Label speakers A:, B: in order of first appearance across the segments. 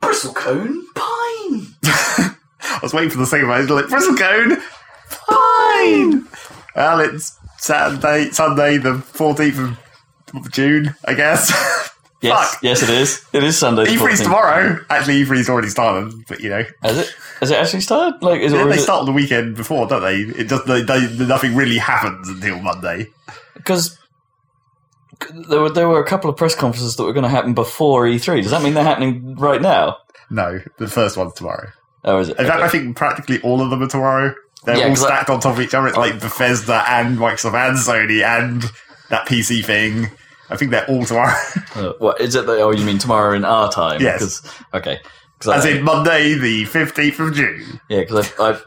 A: Bristlecone Pine.
B: I was waiting for the second one. I was like, Bristlecone, fine. Well, it's Saturday, Sunday, the 14th of June, I guess.
C: Yes,
B: Fuck.
C: yes, it is. It is Sunday. the
B: E3's
C: 14th.
B: tomorrow. Actually, E3's already started, but you know.
C: Has it? Has it actually started? Like, is it?
B: They
C: Because
B: start on the weekend before, don't they? It just they, they, nothing really happens until Monday.
C: there were there were a couple of press conferences that were going to happen before E3. Does that mean they're happening right now?
B: No, the first one's tomorrow.
C: Or is it?
B: In fact,
C: okay.
B: I think practically all of them are tomorrow. They're
C: Yeah,
B: all
C: 'cause I-
B: stacked on top of each other. It's like Bethesda and Microsoft and Sony and that PC thing. I think they're all tomorrow.
C: Uh, what is it? That, oh, you mean tomorrow in our time?
B: Yes.
C: 'Cause- okay. 'Cause
B: As
C: I,
B: in Monday, the 15th of June.
C: yeah, because I've, I've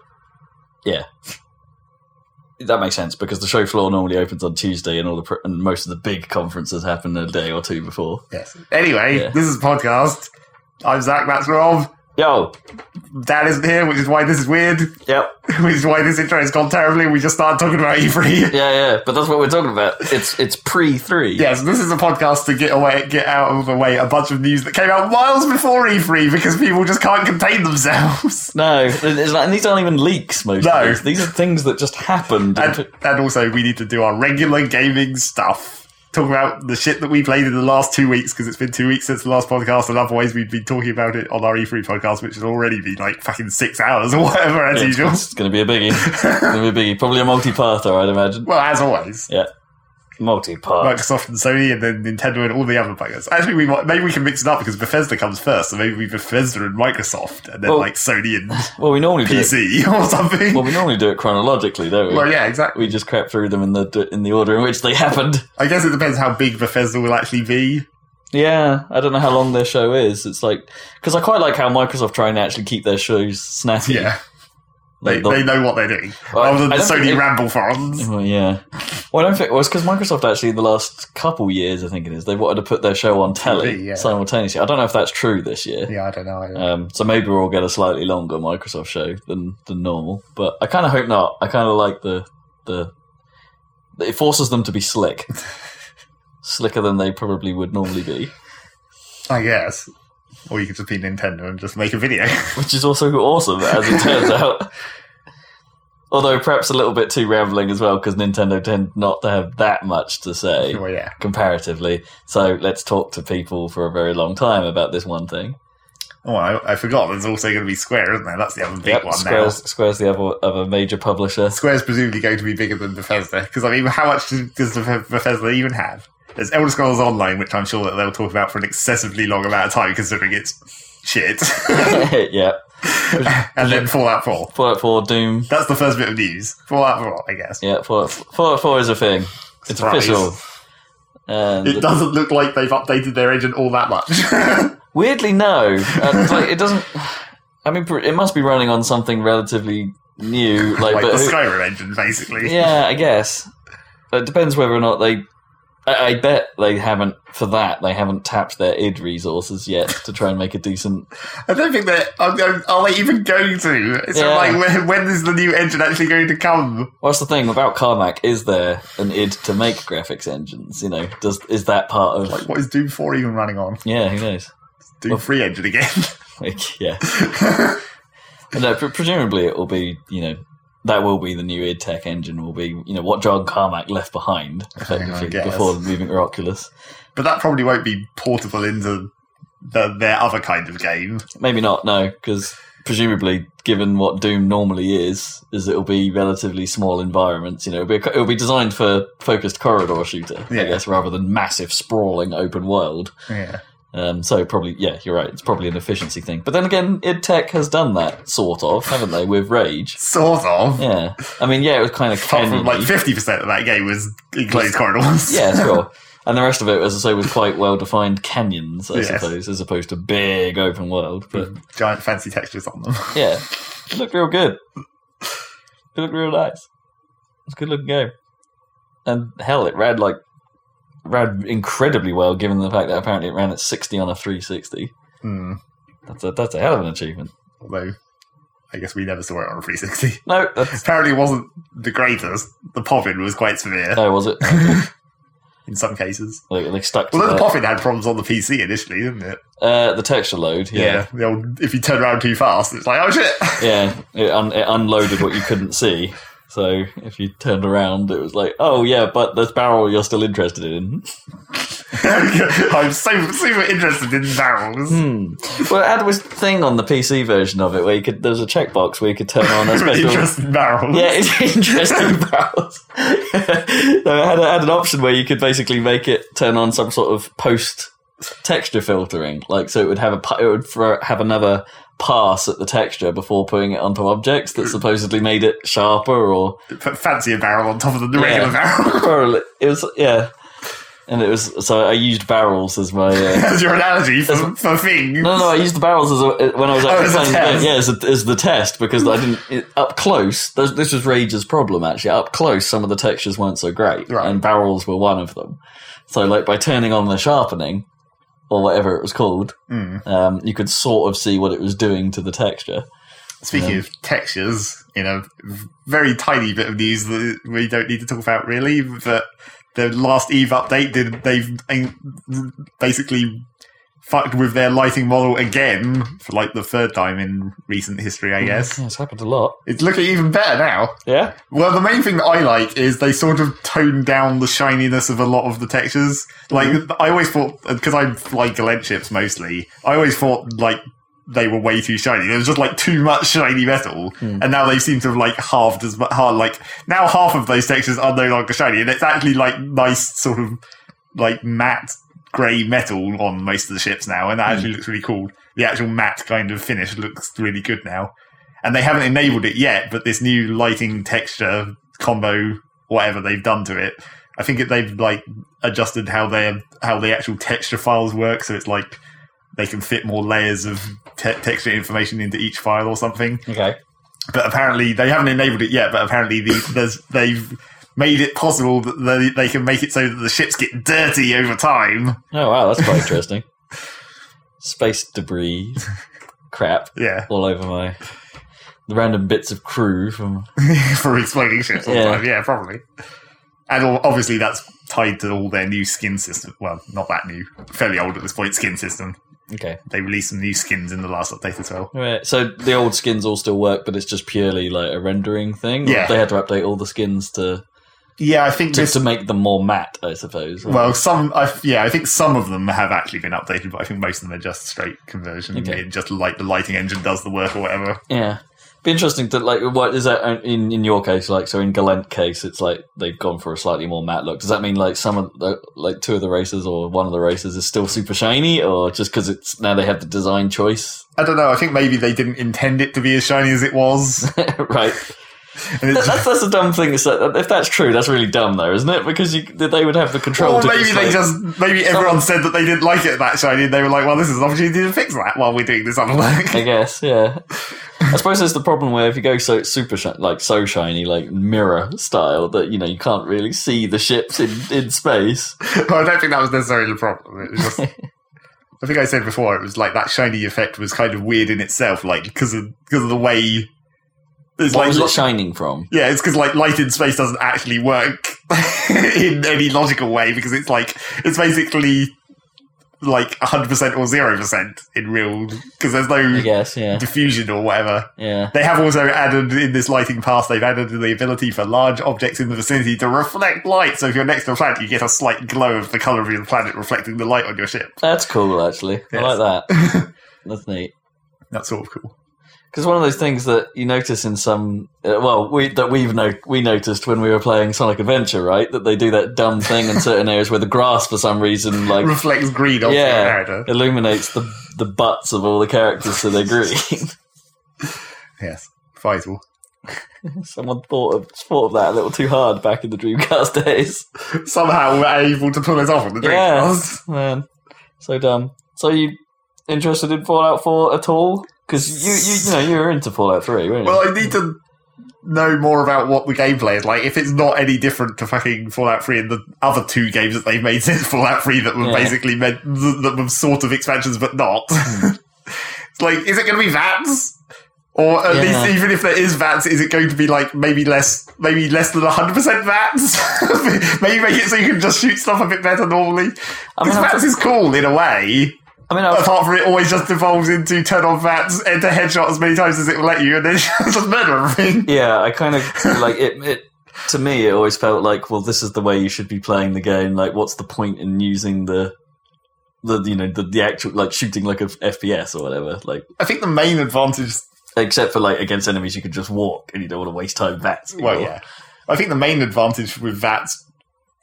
C: yeah. That makes sense because the show floor normally opens on Tuesday, and all the pr- and most of the big conferences happen a day or two before.
B: Yes. Anyway,
C: Yeah.
B: this is a podcast. I'm Zach, that's Rob.
C: Yo,
B: Dad isn't here, which is why this is weird,
C: yep,
B: which is why this intro has gone terribly. We just started talking about E E3.
C: yeah, yeah. But that's what we're talking about. It's it's pre three.
B: Yes, this is a podcast to get away, get out of the way a bunch of news that came out miles before E3 because people just can't contain themselves.
C: No, it's like, and these aren't even leaks. Most
B: No.
C: of these. these are things that just happened.
B: And, and also, we need to do our regular gaming stuff. Talk about the shit that we played in the last two weeks because it's been two weeks since the last podcast, and otherwise we'd been talking about it on our E3 podcast, which has already been like fucking six hours or whatever as
C: Yeah, it's,
B: usual.
C: it's going to be a biggie. it's going to be a biggie. Probably a multi-parter, I'd imagine.
B: Well, as always,
C: Yeah, multi-part.
B: Microsoft and Sony, and then Nintendo and all the other buggers. Actually, we might, maybe we can mix it up because Bethesda comes first, so maybe we Bethesda and Microsoft, and then
C: Well-
B: like Sony and
C: Well, we normally do it.
B: PC or something.
C: Well, we normally do it chronologically, don't we?
B: Well, yeah, exactly.
C: We just crap through them in the in the order in which they happened.
B: I guess it depends how big Bethesda will actually be.
C: Yeah, I don't know how long their show is. It's like because I quite like how Microsoft trying to actually keep their shows snappy.
B: Yeah, they,
C: Like, the-
B: they know what they're doing.
C: Well,
B: Rather than
C: I
B: the
C: don't think
B: Sony
C: it-
B: ramble forums.
C: Well, yeah. Well, I don't think well, it's because Microsoft actually in the last couple years, I think it is, they wanted to put their show on telly
B: TV, yeah.
C: simultaneously. I don't know if that's true this year.
B: Yeah, I don't know. I-
C: Um, so maybe we'll get a slightly longer Microsoft show than, than normal, but I kind of hope not. I kind of like the the that it forces them to be slick, slicker than they probably would normally be,
B: I guess. Or you could just be Nintendo and just make a video.
C: which is also awesome as it turns out. Although perhaps a little bit too rambling as well, because Nintendo tend not to have that much to say
B: well, yeah.
C: comparatively. So let's talk to people for a very long time about this one thing.
B: Oh, I, I forgot. There's also going to be Square, isn't there? That's the other big
C: Yep,
B: one now.
C: Square's, Square's the other other major publisher.
B: Square's presumably going to be bigger than Bethesda because I mean, how much does does Beth- Bethesda even have? There's Elder Scrolls Online, which I'm sure that they'll talk about for an excessively long amount of time, considering it's shit.
C: yeah,
B: and then Fallout 4.
C: Fallout 4, Doom.
B: That's the first bit of news. Fallout 4, I guess.
C: Yeah, Fallout, Fallout 4 is a thing. It's
B: Surprise.
C: official. And
B: It doesn't look like they've updated their engine all that much.
C: weirdly, no. Uh, it's like, it doesn't. I mean, pr- it must be running on something relatively new. Like,
B: like
C: but
B: the
C: who-
B: Skyrim engine, basically.
C: yeah, I guess. It depends whether or not they. I, I bet they haven't for that. They haven't tapped their id resources yet to try and make a decent.
B: I don't think that are, are- are they even going to. It's
C: Yeah.
B: sort of like when, when is the new engine actually going to come?
C: What's the thing about Carmack? Is there an id to make graphics engines? You know, does is that part of?
B: Like, what is Doom Four even running on?
C: yeah, who knows?
B: Doom Three engine again.
C: Like, yeah. no, pre- presumably it will be, you know, that will be the new id tech engine, will be, you know, what John Carmack left behind effectively
B: guess.
C: before moving to Oculus.
B: but that probably won't be portable into the, their other kind of game.
C: Maybe not, no, because presumably, given what Doom normally is, is it'll be relatively small environments. You know, it'll be, it'll be designed for focused corridor shooter,
B: Yeah.
C: I guess, rather than massive sprawling open world.
B: Yeah.
C: Um, so probably, yeah, you're right. It's probably an efficiency thing. But then again, id Tech has done that sort of, haven't they, with Rage?
B: Sort of.
C: Yeah, I mean, yeah, it was kind of
B: Apart from like
C: Kenny.
B: fifty percent of that game was enclosed corridors.
C: yeah, sure. And the rest of it, as I say, was quite well defined canyons, I
B: Yes.
C: suppose, as opposed to big open world. But
B: Giant fancy textures on them.
C: yeah, it looked real good. It looked real nice. It's a good looking game. And hell, it ran like ran incredibly well, given the fact that apparently it ran at sixty on a three sixty.
B: Hmm.
C: That's a that's a hell of an achievement.
B: Although, I guess we never saw it on a 360.
C: No, that's Oh.
B: Apparently, it wasn't the greatest. The popping was quite severe.
C: no, was it?
B: in some cases.
C: They, they stuck to
B: Well, the
C: that.
B: Poffin had problems on the PC initially, didn't it?
C: Uh, the texture load. Yeah.
B: The old, if you turn around too fast, it's like, oh shit!
C: Yeah. It, un- it unloaded what you couldn't see. So if you turned around, it was like, oh, yeah, but this barrel you're still interested in.
B: I'm so super interested in barrels.
C: Hmm. Well, it had this thing on the PC version of it where you could, there was a checkbox where you could turn on a special.
B: interested in barrels.
C: Yeah, it's interesting barrels. so it had, a, had an option where you could basically make it turn on some sort of post texture filtering, like so it would have a pa- it would throw, have another pass at the texture before putting it onto objects that supposedly made it sharper or
B: Put fancy a barrel on top of the
C: Yeah.
B: regular barrel.
C: or it was yeah. And it was so I used barrels as my uh,
B: That's your analogy for,
C: That's-
B: for things.
C: no no I used the barrels as a, uh, when I was
B: Oh, as a
C: actually playing the
B: test.
C: game. Yeah, as, a, as the test because I didn't it, up close. This, this was Rage's problem actually. Up close, some of the textures weren't so great,
B: Right.
C: and barrels were one of them. So like by turning on the sharpening or whatever it was called,
B: Hmm.
C: um, you could sort of see what it was doing to the texture.
B: Speaking
C: Yeah.
B: of textures, in a very tiny bit of news that we don't need to talk about really, but the last Eve update did they've um, basically fucked with their lighting model again for like the third time in recent history, I guess.
C: Yeah, it's happened a lot.
B: It's looking even better now.
C: Yeah,
B: Well, the main thing that I like is they sort of toned down the shininess of a lot of the textures. Like, I always thought, because I like Galent chips mostly, I always thought, like, they were way too shiny. There was just like too much shiny metal,
C: Hmm.
B: and now they seem to have like halved as much. Like now, half of those textures are no longer shiny, and it's actually like nice sort of like matte grey metal on most of the ships now, and that
C: Hmm.
B: actually looks really cool. The actual matte kind of finish looks really good now, and they haven't enabled it yet. But this new lighting texture combo, whatever they've done to it, I think it, they've like adjusted how they how the actual texture files work, so it's like they can fit more layers of te- texture information into each file or something.
C: okay.
B: But apparently, they haven't enabled it yet. But apparently, the, there's, they've made it possible that they, they can make it so that the ships get dirty over time.
C: Oh wow, that's quite interesting. Space debris, crap
B: Yeah,
C: all over my the random bits of crew from
B: for exploding ships all the
C: Yeah.
B: time. Yeah, probably. And o- obviously, that's tied to all their new skin system. Well, not that new, fairly old at this point. Skin system.
C: okay.
B: They released some new skins in the last update as well.
C: Right. So the old skins all still work, but it's just purely like a rendering thing.
B: Yeah.
C: They had to update all the skins to
B: Yeah, I think
C: to,
B: this
C: to make them more matte, I suppose.
B: Well, some, I, yeah, I think some of them have actually been updated, but I think most of them are just straight conversion.
C: Okay.
B: It just like the lighting engine does the work or whatever.
C: yeah. Be interesting to like what is that uh, in in your case like so in Galent case it's like they've gone for a slightly more matte look. Does that mean like some of the, like two of the races or one of the races is still super shiny or just because it's now they have the design choice
B: I don't know. I think maybe they didn't intend it to be as shiny as it was.
C: right?
B: And
C: That-
B: it's
C: that's that's a dumb thing. to say. if that's true, that's really dumb though, isn't it? Because you, they would have the control.
B: or
C: to
B: maybe they
C: like-
B: just maybe everyone said that they didn't like it that shiny. and They were like, "Well, this is an opportunity to fix that while we're doing this other work."
C: I guess, yeah. I suppose there's the problem where if you go so super shi- like so shiny, like mirror style, that you know you can't really see the ships in, in space.
B: well, I don't think that was necessarily the problem. It was just, I think I said before it was like that shiny effect was kind of weird in itself, like because of because of the way. There's
C: What
B: like
C: was it
B: lo-
C: shining from?
B: Yeah, it's because like light in space doesn't actually work in any logical way because it's like it's basically like hundred percent or zero percent in real because there's no
C: I guess, yeah,
B: diffusion or whatever.
C: yeah.
B: They have also added in this lighting pass, they've added the ability for large objects in the vicinity to reflect light. So if you're next to a planet, you get a slight glow of the color of your planet reflecting the light on your ship.
C: That's cool, actually. I
B: Yes.
C: like that. That's neat.
B: That's sort of cool.
C: Because one of those things that you notice in some, uh, well, we that we've no, we noticed when we were playing Sonic Adventure, right? That they do that dumb thing in certain areas where the grass, for some reason, like
B: Reflects green off
C: Yeah.
B: your character.
C: illuminates the the butts of all the characters so they're green.
B: Yes, vital.
C: Someone thought of thought of that a little too hard back in the Dreamcast days.
B: Somehow we're able to pull it off on the
C: Yeah.
B: Dreamcast.
C: Man, so dumb. So you interested in Fallout Four at all? Because you, you you know you were into Fallout Three, weren't you?
B: Well, I need to know more about what the gameplay is like. If it's not any different to fucking Fallout Three and the other two games that they've made since Fallout Three that were
C: Yeah.
B: basically meant
C: Hmm.
B: that were sort of expansions but not. it's like, is it going to be that? Or at
C: Yeah.
B: least, even if there is VATS, is it going to be like maybe less, maybe less than hundred percent VATS? maybe make it so you can just shoot stuff a bit better normally.
C: I mean,
B: Because
C: I've-
B: VATS is cool in a way.
C: I mean, I was,
B: Apart from it, always just devolves into turn on VATS, enter headshot as many times as it will let you, and then just murder everything.
C: yeah, I kind of like it. It to me, it always felt like, well, this is the way you should be playing the game. Like, what's the point in using the the you know the, the actual like shooting like a FPS or whatever? Like,
B: I think the main advantage
C: except for like against enemies, you can just walk and you don't want to waste time. That's
B: Well, yeah. I think the main advantage with that,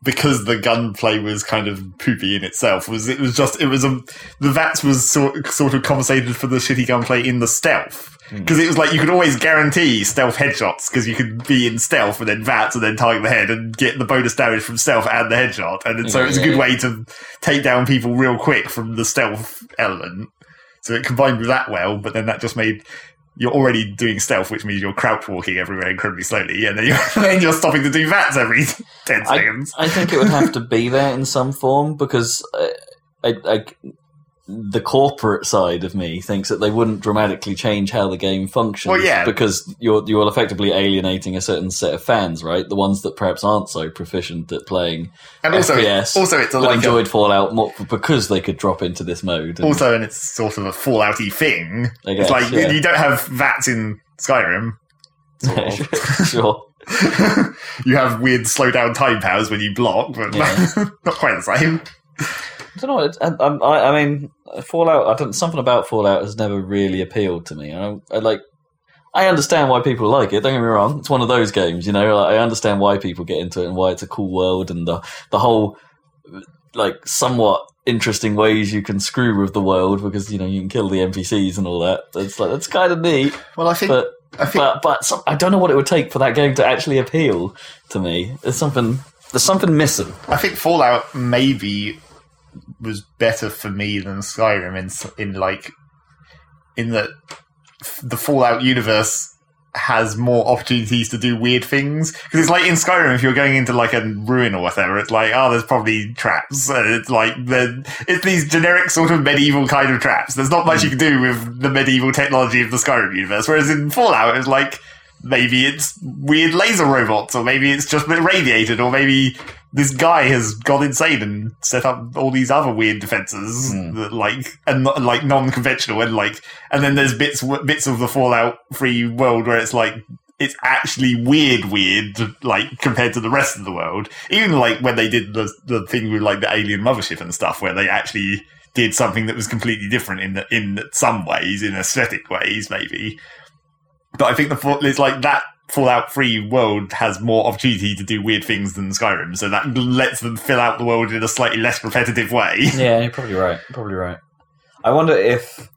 B: because the gunplay was kind of poopy in itself, was it was just it was a the VATS was sort sort of compensated for the shitty gunplay in the stealth
C: Hmm.
B: because it was like you could always guarantee stealth headshots because you could be in stealth and then VATS and then target the head and get the bonus damage from stealth and the headshot, and then, so
C: Yeah,
B: it's a
C: yeah,
B: good
C: yeah.
B: way to take down people real quick from the stealth element. So it combined with that well, but then that just made you're already doing stealth, which means you're crouch walking everywhere incredibly slowly, and then you're, then you're stopping to do VATs every 10 seconds.
C: I think it would have to be there in some form because I, I, I, the corporate side of me thinks that they wouldn't dramatically change how the game functions.
B: Well, yeah.
C: because you're you're effectively alienating a certain set of fans, right? The ones that perhaps aren't so proficient at playing,
B: And also,
C: FPS,
B: also it's a,
C: but
B: like uh, a,
C: enjoyed Fallout more because they could drop into this mode. and-
B: also, and it's sort of a Fallouty thing.
C: I
B: it's
C: guess,
B: like you-
C: yeah.
B: you don't have VATs in Skyrim. sort of.
C: sure.
B: you have weird slow down time powers when you block, but
C: Yeah.
B: not quite the same.
C: I don't know. It, I, I'm- um, I, I mean, Fallout. I don't. Something about Fallout has never really appealed to me. I, don't- I like. I understand why people like it. Don't get me wrong. It's one of those games, you know. Like, I understand why people get into it and why it's a cool world and the the whole like somewhat interesting ways you can screw with the world because you know you can kill the NPCs and all that. It's like that's kind of neat,
B: Well, I think.
C: but
B: I think
C: but but some, I don't know what it would take for that game to actually appeal to me. There's something there's something missing.
B: I think Fallout maybe was better for me than Skyrim in s- in like in that f- the Fallout universe has more opportunities to do weird things because it's like in Skyrim if you're going into like a ruin or whatever it's like oh there's probably traps and it's like the it's these generic sort of medieval kind of traps there's not much you can do with the medieval technology of the Skyrim universe whereas in Fallout it's like maybe it's weird laser robots or maybe it's just irradiated or maybe this guy has gone insane and set up all these other weird defenses
C: Hmm.
B: that like and not, like non-conventional and like and then there's bits bits of the fallout free world where it's like it's actually weird weird like compared to the rest of the world even like when they did the the thing with like the alien mothership and stuff where they actually did something that was completely different in the, in some ways in aesthetic ways maybe but I think the fall- it's like that Fallout Free world has more opportunity to do weird things than Skyrim, so that lets them fill out the world in a slightly less repetitive way.
C: yeah, you're probably right. Probably right. I wonder if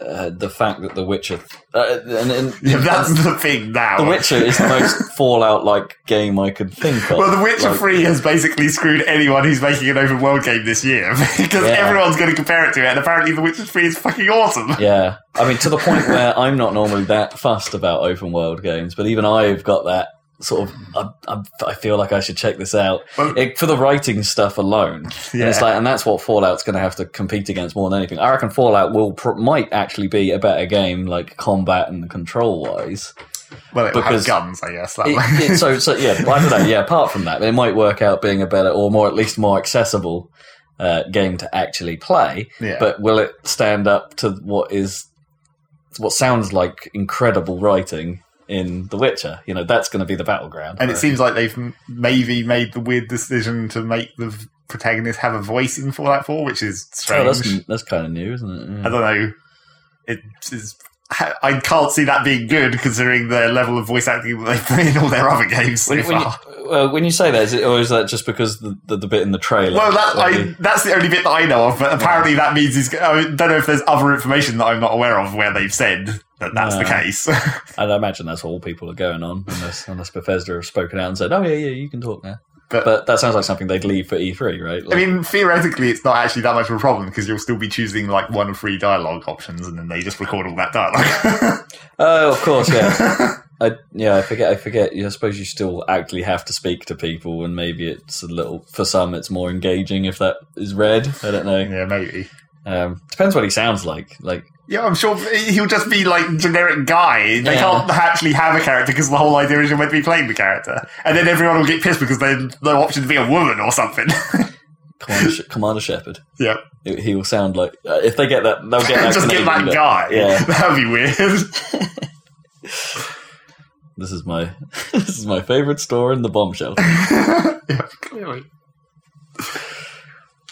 C: uh, the fact that The Witcher uh, and, and
B: Yeah, that's the thing now.
C: The Witcher is the most Fallout-like game I could think of.
B: Well, The Witcher
C: Like,
B: 3 has basically screwed anyone who's making an open world game this year because
C: Yeah.
B: everyone's going to compare it to it, and apparently The Witcher 3 is fucking awesome.
C: Yeah, I mean to the point where I'm not normally that fussed about open world games, but even I've got that sort of. I, I, I feel like I should check this out
B: Well-
C: it, for the writing stuff alone. And it's
B: Yeah.
C: like, and that's what Fallout's going to have to compete against more than anything. I reckon Fallout will pr- might actually be a better game, like combat and control wise.
B: Well, it
C: Because-
B: has guns, I guess. That
C: It-
B: way.
C: it- so, so yeah, I don't know. Yeah, apart from that, it might work out being a better or more at least more accessible uh, game to actually play.
B: yeah.
C: But will it stand up to what is what sounds like incredible writing in The Witcher? You know, that's going to be the battleground.
B: and it seems like they've m- maybe made the weird decision to make the v- protagonist have a voice in Fallout 4, which is strange.
C: oh, that's that's kind of new, isn't it? Yeah.
B: I don't know. It is. I can't see that being good considering the level of voice acting that they put in all their other games so
C: When, when
B: far.
C: you, well, when you say that, is it, or is that just because the, the, the bit in the trailer?
B: Well, that,
C: Like,
B: I, that's the only bit that I know of, but apparently that means he's. I don't know if there's other information that I'm not aware of where they've said that that's the
C: No.
B: case.
C: I'd imagine that's all people are going on, unless, unless Bethesda have spoken out and said, "Oh yeah, yeah, you can talk now."
B: But-
C: But, that sounds like something they'd leave for E3, right?
B: I
C: Like-
B: mean, theoretically, it's not actually that much of a problem because you'll still be choosing like one of three dialogue options and then they just record all that dialogue.
C: oh, of course, yeah. I, yeah, I forget. I forget. Yeah, I suppose you still actually have to speak to people, and maybe it's a little for some. It's more engaging if that is read. I don't know.
B: yeah, maybe.
C: Um, depends what he sounds like. Like
B: Yeah, I'm sure he'll just be like generic guy. They
C: Yeah.
B: can't actually have a character because the whole idea is you're meant to be playing the character, and then everyone will get pissed because they no option to be a woman or something.
C: Commander, Sh- Commander Shepard.
B: yeah,
C: He- He will sound like uh, if they get that, they'll get that.
B: just get
C: Canadian
B: that
C: look.
B: guy.
C: Yeah.
B: that'd be weird.
C: This is my this is my favorite store in the bomb shelter.
B: yeah, clearly.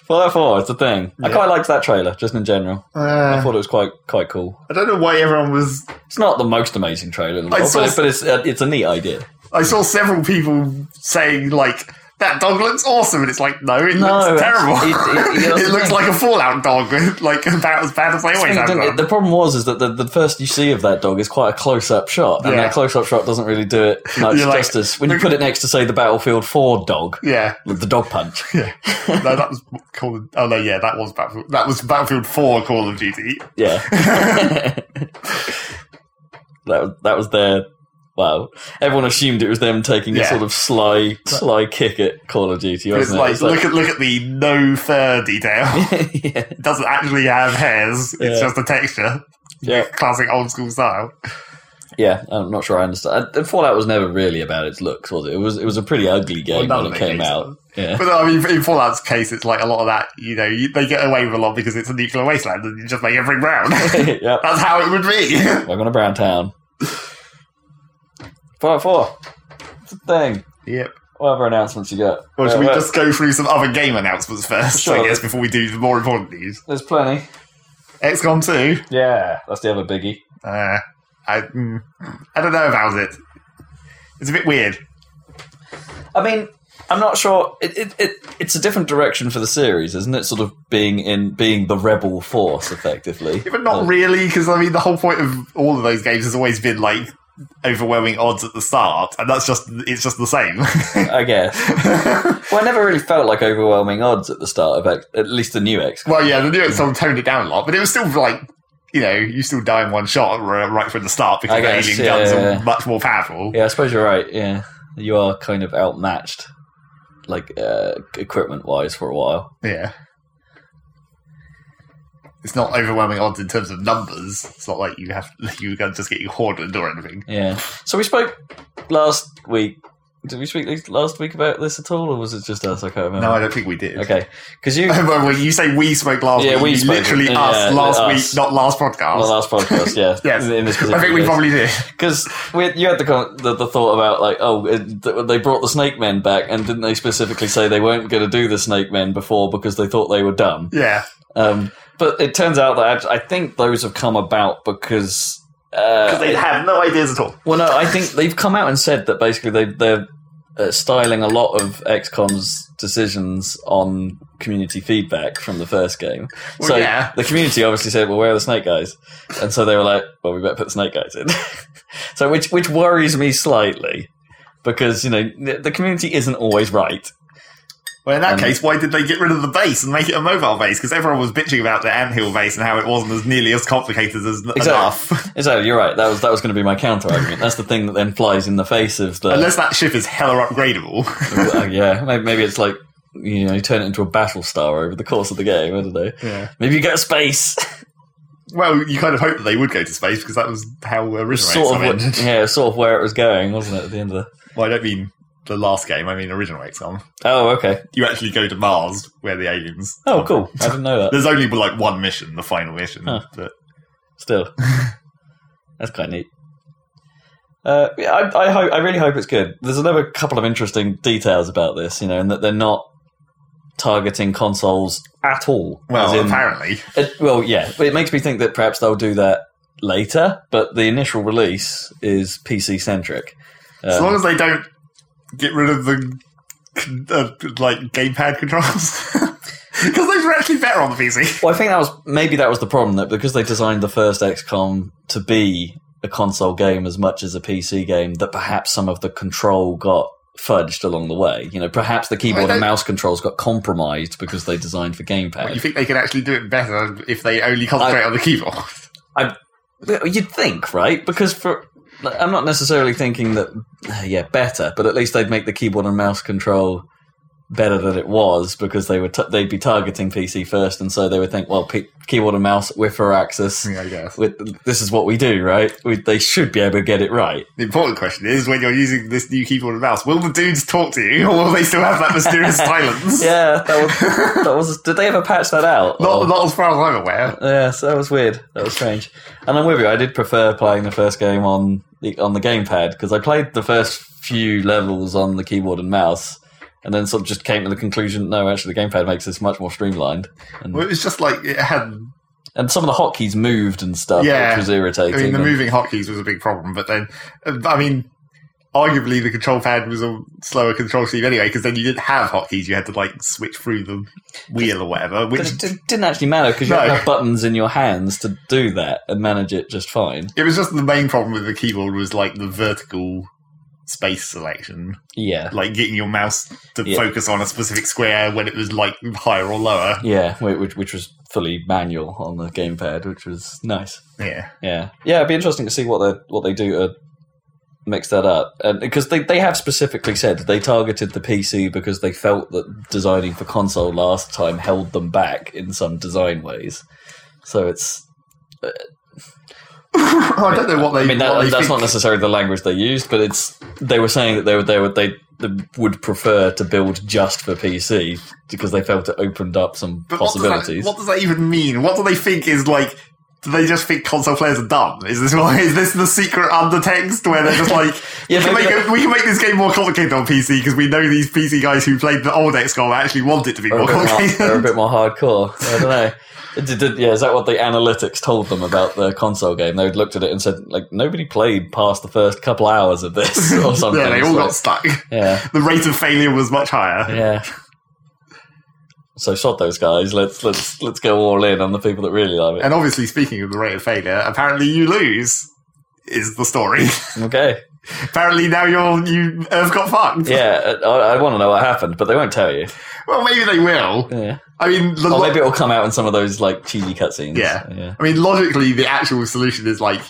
C: Fallout Four. It's a thing. I
B: Yeah.
C: quite liked that trailer, just in general. I
B: Uh,
C: thought it was quite quite cool.
B: I don't know why everyone was.
C: It's not the most amazing trailer, in the
B: I
C: world,
B: saw-
C: but, it- but it's uh, it's a neat idea.
B: I saw several people saying like. That dog looks awesome, and it's like no, it
C: No,
B: looks
C: it's-
B: terrible.
C: it- it- yeah, that's
B: It
C: the
B: looks
C: thing.
B: like a Fallout dog, like about as bad as they always
C: Thing,
B: have.
C: didn't it-
B: them.
C: the problem was is that the, the first you see of that dog is quite a close up shot, and
B: Yeah.
C: that close up shot doesn't really do it much
B: You're like-
C: justice. When you put it next to say the Battlefield Four dog
B: Yeah,
C: with the dog punch,
B: Yeah. No, that was called. Oh no, yeah, that was Battlefield. That was Battlefield Four Call of Duty.
C: yeah, that was- that was their. Wow, everyone assumed it was them taking a
B: Yeah.
C: sort of sly, sly kick at Call of Duty,
B: It's
C: wasn't
B: like,
C: it?
B: look at look at the no fur detail.
C: It's like- yeah,
B: It doesn't actually have hairs. It's
C: Yeah.
B: just a texture.
C: yeah,
B: Classic old school style.
C: yeah. I'm not sure I understand. And Fallout was never really about its looks, was it? It was it was a pretty ugly game
B: none
C: when
B: of
C: it
B: their
C: came
B: games
C: out. Yeah.
B: But I mean, in Fallout's case, it's like a lot of that. You know, you, they get away with a lot because it's a nuclear wasteland, and you just make everything brown.
C: yep.
B: That's how it would be.
C: Welcome to Brown Town. Fallout 4. It's a thing.
B: yep.
C: What other announcements you got?
B: Well, should
C: Uh,
B: we
C: well,
B: just go through some other game announcements first?
C: Sure.
B: I guess before we do the more important news.
C: There's plenty.
B: XCOM Two.
C: Yeah. That's the other biggie.
B: Uh, I, mm, I don't know about it. It's a bit weird.
C: I mean, I'm not sure. It, it, it It's a different direction for the series, isn't it? Sort of being in being the rebel force, effectively.
B: Yeah, but not
C: Uh,
B: really, because I mean, the whole point of all of those games has always been like overwhelming odds at the start, and that's just it's just the same.
C: I guess. Well, I never really felt like overwhelming odds at the start of X, at least the new X.
B: well, yeah, the new XCOM toned it down a lot, but it was still like you know you still die in one shot r- right from the start because
C: I guess,
B: the alien
C: yeah,
B: guns
C: yeah, yeah.
B: are much more powerful.
C: Yeah, I suppose you're right. Yeah. You are kind of outmatched, like uh, equipment wise, for a while.
B: Yeah. It's not overwhelming odds in terms of numbers. It's not like you have you're gonna just get hoarded or anything.
C: Yeah. So we spoke last week. Did we speak last week about this at all, or was it just us? I can't remember.
B: No, I don't think we did.
C: Okay, because you on
B: Well, when you say we spoke last
C: Yeah,
B: week,
C: we
B: you
C: spoke.
B: literally
C: Yeah,
B: us last
C: us.
B: week, not last podcast.
C: the last podcast, yeah,
B: Yes.
C: in this
B: I think we probably did.
C: because you had the, con- the the thought about like, oh, it, th- they brought the snake men back, and didn't they specifically say they weren't going to do the snake men before because they thought they were dumb?
B: Yeah,
C: Um, but it turns out that act- I think those have come about because. Uh,
B: they have no ideas at all.
C: Well, no, I think they've come out and said that basically they, they're uh, styling a lot of XCOM's decisions on community feedback from the first game.
B: Well,
C: so
B: yeah.
C: the community obviously said, "Well, where are the snake guys?" And so they were like, "Well, we better put the snake guys in." so which which worries me slightly because you know the the community isn't always right.
B: Well, in that
C: Um,
B: case, why did they get rid of the base and make it a mobile base? Because everyone was bitching about the anthill base and how it wasn't as nearly as complicated as enough.
C: Exactly, you're right. That was that was going to be my counter argument. That's the thing that then flies in the face of the
B: Unless that ship is hella upgradable.
C: Uh, yeah, maybe, maybe it's like you know, you turn it into a battle star over the course of the game. I don't know.
B: yeah.
C: Maybe you go to space.
B: Well, you kind of hope that they would go to space because that was how originally
C: sort of,
B: ended.
C: what, yeah, sort of where it was going, wasn't it? At the end of the.
B: Well, I don't mean the last game. I mean original XCOM.
C: Oh, okay.
B: You actually go to Mars where the aliens.
C: Oh, cool. I didn't know that.
B: There's only like one mission, the final mission.
C: Huh.
B: But
C: Still, that's quite neat. Uh, yeah, I, I hope. I really hope it's good. There's another couple of interesting details about this, you know, and that they're not targeting consoles at all.
B: well,
C: as in-
B: apparently,
C: It, Uh, well, yeah, but it makes me think that perhaps they'll do that later. But the initial release is PC centric. uh,
B: as long as they don't get rid of the uh, like gamepad controls, because those are actually better on the PC.
C: well, I think that was maybe that was the problem that because they designed the first XCOM to be a console game as much as a PC game, that perhaps some of the control got fudged along the way. You know, perhaps the keyboard
B: don't-
C: and mouse controls got compromised because they designed for
B: But you
C: gamepad.
B: think they can actually do it better if they only concentrate on the keyboard?
C: You'd think, right? Because for like, I'm not necessarily thinking that, yeah, better, but at least they'd make the keyboard and mouse control better than it was because they were t- they'd be targeting PC first, and so they would think, well, P- keyboard and mouse with for access.
B: Yeah, I guess.
C: With, this is what we do, right? We, they should be able to get it right.
B: The important question is when you're using this new keyboard and mouse, will the dudes talk to you, or will they still have that mysterious silence?
C: Yeah, that was, that was. Did they ever patch that out?
B: Not,
C: Or-
B: not as far as I'm aware.
C: Yeah, so that was weird. That was strange. And I'm with you. I did prefer playing the first game on the on the gamepad because I played the first few levels on the keyboard and mouse, and then sort of just came to the conclusion: no, actually, the gamepad makes this much more streamlined. And,
B: Well, it was just like it had.
C: and some of the hotkeys moved and stuff,
B: Yeah.
C: which was
B: I
C: irritating.
B: mean, the
C: And-
B: moving hotkeys was a big problem, but then, uh, I mean, arguably the control pad was a slower control scheme anyway, because then you didn't have hotkeys; you had to like switch through the wheel or whatever.
C: but
B: Which
C: it di- didn't actually matter because you
B: No.
C: had to have buttons in your hands to do that and manage it just fine.
B: it was just the main problem with the keyboard was like the vertical space selection.
C: Yeah,
B: like getting your mouse to
C: Yeah.
B: focus on a specific square when it was like higher or lower.
C: yeah, whi- which which was fully manual on the gamepad, which was nice.
B: Yeah,
C: Yeah, yeah, it'd be interesting to see what they what they do to mix that up, and because they they have specifically said they targeted the PC because they felt that designing for console last time held them back in some design ways. So it's
B: I don't know what they.
C: I mean
B: what
C: that,
B: they
C: that's not
B: think.
C: necessarily the language they used, but it's they were saying that they would they would they would prefer to build just for PC because they felt it opened up some
B: But what does, that,
C: possibilities.
B: what does that even mean? What do they think is like? Do they just think console players are dumb? Is this why? Is this the secret undertext where they're just like,
C: Yeah,
B: we, can
C: maybe
B: make
C: that-
B: it- we can make this game more complicated on PC because we know these PC guys who played the old XCOM actually want it to be
C: They're a
B: more
C: bit more-
B: complicated.
C: they're a bit more hardcore. I don't know. It did- did- yeah, is that what the analytics told them about the console game? They looked at it and said, like, nobody played past the first couple hours of this or something.
B: yeah, they all
C: So,
B: got stuck.
C: yeah,
B: The rate of failure was much higher.
C: yeah. So shot those guys. Let's let's let's go all in on the people that really love it.
B: And obviously, speaking of the rate of failure, apparently you lose. Is the story?
C: Okay.
B: Apparently now you're you Earth got fucked.
C: Yeah, I, I want to know what happened, but they won't tell you.
B: Well, maybe they will.
C: Yeah.
B: I mean, the
C: Or
B: lo-
C: Oh, maybe it'll come out in some of those like cheesy cutscenes.
B: Yeah.
C: Yeah.
B: I mean, logically, the actual solution is like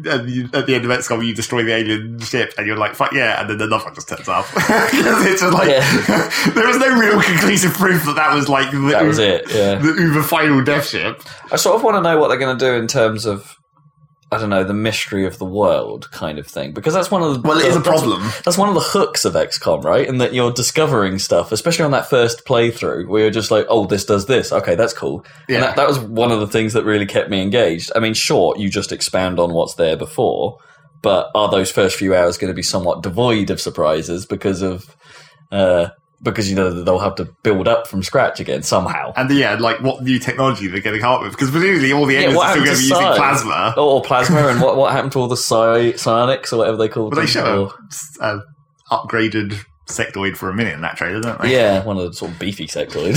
B: at the, at the end of XCOM, you destroy the alien ship, and you're like, "Fuck yeah!" And then another one just turns up 'Cause it's just like there was no real conclusive proof that that was like the,
C: That was it. Yeah.
B: the Uber final death ship.
C: I sort of want to know what they're going to do in terms of, I don't know, the mystery of the world kind of thing, because that's one of the
B: Well, it is a
C: that's-
B: problem.
C: That's, one of the hooks of XCOM, right? In that you're discovering stuff, especially on that first playthrough, where you're just like, "Oh, this does this. Okay, that's cool."
B: Yeah.
C: And that, that was one of the things that really kept me engaged. I mean, sure, you just expand on what's there before, but are those first few hours going to be somewhat devoid of surprises because of? Uh, because you know that they'll have to build up from scratch again somehow.
B: And yeah, like what new technology they're getting up with? Because presumably all the
C: Yeah,
B: aliens
C: what
B: are still going
C: happened
B: to be
C: to
B: using
C: Sai?
B: plasma.
C: Oh, or plasma, and what, what happened to all the psi- psionics or whatever they call
B: But they
C: them?
B: show
C: Or-
B: a, a uh, upgraded sectoid for a minute in that trailer, don't they?
C: yeah, one of the sort of beefy sectoid.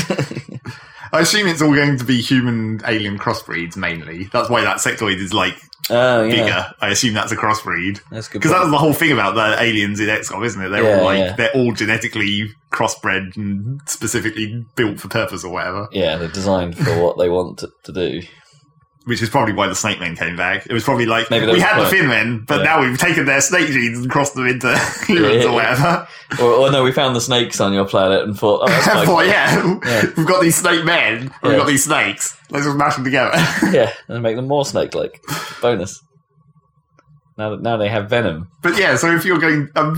B: I assume it's all going to be human alien crossbreeds mainly. That's why that sectoid is like
C: oh, yeah,
B: bigger. I assume that's a crossbreed
C: that's a good.
B: because that
C: point.
B: was the whole thing about the aliens in XCOM, isn't it? They're
C: Yeah,
B: all like
C: yeah.
B: they're all genetically crossbred and specifically built for purpose or whatever.
C: yeah, they're designed for what they want to, to do.
B: Which is probably why the snake men came back. It was probably like
C: Maybe that
B: we
C: was
B: had
C: the
B: the
C: point.
B: fin men, but
C: Yeah.
B: now we've taken their snake genes and crossed them into humans
C: yeah,
B: or
C: yeah.
B: whatever.
C: Or, or no, we found the snakes on your planet and thought, oh, that's quite
B: Well,
C: cool.
B: yeah,
C: Yeah.
B: we've got these snake men, and we've
C: Yeah.
B: got these snakes. Let's just mash them together.
C: yeah, and make them more snake-like. Bonus. Now that now they have venom.
B: But yeah, so if you're going, um,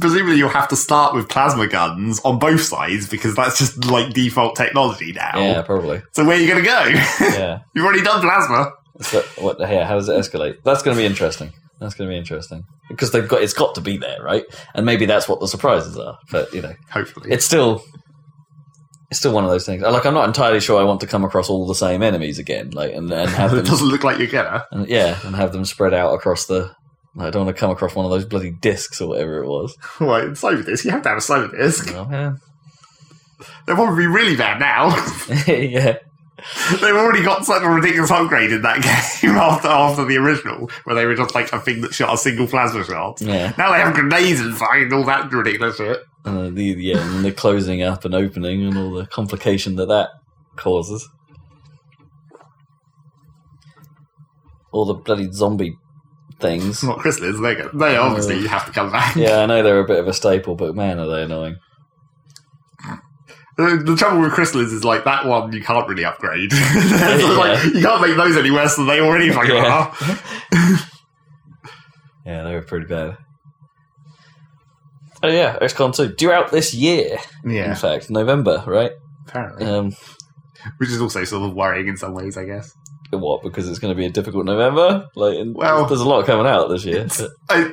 B: presumably you'll have to start with plasma guns on both sides because that's just like default technology now.
C: Yeah, probably.
B: So where are you going to go?
C: Yeah.
B: You've already done plasma.
C: So, what? Yeah, how does it escalate? That's going to be interesting. That's going to be interesting because they've got it's got to be there, right? And maybe that's what the surprises are. But you know.
B: Hopefully.
C: it's still it's still one of those things. Like I'm not entirely sure I want to come across all the same enemies again, like and, and have
B: it
C: them
B: doesn't look like you're gonna.
C: and, yeah, and have them spread out across the. I don't want to come across one of those bloody discs or whatever it was.
B: Right, it's over this. You have to have a cyber disk.
C: Oh, yeah.
B: They're probably really bad now.
C: yeah,
B: They've already got such a ridiculous upgrade in that game after after the original, where they were just like a thing that shot a single plasma shot.
C: yeah,
B: Now they have grenades and fucking all that ridiculous shit.
C: and uh, the yeah, and the closing up and opening and all the complication that that causes. All the bloody zombie things.
B: It's not Chrysalids, they're gonna, they obviously have to come back.
C: Yeah, I know they're a bit of a staple, but man, are they annoying.
B: The the trouble with crystals is like that one you can't really upgrade. It's
C: Yeah.
B: like, you can't make those any worse than they already fucking
C: Yeah.
B: are.
C: Yeah, they were pretty bad. Oh yeah, XCOM 2 due out this year. In
B: Yeah,
C: fact, November, right?
B: apparently,
C: Um,
B: which is also sort of worrying in some ways, I guess.
C: what? Because it's going to be a difficult November. Like, and
B: Well,
C: there's a lot coming out this year.
B: it's- I,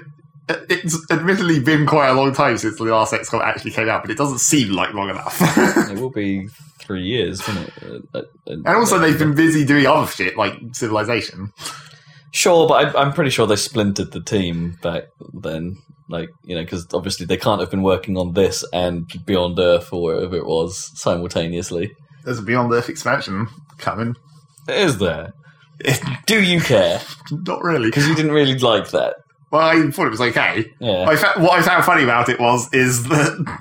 B: it's admittedly been quite a long time since the last XCOM actually came out, but it doesn't seem like long enough. and
C: It will be three years, won't it? Uh, uh,
B: also, they've been busy doing other shit like Civilization.
C: sure, but I, I'm pretty sure they splintered the team back then. Like, you know, because obviously they can't have been working on this and Beyond Earth or whatever it was simultaneously.
B: There's a Beyond Earth expansion coming.
C: Is there? Do you care?
B: Not really.
C: Because you didn't really like that.
B: Well, I thought it was okay.
C: Yeah.
B: I fa- what I found funny about it was is that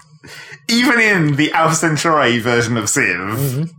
B: even in the Alpha Centauri version of Civ,
C: Mhm.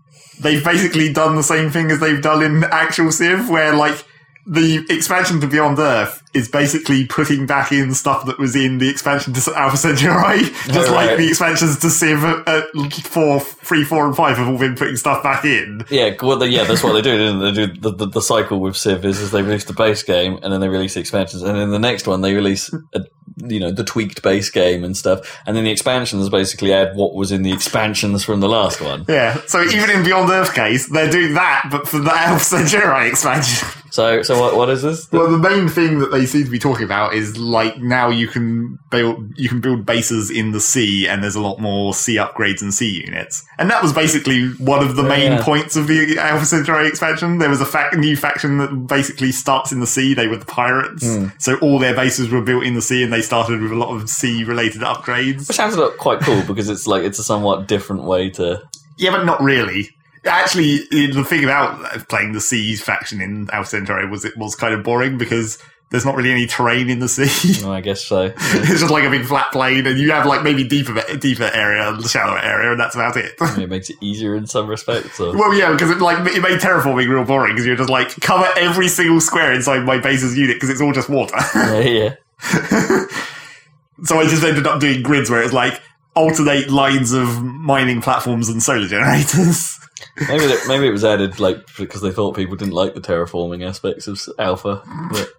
B: they've basically done the same thing as they've done in actual Civ, where like the expansion to Beyond Earth is basically putting back in stuff that was in the expansion to Alpha Centauri, just like
C: right.
B: the expansions to Civ uh, four, three, four, and five have all been putting stuff back in.
C: Yeah, well, they, yeah, that's what they do, isn't it? They do the, the, the cycle with Civ is, is they release the base game and then they release the expansions, and then the next one they release, a, you know, the tweaked base game and stuff, and then the expansions basically add what was in the expansions from the last one.
B: Yeah, so even in Beyond Earth case, they're doing that, but for the Alpha Centauri expansion.
C: So, so what what is this?
B: Well, the main thing that they seem to be talking about is like now you can build you can build bases in the sea, and there's a lot more sea upgrades and sea units. And that was basically one of the main
C: Yeah.
B: points of the Alpha Centauri expansion. There was a fac- new faction that basically starts in the sea. They were the pirates,
C: Hmm.
B: so all their bases were built in the sea, and they started with a lot of sea related
C: Which
B: upgrades.
C: sounds like quite cool because it's like it's a somewhat different way to.
B: Yeah, but not really. Actually, the thing about playing the sea faction in Alpha Centauri was it was kind of boring because there's not really any terrain in the sea.
C: Well, I guess so.
B: it's just like a big flat plane, and you have like maybe deeper, deeper area, and shallower area, and that's about it.
C: It makes it easier in some respects. Or,
B: well, yeah, because it like it made terraforming real boring because you're just like cover every single square inside my base's unit because it's all just water.
C: yeah, yeah.
B: so I just ended up doing grids where it's like alternate lines of mining platforms and solar generators.
C: Maybe that, maybe it was added like because they thought people didn't like the terraforming aspects of Alpha. But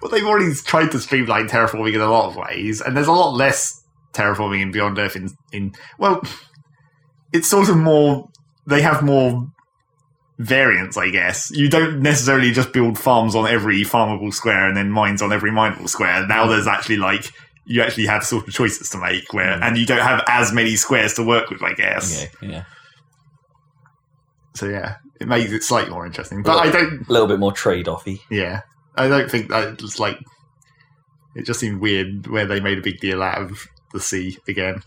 B: well, they've already tried to streamline terraforming in a lot of ways, and there's a lot less terraforming in Beyond Earth. In, in well, it's sort of more they have more variance, I guess. You don't necessarily just build farms on every farmable square and then mines on every mineable square. Now there's actually like you actually have sort of choices to make where,
C: Mm.
B: and you don't have as many squares to work with, I guess.
C: okay, yeah.
B: So yeah, it makes it slightly more interesting. But
C: Well,
B: I don't
C: a little bit more trade-offy.
B: Yeah, I don't think that it's like it just seemed weird where they made a big deal out of the sea again.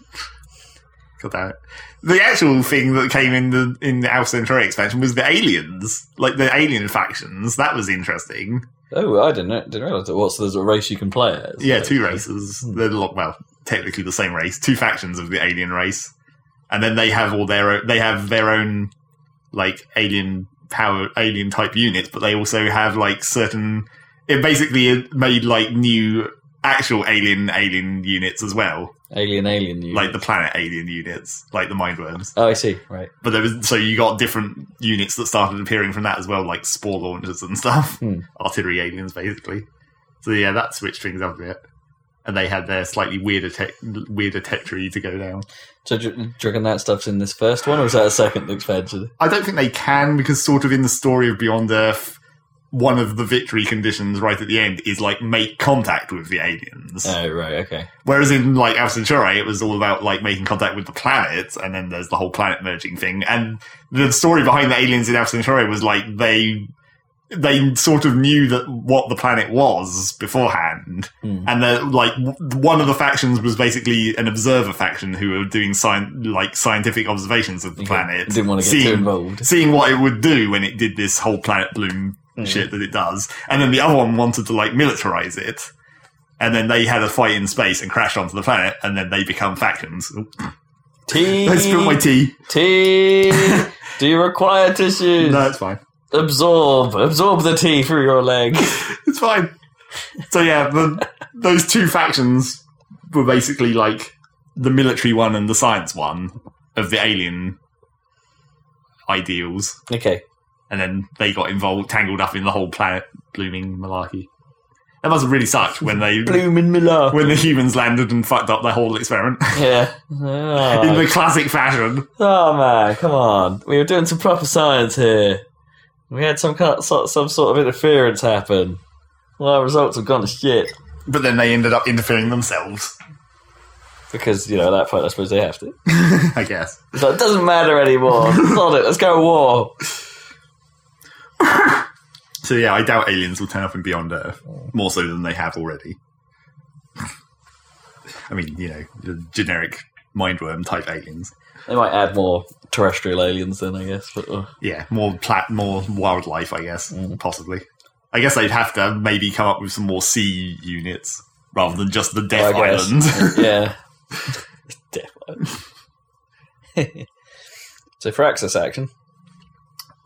B: God damn it! The actual thing that came in the in the Alpha Centauri expansion was the aliens, like the alien factions. That was interesting.
C: Oh, I didn't know, didn't realize that. What? So there's a race you can play as.
B: Yeah,
C: Like,
B: two races. They're lo- well, technically the same race, two factions of the alien race, and then they have all their o- they have their own like alien power alien type units, but they also have like certain. It basically made like new actual alien alien units as well,
C: Alien, alien. You.
B: like the planet alien units, like the mind worms.
C: oh, I see. Right.
B: But there was so you got different units that started appearing from that as well, like spore launchers and stuff,
C: Hmm.
B: artillery aliens basically. So yeah, that switched things up a bit, and they had their slightly weirder te- weirder tetry to go down.
C: So, do, do you reckon that stuff's in this first one, or is that a second expansion?
B: I don't think they can because sort of in the story of Beyond Earth, one of the victory conditions right at the end is like make contact with the aliens.
C: Oh, right. Okay.
B: Whereas in like Alpha Centauri, it was all about like making contact with the planets, and then there's the whole planet merging thing. And the story behind the aliens in Alpha Centauri was like they they sort of knew that what the planet was beforehand,
C: Hmm.
B: and that like w- one of the factions was basically an observer faction who were doing sci- like scientific observations of the
C: Okay.
B: planet,
C: Didn't want to get too
B: seeing
C: involved.
B: seeing what it would do when it did this whole planet bloom
C: Mm.
B: shit that it does. And then the other one wanted to like militarize it. And then they had a fight in space and crashed onto the planet, and then they become factions. Oop,
C: Tea.
B: I spilled my tea.
C: tea. do you require tissues?
B: No, it's fine.
C: Absorb. Absorb the tea through your leg.
B: It's fine. So yeah, the, those two factions were basically like the military one and the science one, of the alien ideals,
C: Okay.
B: and then they got involved, tangled up in the whole planet blooming malarkey. That must have really sucked when they
C: Blooming Miller.
B: when the humans landed and fucked up their whole experiment
C: yeah.
B: in
C: Oh.
B: the classic fashion.
C: Oh, man, come on. We were doing some proper science here. We had some kind so- some sort of interference happen. Well, our results have gone to shit
B: But then they ended up interfering themselves,
C: because you know at that point I suppose they have to.
B: I guess.
C: So it doesn't matter anymore. It's not it. Let's go to war.
B: So yeah, I doubt aliens will turn up in Beyond Earth more so than they have already. I mean, you know, the generic mindworm type aliens.
C: They might add more terrestrial aliens then, I guess. But uh,
B: Yeah, more plat, more wildlife, I guess, possibly. I guess they'd have to maybe come up with some more sea units rather than just the Death
C: I guess.
B: Island.
C: yeah, definitely. so Firaxis action,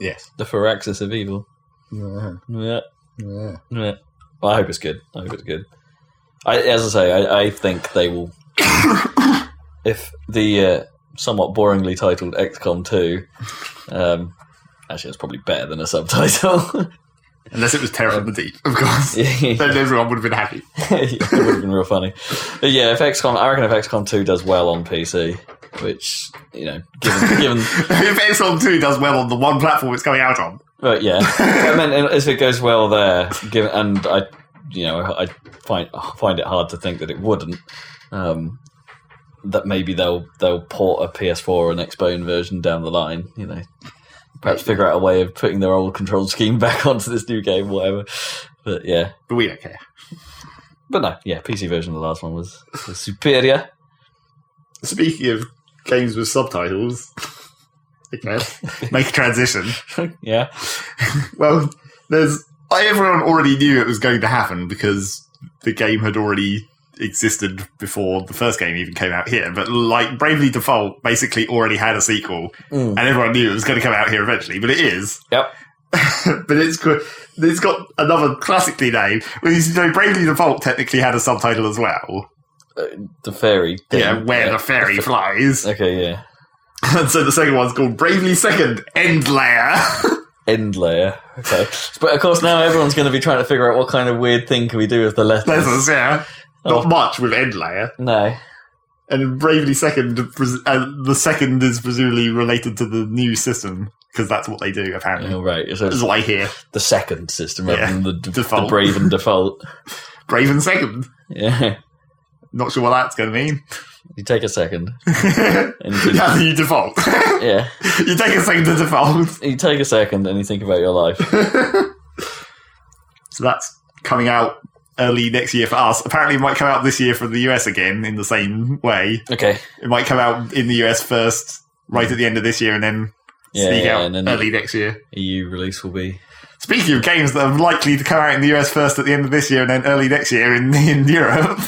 B: yes.
C: the Firaxis of evil. Yeah. Yeah. Well, I hope it's good. I hope it's good. I, as I say, I, I think they will. if the uh, somewhat boringly titled XCOM 2, um, actually, it's probably better than a subtitle.
B: Unless it was Terror in the Deep, of course.
C: it
B: Then everyone would have been happy.
C: would have been real funny. But yeah, if XCOM, I reckon if XCOM 2 does well on PC, which, you know, given. given
B: if XCOM 2 does well on the one platform it's coming out on,
C: but yeah. I mean, and if it goes well there, given, and I, you know, I find find it hard to think that it wouldn't. Um, that maybe they'll they'll port a PS4 or an Xbone version down the line. You know, perhaps figure out a way of putting their old control scheme back onto this new game, whatever. But yeah,
B: but we don't care.
C: but no, yeah, PC version of the last one was, was superior.
B: Speaking of games with subtitles, okay, make a transition.
C: yeah,
B: Well, there's everyone already knew it was going to happen because the game had already existed before the first game even came out here. But like Bravely Default, basically already had a sequel,
C: Mm.
B: and everyone knew it was going to come out here eventually. But it is.
C: Yep.
B: but it's good. It's got another classically name. Well, you know, Bravely Default technically had a subtitle as well.
C: the fairy. thing.
B: Yeah, where the fairy flies.
C: Okay, yeah,
B: And so the second one's called Bravely Second End Layer.
C: end layer. Okay, but of course now everyone's going to be trying to figure out what kind of weird thing can we do with the letters.
B: Letters, yeah. Not
C: Oh.
B: much with End Layer.
C: No.
B: And Bravely Second, pres- uh, the second is presumably related to the new system, because that's what they do, apparently.
C: All right. So
B: That's
C: it's
B: what I hear.
C: the second system rather
B: Yeah,
C: than the, d- the
B: default.
C: brave and default.
B: Brave and Second.
C: Yeah.
B: Not sure what that's going to mean.
C: You take a second. And you think,
B: That's you default.
C: yeah.
B: you take a second to default.
C: You take a second and you think about your life.
B: So that's coming out early next year for us. Apparently, it might come out this year for the US again in the same way.
C: Okay.
B: It might come out in the US first, right at the end of this year, and then
C: Yeah.
B: sneak
C: yeah
B: out
C: and then
B: early next year.
C: EU release will be.
B: Speaking of games that are likely to come out in the US first at the end of this year and then early next year in, in Europe,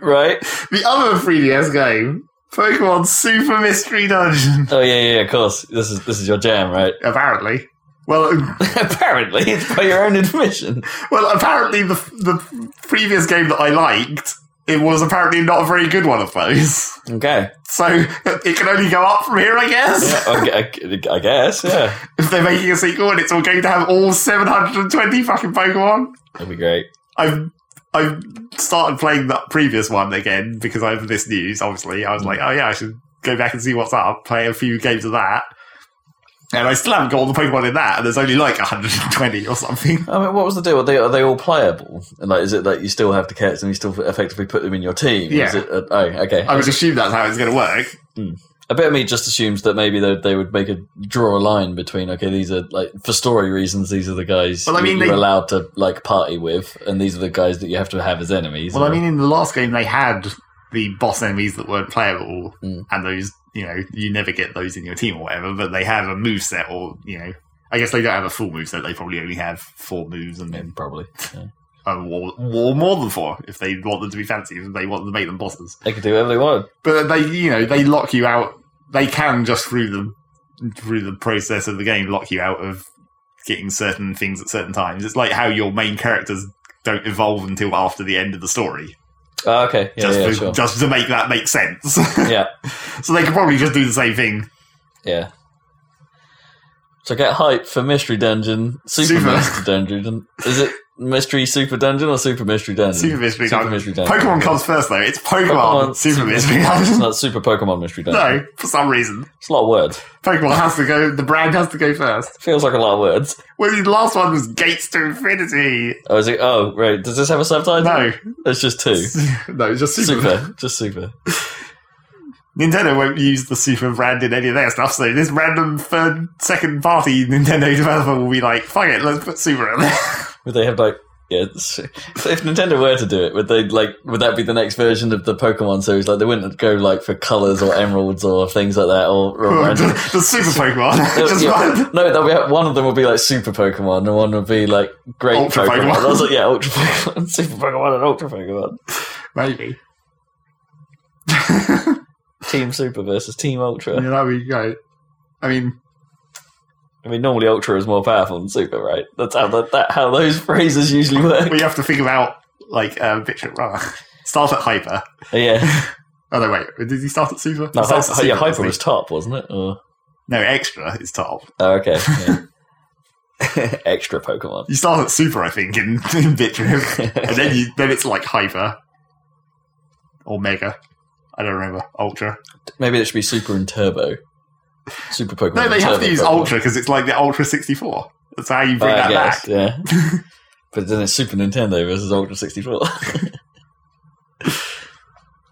C: Right?
B: the other 3DS game, Pokemon Super Mystery Dungeon,
C: Oh, yeah, yeah, of course. This is this is your jam, right?
B: apparently. Well,
C: Apparently, it's by your own admission.
B: well, apparently the the previous game that I liked, it was apparently not a very good one of those.
C: Okay.
B: So it can only go up from here, I guess.
C: Yeah, I, gu- I guess, yeah.
B: If they're making a sequel and it's all going to have all 720 fucking Pokemon.
C: That'd be great.
B: I've I've started playing that previous one again because I have this news. Obviously, I was like, oh yeah, I should go back and see what's up. Play a few games of that, and I still haven't got all the Pokemon in that. And there's only like 120 or something.
C: I mean, what was the deal? Are they, are they all playable? And like, is it that you still have to catch them? You still effectively put them in your team?
B: Yeah.
C: Is it, uh, oh, okay.
B: I would assume that's how it's going to work.
C: A bit of me just assumes that maybe they, they would make a draw a line between okay, these are like for story reasons, these are the guys
B: Well, I
C: you-
B: mean,
C: you're
B: they-
C: allowed to like party with, and these are the guys that you have to have as enemies.
B: Well, I
C: or-
B: mean, in the last game they had the boss enemies that weren't playable,
C: Mm.
B: and those you know you never get those in your team or whatever. But they have a move set, or you know, I guess they don't have a full move set. They probably only have four moves and
C: Yeah,
B: then
C: probably yeah.
B: Oh, or, or more than four if they want them to be fancy, if they want to make them bosses.
C: they could do whatever they want.
B: But they, you know, they lock you out. They can just through the through the process of the game lock you out of getting certain things at certain times. It's like how your main characters don't evolve until after the end of the story.
C: Oh, okay. Yeah,
B: just,
C: yeah,
B: to,
C: sure.
B: just to make that make sense.
C: yeah,
B: so they could probably just do the same thing.
C: yeah. So get hype for Mystery Dungeon, Super,
B: Super.
C: Mystery Dungeon. Is it Mystery Super Dungeon or Super Mystery Dungeon?
B: Super Mystery
C: Super
B: Dungeon.
C: Mystery Dungeon.
B: Pokemon comes first though. It's Pokemon, Super, Mystery
C: It's
B: Dungeon.
C: not Super Pokemon Mystery Dungeon.
B: no, for some reason,
C: It's a lot of words.
B: Pokemon has to go. The brand has to go first.
C: Feels like a lot of words.
B: Well, the last one was Gates to Infinity.
C: Oh, is it? Oh, right. Does this have a subtitle?
B: No,
C: It's just two.
B: no, it's just
C: Super.
B: Super.
C: Just super.
B: Nintendo won't use the Super brand in any of their stuff. So this random third, second party Nintendo developer will be like, "Fuck it, let's put Super in there."
C: Would they have like. Yeah, it's- if Nintendo were to do it, would they like? Would that be the next version of the Pokemon series? Like, they wouldn't go like for colors or emeralds or things like that, or, or
B: the,
C: random-
B: the Super Pokemon. just
C: Yeah,
B: one.
C: No, they'll be, one of them will be like Super Pokemon, and one will be like Great
B: Ultra
C: Pokemon.
B: Pokemon.
C: I was like, yeah, Ultra Pokemon, Super Pokemon, and Ultra Pokemon.
B: Maybe.
C: Team Super versus Team Ultra.
B: that'd be great. I mean,
C: I mean, normally Ultra is more powerful than Super, right? That's how that, that how those phrases usually work.
B: we have to think about like um, picture. Uh, start at hyper.
C: yeah,
B: Oh no, wait. Did he start at super?
C: no,
B: He starts at
C: Hy- yeah,
B: Super,
C: Hyper
B: doesn't he?
C: was top, wasn't it? Or,
B: No, extra is top.
C: oh, okay. yeah. Extra Pokemon.
B: You start at super, I think, in, in Bitrium, and then you then it's like hyper or mega. I don't remember ultra.
C: Maybe it should be Super and Turbo. Super Pokemon.
B: No, they
C: and
B: have
C: Turbo
B: to use
C: Pokemon.
B: ultra because it's like the ultra sixty four. That's how you bring
C: I
B: that
C: guess,
B: back.
C: yeah. but then it's Super Nintendo versus Ultra sixty four.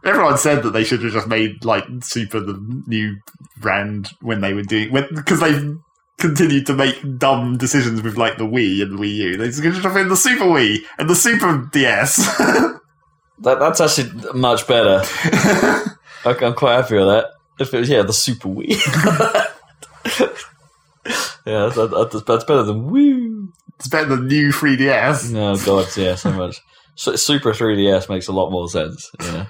B: Everyone said that they should have just made like Super the new brand when they were doing because they've continued to make dumb decisions with like the Wii and the Wii U. They should have made the Super Wii and the Super DS.
C: That that's actually much better. I, I'm quite happy with that. If it was yeah, the Super Wii. yeah, that, that- that's, that's better than Woo.
B: it's better than new 3DS.
C: No God, yeah, so much. So, super 3DS makes a lot more sense. You know,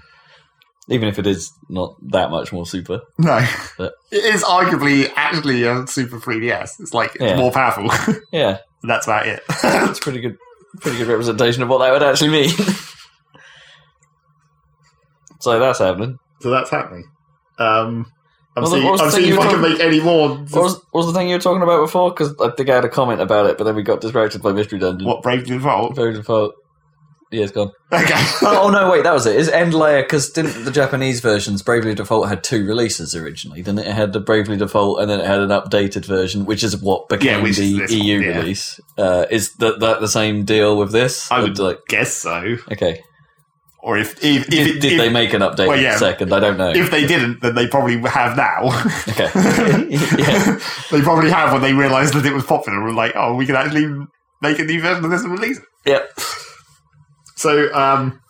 C: even if it is not that much more super.
B: No,
C: But-
B: it is arguably actually a Super 3DS. It's like
C: Yeah.
B: more powerful.
C: Yeah,
B: That's about it.
C: it's pretty good. Pretty good representation of what that would actually mean. so that's happening.
B: so that's happening. Um, I'm
C: Well,
B: seeing,
C: what was
B: I'm
C: the thing
B: seeing
C: you
B: if
C: were
B: I can
C: talking-
B: make any more.
C: What was, what was the thing you were talking about before? Because I think I had a comment about it, but then we got distracted by Mystery Dungeon.
B: what Bravely Default?
C: Very default. Yeah, it's gone.
B: Okay.
C: Oh, oh, no, wait, that was it. Is End Layer because didn't the Japanese versions Bravely Default had two releases originally? Then it had the Bravely Default, and then it had an updated version, which is what became
B: Yeah, which is
C: the
B: this
C: EU
B: one, yeah.
C: release. Uh, is that that the same deal with this?
B: I would-
C: like.
B: Guess so.
C: Okay.
B: Or if if, if,
C: Did,
B: it-
C: did
B: if-
C: they make an update
B: well, yeah.
C: second? I don't know.
B: if they didn't, then they probably have now.
C: okay. yeah.
B: They probably have when they realised that it was popular. and Were like, oh, we can actually make a new version of this and release it.
C: Yep.
B: So um,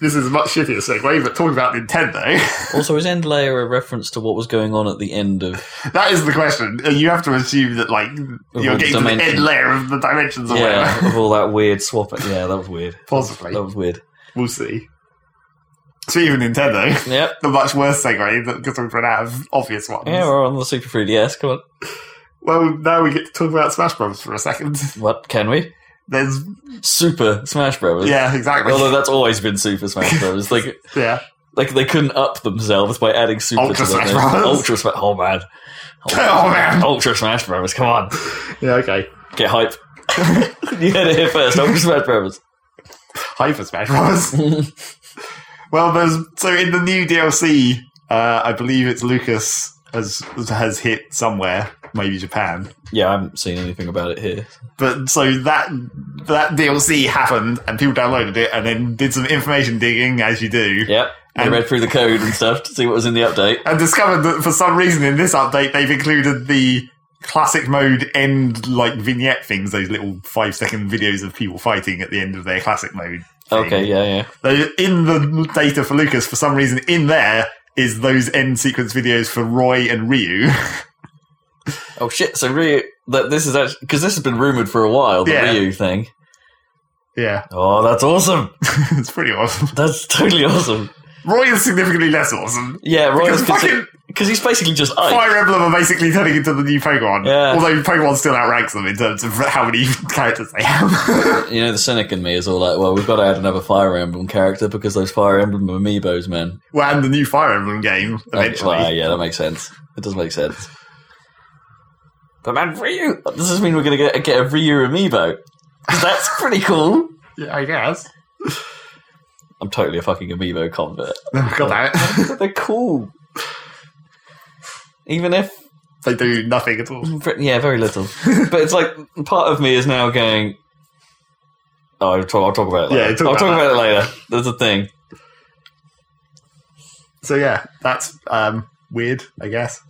B: this is a much shittier segue, but talking about Nintendo,
C: Also, is End Layer a reference to what was going on at the end of
B: that is the question. And You have to assume that like you're
C: all the
B: getting to the end
C: dimensions.
B: layer of the dimensions or
C: yeah,
B: whatever.
C: of all that weird swapping? Yeah, that was weird.
B: Possibly,
C: That was weird.
B: we'll see. So even Nintendo,
C: Yep.
B: the much worse segue because we've run out of obvious ones.
C: Yeah, we're on the Super 3DS. Come on.
B: Well, now we get to talk about Smash Bros. for a second.
C: What can we?
B: There's
C: Super Smash Bros.
B: yeah, exactly.
C: Although that's always been Super Smash Bros. Like,
B: yeah,
C: like they couldn't up themselves by adding Super
B: Ultra
C: to their
B: Smash
C: name.
B: Bros.
C: Ultra Smash. Oh man.
B: Oh, man.
C: Ultra Smash Bros. Come on,
B: yeah, okay.
C: get hype. you heard it here first. Ultra Smash Bros.
B: Hyper Smash Bros. well, there's so in the new DLC, uh, I believe it's Lucas has has hit somewhere, maybe Japan.
C: Yeah, I haven't seen anything about it here.
B: But so that that DLC happened, and people downloaded it, and then did some information digging as you do,
C: Yep. I
B: And-
C: read through the code and stuff to see what was in the update.
B: and discovered that for some reason in this update they've included the classic mode end like vignette things, those little five second videos of people fighting at the end of their classic mode. thing.
C: Okay, yeah, yeah.
B: They- in the data for Lucas, for some reason, in there is those end sequence videos for Roy and Ryu.
C: Oh shit! So Ryu, that this is actually because this has been rumored for a while. The
B: Yeah.
C: Ryu thing.
B: yeah,
C: Oh, that's awesome.
B: it's pretty awesome.
C: That's totally awesome.
B: Roy is significantly less awesome.
C: Yeah, Roy
B: Because
C: is consi-
B: fucking
C: because he's basically just Ike.
B: Fire Emblem are basically turning into the new Pokemon.
C: Yeah.
B: Although Pokemon still outranks them in terms of how many characters they have.
C: You know, the cynic in me is all like, well, we've got to add another Fire Emblem character because those Fire Emblem amiibos, man.
B: well, and the new Fire Emblem game eventually.
C: Like, well, yeah, that makes sense. It does make sense. But man, Ryu! Does this mean we're going to get, get a Ryu amiibo? 'Cause That's pretty cool.
B: Yeah, I guess.
C: I'm totally a fucking amiibo convert.
B: Got that.
C: They're cool. Even if
B: they do nothing at all.
C: Brit- Yeah, very little. but it's like part of me is now going. Oh, I'll talk, I'll talk about it. Later.
B: Yeah, talk
C: I'll
B: about
C: talk
B: that.
C: about it later. That's a thing.
B: So yeah, that's um, weird, I guess.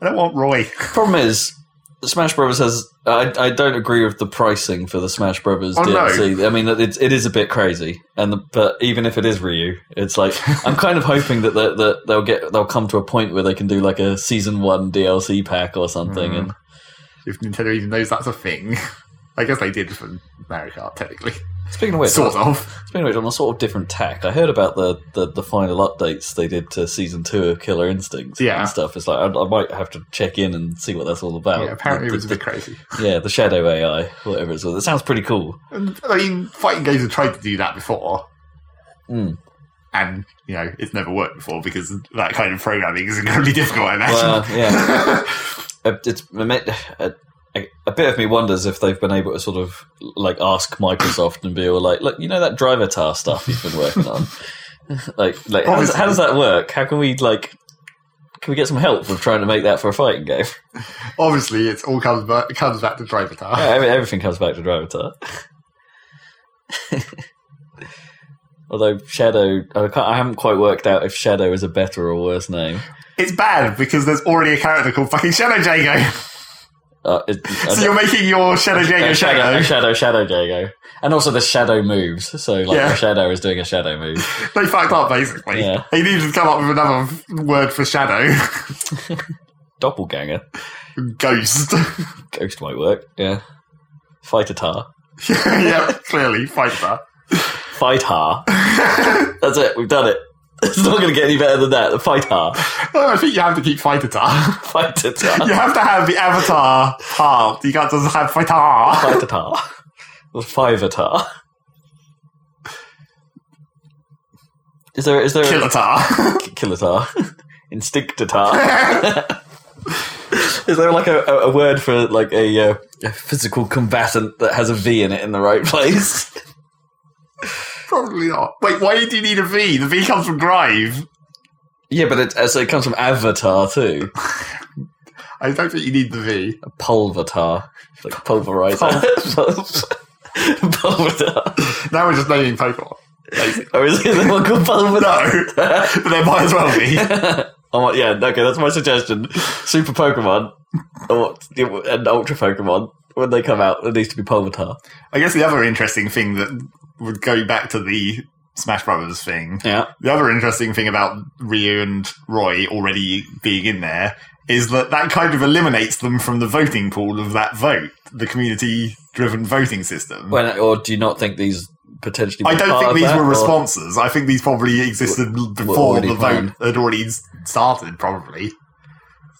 B: I don't want Roy.
C: Problem is, Smash Brothers has. I, I don't agree with the pricing for the Smash Brothers
B: Oh, no.
C: DLC. I mean, it, it is a bit crazy, and the, but even if it is Ryu, it's like I'm kind of hoping that that, that they'll get they'll come to a point where they can do like a season one DLC pack or something,
B: Hmm.
C: and
B: If Nintendo even knows that's a thing. I guess they did for Mario Kart, technically.
C: Speaking of which,
B: sort of.
C: Speaking of which, on a sort of different tack, I heard about the, the, the final updates they did to season two of Killer Instincts
B: Yeah.
C: and stuff. It's like I, I might have to check in and see what that's all about.
B: yeah, apparently
C: The-
B: it was
C: oh,
B: a
C: the-
B: bit crazy.
C: yeah, the Shadow AI, whatever it's called. It sounds pretty cool.
B: And, I mean, fighting games have tried to do that before.
C: Mm.
B: And, you know, it's never worked before because that kind of programming is incredibly difficult, I
C: Well,
B: imagine.
C: yeah, Uh, it's a, a, a bit of me wonders if they've been able to sort of like ask Microsoft and be all like, look, you know that driver tar stuff you've been working on, like, like how, does, how does that work? How can we like? Can we get some help with trying to make that for a fighting game?
B: Obviously, it's all comes back, comes back to Driver Tower.
C: Yeah, every- everything comes back to Drivatar. Although Shadow, I, can't, I haven't quite worked out if Shadow is a better or worse name.
B: It's bad because there's already a character called fucking Shadow Jago.
C: Uh, it, I
B: so
C: don't-
B: you're making your Shadow Jago
C: uh, Shadow,
B: Shadow.
C: uh, Shadow, Shadow Jago, and also the Shadow moves. So like
B: Yeah.
C: the Shadow is doing a Shadow move.
B: They fucked up, basically.
C: Yeah.
B: They needed to come up with another word for Shadow.
C: Doppelganger,
B: Ghost.
C: Ghost might work. Yeah, Fighter,
B: yeah, clearly, fighter.
C: Fightar. That's it. We've done it. It's not going to get any better than that. The Fightar,
B: Oh, I think you have to keep fighter tar.
C: Fighter,
B: You have to have the avatar part. You can't just have fighter.
C: Fighter, or Fivertar. Is there is there
B: Killer tar.
C: a Killatar, Instinctatar? is there like a, a a word for like a, uh, a physical combatant that has a V in it in the right place?
B: Probably not. Wait, why do you need a V? The V comes from Grive.
C: yeah, but it, uh, so it comes from Avatar too.
B: I don't think you need the V.
C: A Pulvatar, It's like pulverizer. Pulvatar.
B: Now we're just naming Pokemon.
C: Or Oh, is it the one called Pulvatar? No.
B: But there might as well be.
C: I want, yeah, okay, that's my suggestion. Super Pokemon or, and Ultra Pokemon, when they come out, it needs to be Pulvitar.
B: I guess the other interesting thing that would go back to the Smash Brothers thing
C: Yeah.
B: The other interesting thing about Ryu and Roy already being in there is that that kind of eliminates them from the voting pool of that vote, the community driven voting system.
C: When, or do you not think these potentially
B: I
C: were
B: don't
C: part
B: think
C: of
B: these
C: that,
B: were
C: or-
B: responses. I think these probably existed before
C: already
B: the
C: planned.
B: vote had already s- started, probably.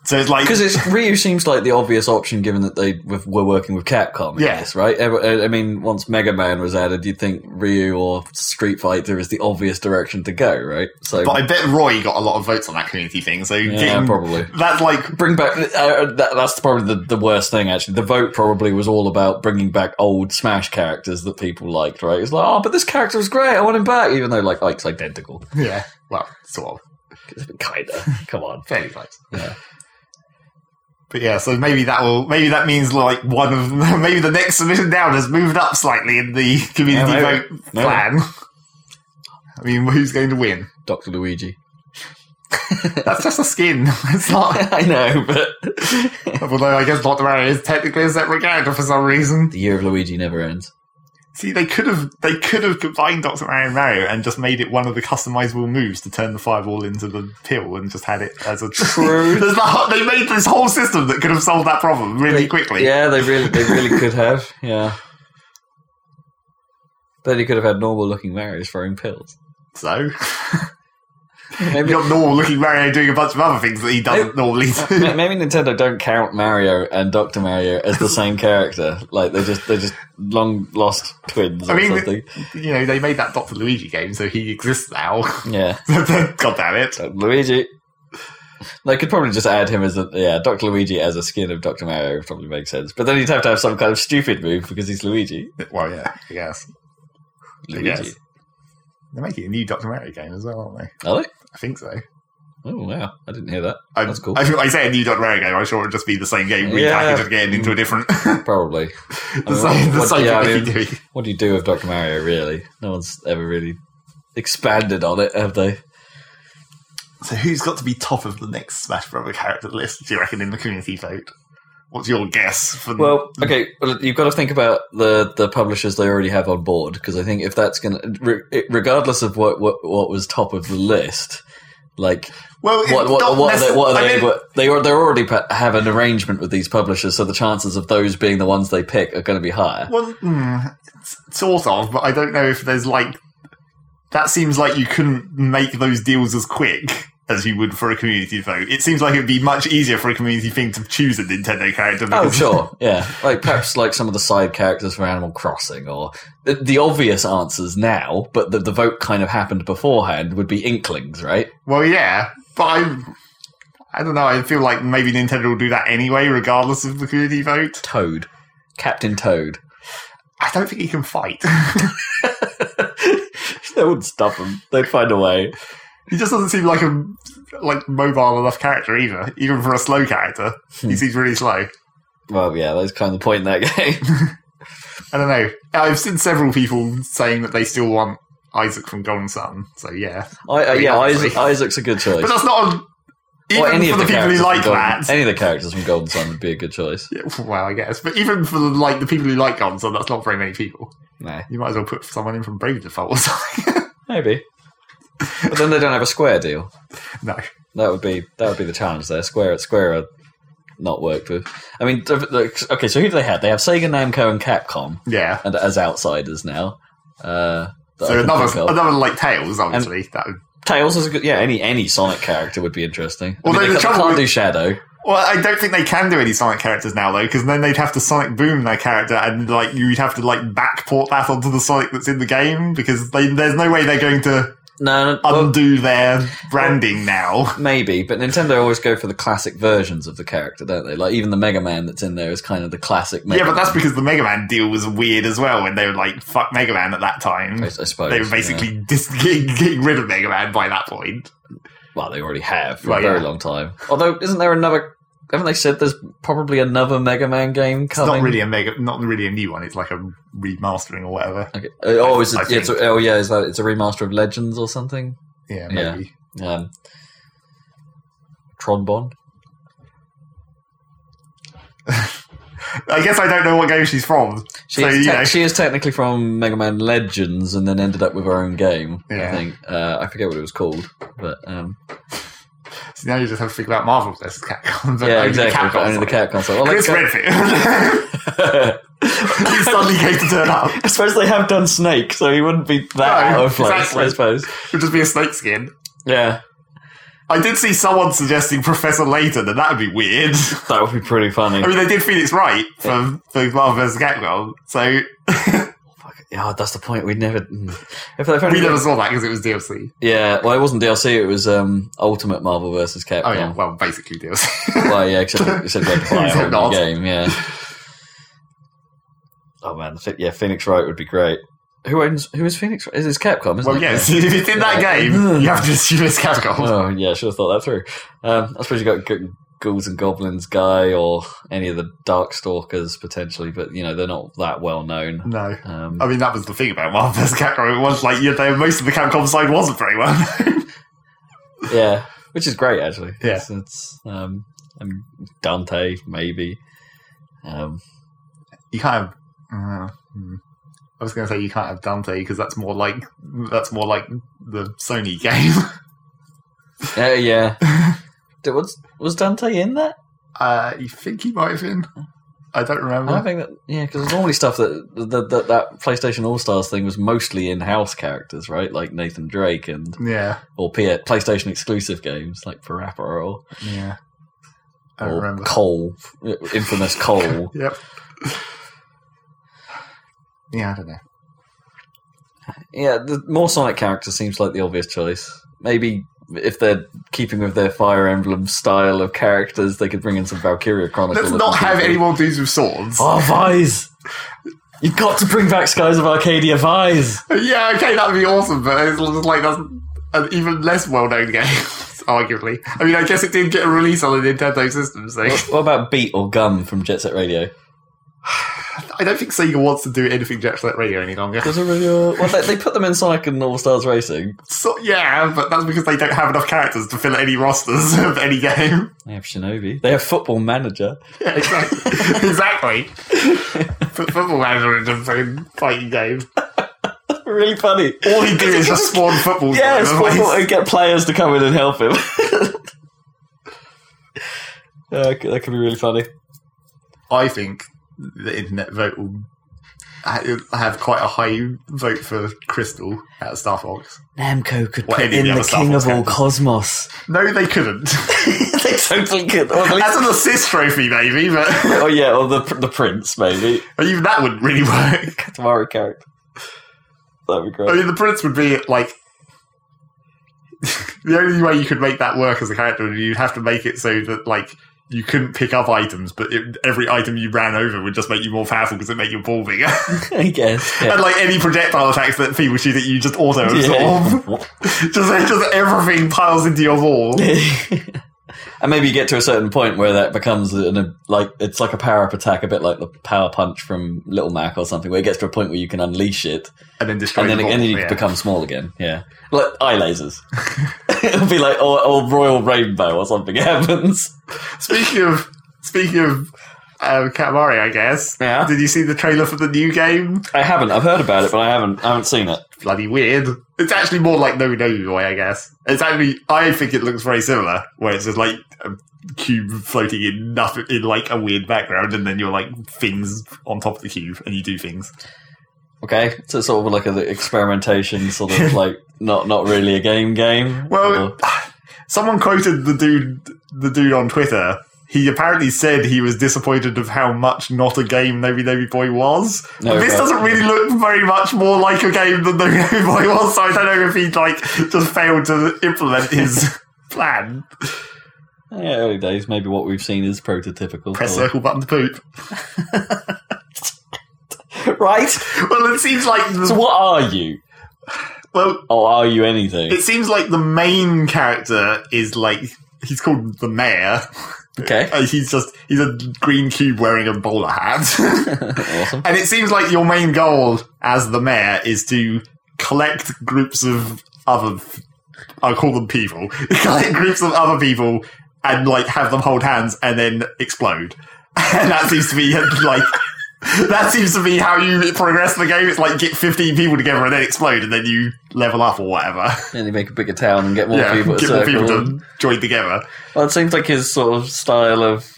B: So it's like,
C: Because it's, Ryu seems like the obvious option, given that they were were working with Capcom. I
B: Yeah.
C: guess, right. Ever- I I mean, once Mega Man was added, you'd think Ryu or Street Fighter is the obvious direction to go, right? So,
B: but I bet Roy got a lot of votes on that community thing. So
C: yeah,
B: getting-
C: probably.
B: that's like
C: bring back uh, that, that's probably the, the worst thing actually the vote probably was all about bringing back old smash characters that people liked right it's like oh but this character was great i want him back even though like ike's identical
B: yeah, well, sort of.
C: kinda come on
B: fairly close.
C: Yeah.
B: But yeah, so maybe that will maybe that means like one of maybe the next submission down has moved up slightly in the community
C: Yeah, maybe.
B: vote plan. I mean, who's going to win?
C: dr luigi
B: That's just a skin. It's not.
C: i know but
B: Although I guess Doctor Mario is technically a separate character for some reason.
C: the year of luigi never ends
B: See, they could have they could have combined Doctor Mario and Mario and just made it one of the customizable moves to turn the fireball into the pill and just had it as a
C: True.
B: There's the whole- they made this whole system that could have solved that problem really quickly.
C: yeah they really they really could have yeah then you could have had normal looking marios throwing pills
B: So
C: Maybe,
B: Not normal looking Mario doing a bunch of other things that he doesn't normally do.
C: ma- maybe Nintendo don't count Mario and Doctor Mario as the same character. Like they just they're just long lost twins or
B: I mean,
C: something.
B: you know, they made that Dr. Luigi game, so he exists now.
C: Yeah,
B: God damn it.
C: Uh, Luigi. They could probably just add him as a yeah, Doctor Luigi as a skin of Doctor Mario would probably make sense. But then you'd have to have some kind of stupid move because he's Luigi.
B: Well, yeah, I guess.
C: Luigi,
B: Yes. They're making a new Dr. Mario game as well, aren't they?
C: are they?
B: I think so.
C: Oh wow, I didn't hear that.
B: I,
C: That's cool.
B: I, I say a new Dr. Mario game, I'm sure it would just be the same game
C: Yeah.
B: repackaged again into a different.
C: Probably.
B: the same, the
C: what-
B: same
C: yeah, I
B: thing
C: mean-
B: they do.
C: What do you do with Doctor Mario? Really, no one's ever really expanded on it, have they?
B: So, who's got to be top of the next Smash Brother character list, do you reckon, in the community vote? What's your guess? For the-
C: Well, okay, well, you've got to think about the, the publishers they already have on board because I think if that's going to, regardless of what, what what was top of the list, like
B: well, it's
C: what what
B: not
C: what are they, what are
B: necess-
C: they
B: I mean,
C: able, they are they already pa- have an arrangement with these publishers, so the chances of those being the ones they pick are going to be higher.
B: Well, mm, s- sort of, but I don't know if there's like. That seems like you couldn't make those deals as quick as you would for a community vote. It seems like it'd be much easier for a community thing to choose a Nintendo character.
C: Oh
B: because-
C: sure, yeah. Like perhaps like some of the side characters from Animal Crossing, or the, the obvious answers now, but the, the vote kind of happened beforehand would be Inklings, right?
B: Well, yeah, but I, I don't know. I feel like maybe Nintendo will do that anyway, regardless of the community vote.
C: Toad, Captain Toad.
B: I don't think he can fight.
C: they wouldn't stop them. They'd find a way.
B: he just doesn't seem like a like mobile enough character either, even for a slow character.
C: Hmm.
B: He seems really slow.
C: Well, yeah, that's kind of the point in that game.
B: I don't know. I've seen several people saying that they still want Isaac from Golden Sun. So yeah,
C: I, uh,
B: I mean,
C: yeah,
B: obviously.
C: Isaac, Isaac's a good choice.
B: but that's not a, even
C: or any
B: for
C: of
B: the, people
C: characters
B: who
C: from
B: like
C: Golden,
B: that.
C: Any of the characters from Golden Sun would be a good choice.
B: Yeah, well, I guess. But even for the, like the people who like Golden Sun, that's not very many people.
C: Nah,
B: You might as well put someone in from Brave Default or something.
C: maybe. But then they don't have a square deal.
B: no,
C: That would be that would be the challenge there. Square Square are not worked with. I mean, th- th- okay, so who do they have? They have Sega, Namco, and Capcom,
B: yeah.
C: and as outsiders now. Uh, that I
B: So
C: can
B: another
C: think of.
B: another like Tails, obviously. that would,
C: Tails is a good. Yeah, any any Sonic character would be interesting. I
B: Although
C: mean, they
B: the
C: can't- they
B: trouble
C: can't
B: with-
C: do Shadow.
B: well, I don't think they can do any Sonic characters now though, because then they'd have to Sonic Boom their character, and like you'd have to like backport that onto the Sonic that's in the game because they, there's no way they're going to
C: No, no, well,
B: undo their branding now.
C: Maybe, but Nintendo always go for the classic versions of the character, don't they? Like even the Mega Man that's in there is kind of the classic. Mega
B: Yeah, but that's
C: Man,
B: because the Mega Man deal was weird as well when they were like, fuck Mega Man at that time.
C: I, I suppose
B: They were
C: yeah.
B: basically dis- getting, getting rid of Mega Man by that point.
C: well, they already have for
B: Well,
C: a very
B: yeah.
C: long time. Although, isn't there another? Haven't they said there's probably another Mega Man game
B: It's
C: coming?
B: not really a Mega, not really a new one. It's like a remastering or whatever.
C: Okay. Uh, Oh, is
B: I
C: it? Yeah, it's a- oh, yeah. Is that? It's a remaster of Legends or something?
B: Yeah,
C: Yeah.
B: maybe.
C: Um, Tron Bond.
B: I guess I don't know what game she's from.
C: She,
B: So,
C: is
B: you
C: te-
B: know.
C: she is technically from Mega Man Legends and then ended up with her own game. I
B: Yeah.
C: think uh, I forget what it was called, but um,
B: So now you just have to figure out Marvel versus Capcom. But
C: yeah,
B: only
C: exactly.
B: Capcom
C: but only the
B: side.
C: cat console. Well,
B: Chris Redfield. he suddenly going to turn up.
C: I suppose they have done Snake, so he wouldn't be that
B: No,
C: out of place. I
B: exactly.
C: suppose.
B: It'll just be a snake skin.
C: Yeah,
B: I did see someone suggesting Professor Layton, and that would be weird.
C: that would be pretty funny.
B: I mean, they did Phoenix Wright for, for Marvel vs. Capcom, so
C: Fuck, yeah, that's the point. We'd never. mm. If they've only-
B: we never saw that because it was DLC.
C: yeah, well, it wasn't DLC. It was um, Ultimate Marvel versus Capcom.
B: Oh, yeah, well, basically DLC.
C: Well, yeah, except except they play
B: Except
C: it on
B: not.
C: the game. Yeah. Oh man, Ph- yeah, Phoenix Wright would be great. Who owns? Who is Phoenix? Wright? Is this Capcom? Isn't
B: well,
C: it?
B: yes, if it's in that
C: Yeah.
B: game, you have to assume it's Capcom.
C: Oh yeah, I should have thought that through. Um, I suppose you got G- Ghouls and Goblins guy or any of the Darkstalkers potentially, but you know they're not that well known.
B: No.
C: Um,
B: I mean, that was the thing about Marvel vs. Capcom. It was like, you know, most of the Capcom side wasn't very well known.
C: yeah, which is great actually.
B: Yeah.
C: it's, it's, um, um, Dante maybe. Um,
B: you can't have. Uh, hmm. I was going to say you can't have Dante because that's more like that's more like the Sony game.
C: yeah, yeah. Did- was was Dante in that?
B: Uh, you think he might have been? I don't remember.
C: I think that yeah, because it's normally stuff that that, that that PlayStation All Stars thing was mostly in-house characters, right? Like Nathan Drake and
B: yeah,
C: or P- uh, PlayStation exclusive games like Parapparel
B: yeah. I don't
C: or
B: remember.
C: Cole, uh, infamous Cole.
B: Yep. Yeah, I don't know.
C: Yeah, the more Sonic character seems like the obvious choice. Maybe if they're keeping with their Fire Emblem style of characters, they could bring in some Valkyria Chronicles.
B: Let's not have any more dudes with swords.
C: Oh, Vise! You've got to bring back Skies of Arcadia Vise!
B: Yeah, okay, that'd be awesome, but it's just like that's an even less well-known game, arguably. I mean, I guess it did get a release on the Nintendo system, so
C: What, what about Beat or Gum from Jet Set Radio?
B: I don't think Sega wants to do anything Jet Set Radio any longer.
C: Does it really, uh, well, they, they put them in Sonic and All Stars Racing.
B: So, yeah, but that's because they don't have enough characters to fill any rosters of any game.
C: They have Shinobi. They have Football Manager.
B: Yeah, exactly. exactly. Put football manager into a fucking fighting game.
C: really funny.
B: All he do is just spawn football.
C: Yes,
B: games.
C: we want to get players to come in and help him. Yeah, that could that could be really funny.
B: I think the internet vote will ha- have quite a high vote for Crystal at Star Fox.
C: Namco could
B: What,
C: put
B: any of
C: in
B: the
C: the
B: other Star
C: King
B: Fox
C: of all
B: characters?
C: cosmos.
B: No, they couldn't.
C: they totally could. Or, at least-
B: That's an assist trophy, maybe, but
C: oh yeah, or the the prince maybe
B: even that wouldn't really work.
C: Katamari character. That'd be
B: I
C: great.
B: mean, the prince would be like. the only way you could make that work as a character would you'd have to make it so that, like, you couldn't pick up items, but it, every item you ran over would just make you more powerful because it make your ball bigger.
C: I guess. Yeah.
B: and, like, any projectile attacks that people shoot at you just auto absorb.
C: Yeah.
B: just, just everything piles into your wall.
C: and maybe you get to a certain point where that becomes an, a, like it's like a power up attack, a bit like the power punch from Little Mac or something, where it gets to a point where you can unleash it,
B: And then destroy
C: and then
B: the ball.
C: and then you
B: yeah.
C: become small again. Yeah, like eye lasers. It'll be like or, or Royal Rainbow or something happens.
B: Speaking of. Speaking of. Um, Katamari, I guess.
C: Yeah.
B: Did you see the trailer for the new game?
C: I haven't. I've heard about it, but I haven't. I haven't seen it.
B: bloody weird. It's actually more like No No Boy, I guess. It's actually, I think it looks very similar, where it's just like a cube floating in nothing, in like a weird background, and then you're like things on top of the cube, and you do things.
C: Okay, so it's sort of like an experimentation, sort of like not not really a game game.
B: Well,
C: Or-
B: someone quoted the dude, the dude on Twitter. He apparently said he was disappointed of how much not a game No No Boy was.
C: No,
B: But this
C: right.
B: doesn't really look very much more like a game than No No Boy was, so I don't know if he like just failed to implement his plan.
C: yeah, early days. Maybe what we've seen is prototypical.
B: Press circle button to poop.
C: right.
B: Well, it seems like the,
C: So what are you?
B: well,
C: Or are you anything?
B: it seems like the main character is like he's called the mayor.
C: okay.
B: Uh, he's just he's a green cube wearing a bowler hat,
C: awesome.
B: and it seems like your main goal as the mayor is to collect groups of other. I call them people. Collect groups of other people and like have them hold hands and then explode. And that seems to be like. That seems to be how you progress the game. It's like get 15 people together and then explode and then you level up or whatever.
C: And you make a bigger town and get more
B: yeah,
C: people.
B: get
C: to
B: more
C: circle.
B: people to join together.
C: Well, it seems like his sort of style of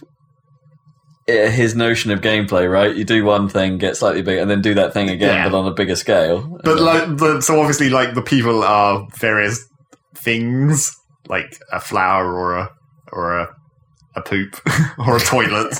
C: eh, his notion of gameplay, right? You do one thing, get slightly bigger, and then do that thing again,
B: Yeah.
C: but on a bigger scale.
B: But
C: And, uh,
B: like, the, so obviously, like the people are various things, like a flower or a or a a poop or a toilet.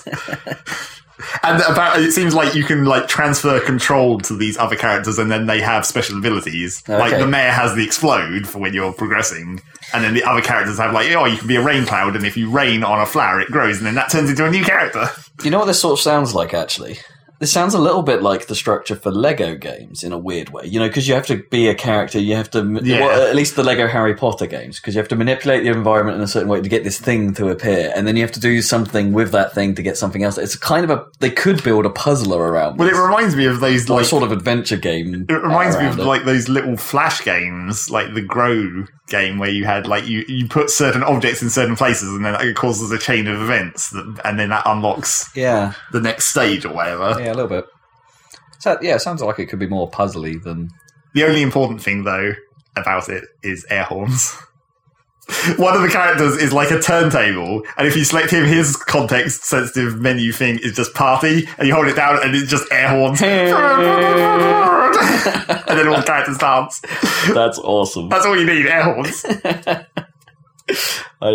B: And about it seems like you can like transfer control to these other characters, and then they have special abilities. Like
C: Okay.
B: the mayor has the explode for when you're progressing, and then the other characters have like oh you can be a rain cloud, and if you rain on a flower, it grows, and then that turns into a new character.
C: you know what this sort of sounds like, actually. This sounds a little bit like the structure for Lego games in a weird way, you know, because you have to be a character, you have to, ma-
B: Yeah.
C: well, at least the Lego Harry Potter games, because you have to manipulate the environment in a certain way to get this thing to appear, and then you have to do something with that thing to get something else. It's kind of a, they could build a puzzler around.
B: Well, it
C: this.
B: reminds me of those
C: like
B: like
C: sort of adventure game.
B: It reminds me of
C: around it.
B: like those little flash games, like the Grow game, where you had like you, you put certain objects in certain places, and then it causes a chain of events, that, and then that unlocks
C: yeah,
B: the next stage or whatever.
C: yeah, a little bit. So, yeah, it sounds like it could be more puzzly than
B: The only important thing though about it is air horns. one of the characters is like a turntable, and if you select him, his context sensitive menu thing is just party, and you hold it down, and it's just air horns.
C: Hey.
B: and then all the characters dance.
C: That's awesome.
B: That's all you need, air horns.
C: I, I,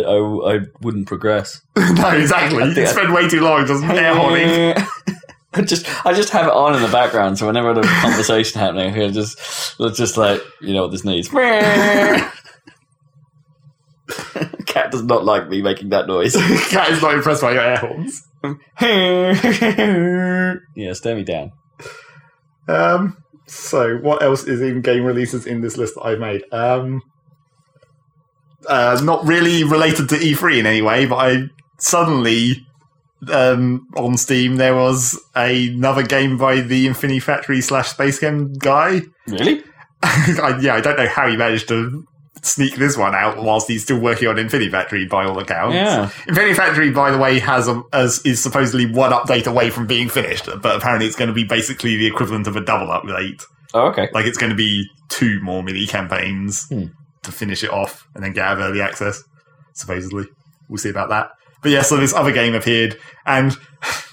C: I wouldn't progress.
B: no, exactly. You
C: think I-
B: spend way too long just air horning.
C: I just I just have it on in the background, so whenever I have a conversation happening, I just it's just like you know what this needs. Cat does not like me making that noise.
B: Cat is not impressed by your air horns.
C: yeah, stare me down.
B: Um, so what else is in game releases in this list that I've made? Um, uh, not really related to E3 in any way, but I suddenly um, on Steam there was another game by the Infinity Factory slash Space Game guy.
C: Really?
B: I, yeah, I don't know how he managed to sneak this one out whilst he's still working on Infinity Factory by all accounts.
C: Yeah.
B: Infinity Factory, by the way, has a, as, is supposedly one update away from being finished, but apparently it's going to be basically the equivalent of a double update.
C: Oh, okay.
B: Like it's going to be two more mini campaigns
C: Hmm.
B: to finish it off and then get out of early access, supposedly. We'll see about that. But yeah, so this other game appeared, and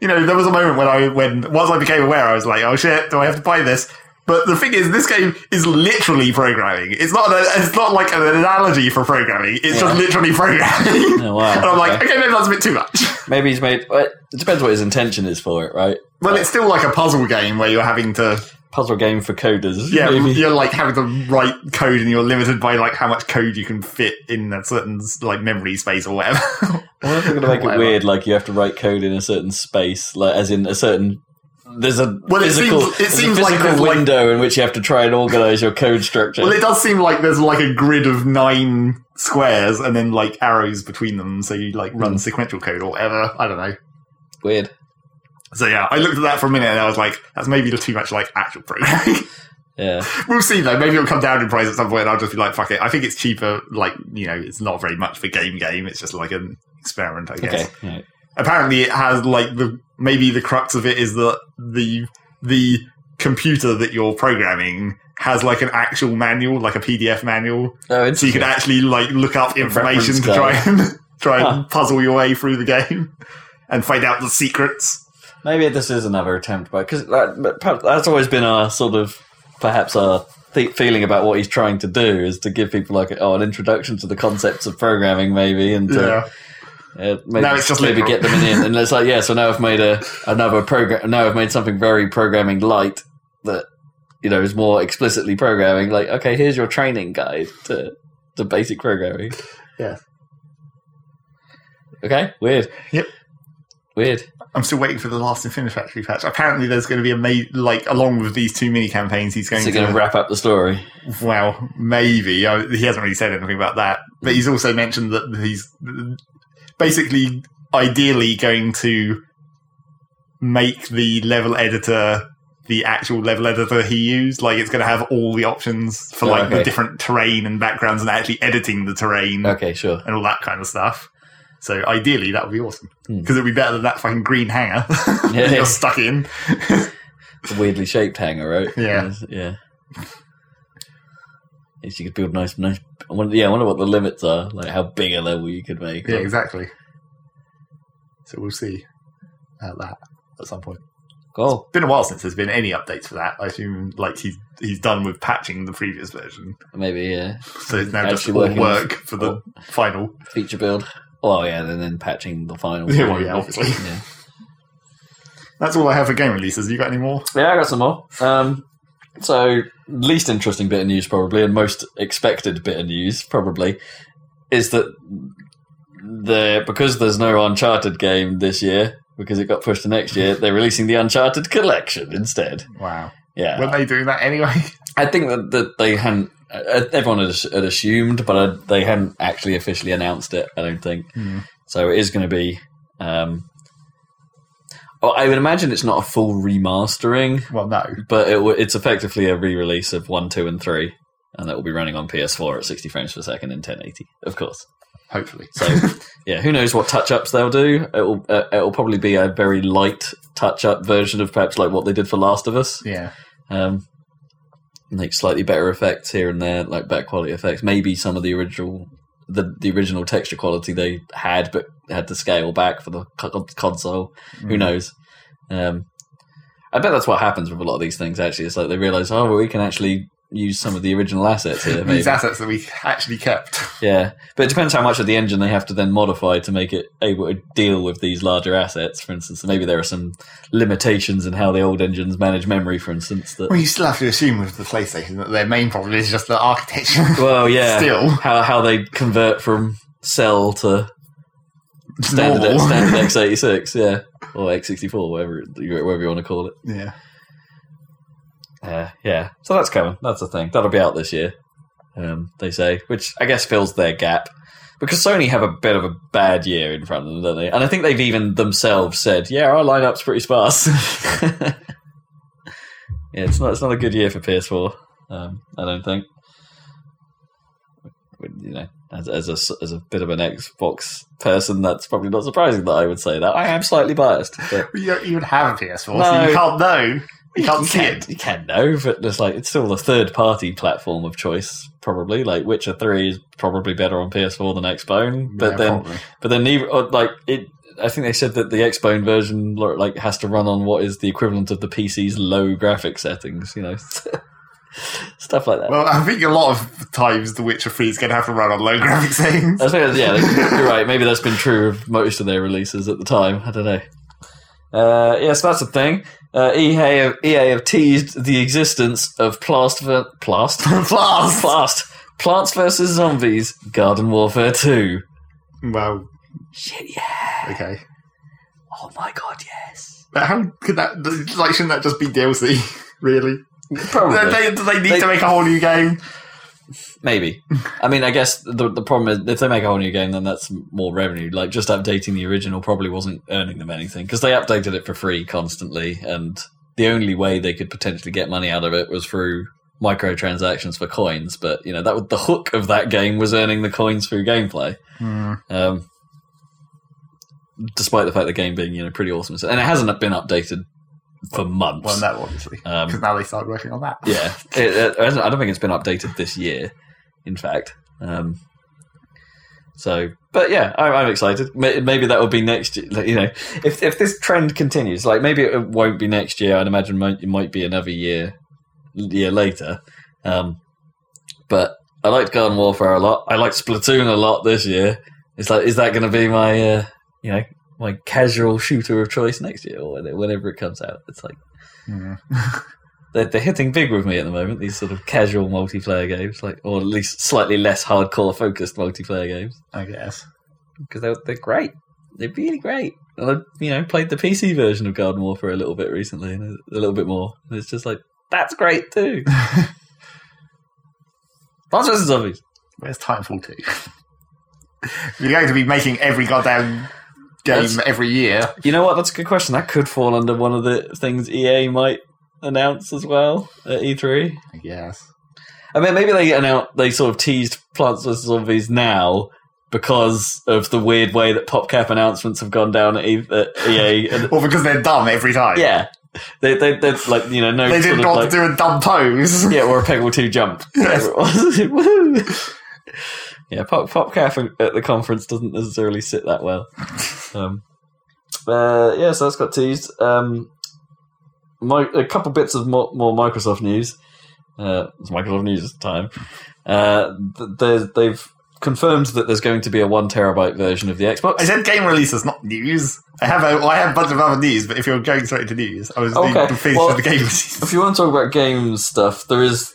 B: you know there was a moment when I when once I became aware, I was like, oh shit, do I have to buy this? But the thing is, this game is literally programming. It's not a, it's not like an analogy for programming. It's
C: Yeah.
B: just literally programming.
C: Oh, wow.
B: and I'm like,
C: Okay.
B: okay, maybe that's a bit too much.
C: Maybe he's made. well, It depends what his intention is for it, right?
B: Well, it's still like a puzzle game where you're having to
C: Puzzle game for coders.
B: Yeah,
C: maybe.
B: you're like having to write code, and you're limited by like how much code you can fit in a certain like memory space or whatever.
C: I wonder if they're going to make it
B: Whatever.
C: weird, like you have to write code in a certain space, like as in a certain. There's a
B: Well, it
C: physical,
B: seems- it
C: there's a
B: seems like
C: physical
B: there's, like-
C: window in which you have to try and organize your code structure.
B: well, it does seem like there's like a grid of nine squares, and then like arrows between them, so you like run
C: Hmm.
B: sequential code or whatever. I don't know.
C: weird.
B: So yeah, I looked at that for a minute, and I was like, that's maybe too much like actual programming.
C: Yeah.
B: we'll see though. Maybe it'll come down in price at some point. And I'll just be like, fuck it. I think it's cheaper. Like you know, it's not very much for game game. It's just like an experiment, I guess.
C: Okay. Right.
B: apparently it has like the maybe the crux of it is that the the computer that you're programming has like an actual manual, like a PDF manual,
C: Oh,
B: so you
C: interesting.
B: can actually like look up information
C: reference
B: to try and try
C: Huh.
B: and puzzle your way through the game and find out the secrets.
C: Maybe this is another attempt, but because that, but perhaps that's always been our sort of perhaps our th- feeling about what he's trying to do is to give people like oh, an introduction to the concepts of programming, maybe, and to,
B: Yeah,
C: Uh, maybe,
B: Now it's just
C: maybe
B: literal.
C: get them in, and it's like yeah. So now I've made a another program. Now I've made something very programming light that you know is more explicitly programming. Like okay, here's your training guide to to basic programming.
B: Yeah.
C: Okay. Weird.
B: Yep.
C: Weird.
B: I'm still waiting for the last Infinity Factory patch. Apparently, there's going to be a ma- like along with these two mini campaigns, he's going
C: Is it
B: to
C: going to wrap up the story?
B: Well, maybe. I, he hasn't really said anything about that. But he's also mentioned that he's basically, ideally, going to make the level editor the actual level editor he used. Like, it's going to have all the options for,
C: Oh,
B: like, the
C: okay.
B: different terrain and backgrounds and actually editing the terrain
C: Okay. Sure.
B: and all that kind of stuff. So, ideally, that would be awesome.
C: Hmm.
B: Because it would be better than that fucking green hanger that
C: Yeah.
B: you're stuck in.
C: It's a weirdly shaped hanger, right?
B: Yeah.
C: Yeah. If you could build nice, nice. I wonder, yeah, I wonder what the limits are. Like how big a level you could make.
B: Yeah, exactly. So we'll see about that at some point.
C: Cool.
B: Been a while since there's been any updates for that. I assume like he's he's done with patching the previous version,
C: Maybe yeah.
B: so it's now just
C: Actually
B: all
C: working on-
B: work for the
C: oh.
B: final.
C: feature build. Oh yeah, and then patching the final.
B: Yeah, well, yeah, obviously.
C: Yeah,
B: That's all I have for game releases. You got any more?
C: yeah I got some more. Um, so least interesting bit of news probably, and most expected bit of news probably, is that the because there's no Uncharted game this year because it got pushed to next year, they're releasing the Uncharted collection instead.
B: Wow,
C: Yeah,
B: weren't they doing that anyway?
C: I think that, that they hadn't. uh, Everyone had, had assumed, but uh, they hadn't actually officially announced it. I don't think.
B: Hmm.
C: So it is going to be. Um, oh, I would imagine it's not a full remastering,
B: Well, no.
C: but it, w- it's effectively a re-release of one, two, and three, and that will be running on PS4 at 60 frames per second in 1080, of course.
B: Hopefully,
C: So yeah, who knows what touch-ups they'll do? It'll uh, it'll probably be a very light touch-up version of perhaps like what they did for Last of Us.
B: yeah,
C: Um, make slightly better effects here and there, like better quality effects. Maybe some of the original the the original texture quality they had, but had to scale back for the co- console. Who knows? Um, I bet that's what happens with a lot of these things. Actually, it's like they realize, oh, well, we can actually use some of the original assets here. Maybe.
B: These assets that we actually kept.
C: Yeah, but it depends how much of the engine they have to then modify to make it able to deal with these larger assets. For instance, maybe there are some limitations in how the old engines manage memory. For instance, that
B: Well, you still have to assume with the PlayStation that their main problem is just the architecture.
C: well, yeah,
B: Still.
C: how how they convert from cell to standard
B: Normal.
C: standard X eighty six, yeah, or X sixty four, whatever whatever you want to call it.
B: yeah.
C: Uh, yeah, so that's coming. That's the thing. That'll be out this year. Um, they say, which I guess fills their gap because Sony have a bit of a bad year in front of them, don't they? And I think they've even themselves said, "Yeah, our lineup's pretty sparse." yeah, it's not. It's not a good year for PS4. Um, I don't think. You know, as, as a as a bit of an Xbox person, that's probably not surprising that I would say that. I am slightly biased, but
B: But you don't even have a PS4,
C: No.
B: so you can't know. You can't see
C: can,
B: it.
C: You can know, but it's like it's still the third party platform of choice, probably. Like Witcher Three is probably better on PS4 than Xbone, but
B: Yeah,
C: then,
B: probably.
C: but then, neither, or, like it. I think they said that the Xbone version like has to run on what is the equivalent of the PC's low graphic settings, you know, stuff like that.
B: Well, I think a lot of times The Witcher 3 is going to have to run on low graphics settings.
C: I suppose, yeah, you're right. Maybe that's been true of most of their releases at the time. I don't know. Uh, yes, that's a thing. Uh, EA, have, EA have teased the existence of Plast, ver- Plast,
B: Plast.
C: Plast, Plants vs Zombies Garden Warfare Two.
B: Well,
C: Shit, yeah.
B: okay.
C: Oh my god, yes.
B: But how could that, like, shouldn't that just be DLC, really?
C: Probably.
B: They, they- they need
C: They-
B: to make a whole new game.
C: Maybe. I mean, I guess the the problem is if they make a whole new game, then that's more revenue. Like just updating the original probably wasn't earning them anything because they updated it for free constantly, and the only way they could potentially get money out of it was through microtransactions for coins. But you know that was the hook of that game was earning the coins through gameplay.
B: Hmm.
C: Um, despite the fact the game being you know pretty awesome, and it hasn't been updated for months.
B: Well, no, obviously.
C: Um,
B: Because now they start working on that.
C: yeah, It- it- I don't- I don't think it's been updated this year. In fact, um, so but yeah, I, I'm excited. May- Maybe that will be next. year. like, You know, if if this trend continues, like maybe it won't be next year. I'd imagine might, it might be another year year later. Um, but I liked Garden Warfare a lot. I liked Splatoon a lot this year. It's like, is that going to be my uh, you know my casual shooter of choice next year or whenever it comes out? It's like
B: Hmm.
C: they're, they're hitting big with me at the moment. These sort of casual multiplayer games, like or at least slightly less hardcore focused multiplayer games,
B: I guess.
C: because they're they're great. They're really great. And I, you know, played the PC version of Garden Warfare a little bit recently, and a little bit more. And it's just like that's great too. Plants vs Zombies.
B: Where's Titanfall 2? You're going to be making every goddamn game
C: That's-
B: every year.
C: You know what? That's a good question. That could fall under one of the things EA might announce as well at E E3.
B: I guess.
C: I mean, maybe they announced they sort of teased Plants vs Zombies now because of the weird way that PopCap announcements have gone down at, e- at EA. And,
B: Or because they're dumb every time.
C: yeah, they they they're like you know no
B: They
C: sort
B: didn't
C: of
B: want
C: like,
B: to do a dumb pose.
C: yeah or a Peggle Two jump.
B: Yes.
C: whatever it was. Woohoo. yeah, Pop PopCap at the conference doesn't necessarily sit that well. Um, uh, yeah, so that's got teased. Um, my, a couple bits of more, more Microsoft news. Uh, it's Microsoft news this time. Uh, th- there's- they've confirmed that there's going to be a one terabyte version of the Xbox.
B: I said game releases, not news. I have a, well, I have a bunch of other news, but if you're going straight to news, I was
C: Okay,
B: doing the finish
C: well-
B: of the game releases.
C: if you want to talk about game stuff, there is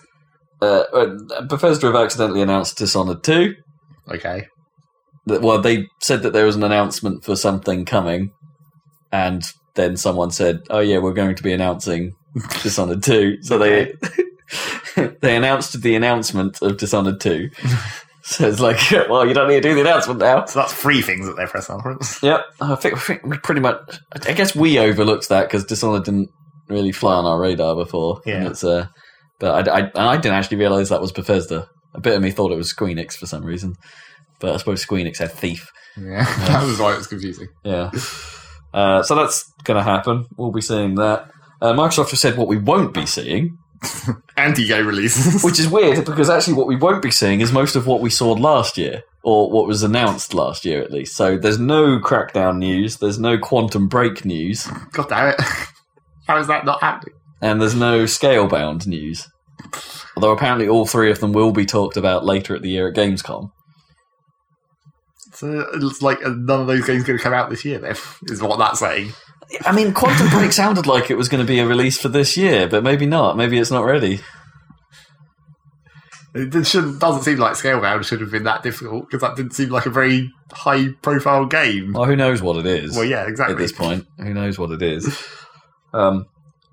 C: uh, uh, Bethesda have accidentally announced Dishonored two.
B: Okay.
C: that- well, they said that there was an announcement for something coming, and then someone said, "Oh yeah, we're going to be announcing Dishonored 2. So they they announced the announcement of Dishonored Two. so it's like, well, you don't need to do the announcement now.
B: So that's three things at their press conference.
C: Yep, I think, I think we pretty much. I guess we overlooked that because Dishonored didn't really fly on our radar before. and
B: Yeah.
C: it's, uh, but I, I, and I didn't actually realize that was Bethesda. A bit of me thought it was Squeenix for some reason, but I suppose Squeenix had Thief.
B: Yeah. that was why it was confusing.
C: Yeah. Uh, so that's going to happen. We'll be seeing that. Uh, Microsoft have said what we won't be seeing,
B: Anti game releases.
C: which is weird because actually what we won't be seeing is most of what we saw last year. or what was announced last year at least. So there's no Crackdown news, there's no Quantum Break news,
B: God damn it. How is that not happening?
C: and there's no Scalebound news. Although apparently all three of them will be talked about later at the year at Gamescom.
B: So it's like none of those games going to come out this year, then, is what that's saying.
C: I mean, Quantum Break sounded like it was going to be a release for this year, but maybe not. Maybe it's not ready.
B: It shouldn't, doesn't seem like Scalebound should have been that difficult because that didn't seem like a very high profile game.
C: Well, who knows what it is?
B: Well, yeah, exactly.
C: at this point. Who knows what it is? Um,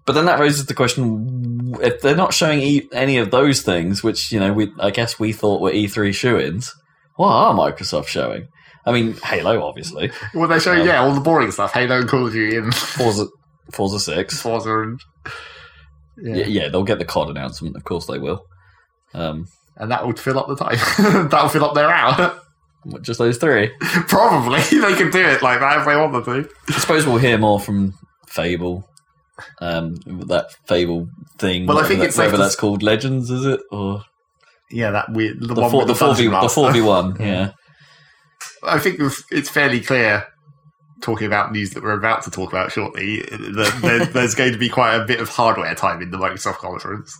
C: but then that raises the question: if they're not showing e- any of those things, which you know, we I guess we thought were E3 shoe-ins, what are Microsoft showing? I mean, Halo, obviously,
B: Well, they show,
C: Um,
B: yeah, all the boring stuff Halo and Call of Duty and
C: Forza, Forza Six.
B: Forza and. Yeah.
C: Yeah, yeah, they'll get the COD announcement. Of course, they will. Um,
B: And that would fill up the time. That'll fill up their hour.
C: just those three.
B: Probably. They can do it like that if they want them to.
C: I suppose we'll hear more from Fable. Um, that Fable thing.
B: Well, I
C: whatever
B: think
C: that-
B: it's safe
C: whatever
B: to-
C: that's called. Legends, is it or
B: Yeah, that weird. The,
C: the
B: one
C: four,
B: with
C: the four v
B: dungeon
C: the
B: master.
C: four v one? Yeah.
B: I think it's- it's fairly clear, talking about news that we're about to talk about shortly, uh, that there, there's going to be quite a bit of hardware time in the Microsoft conference.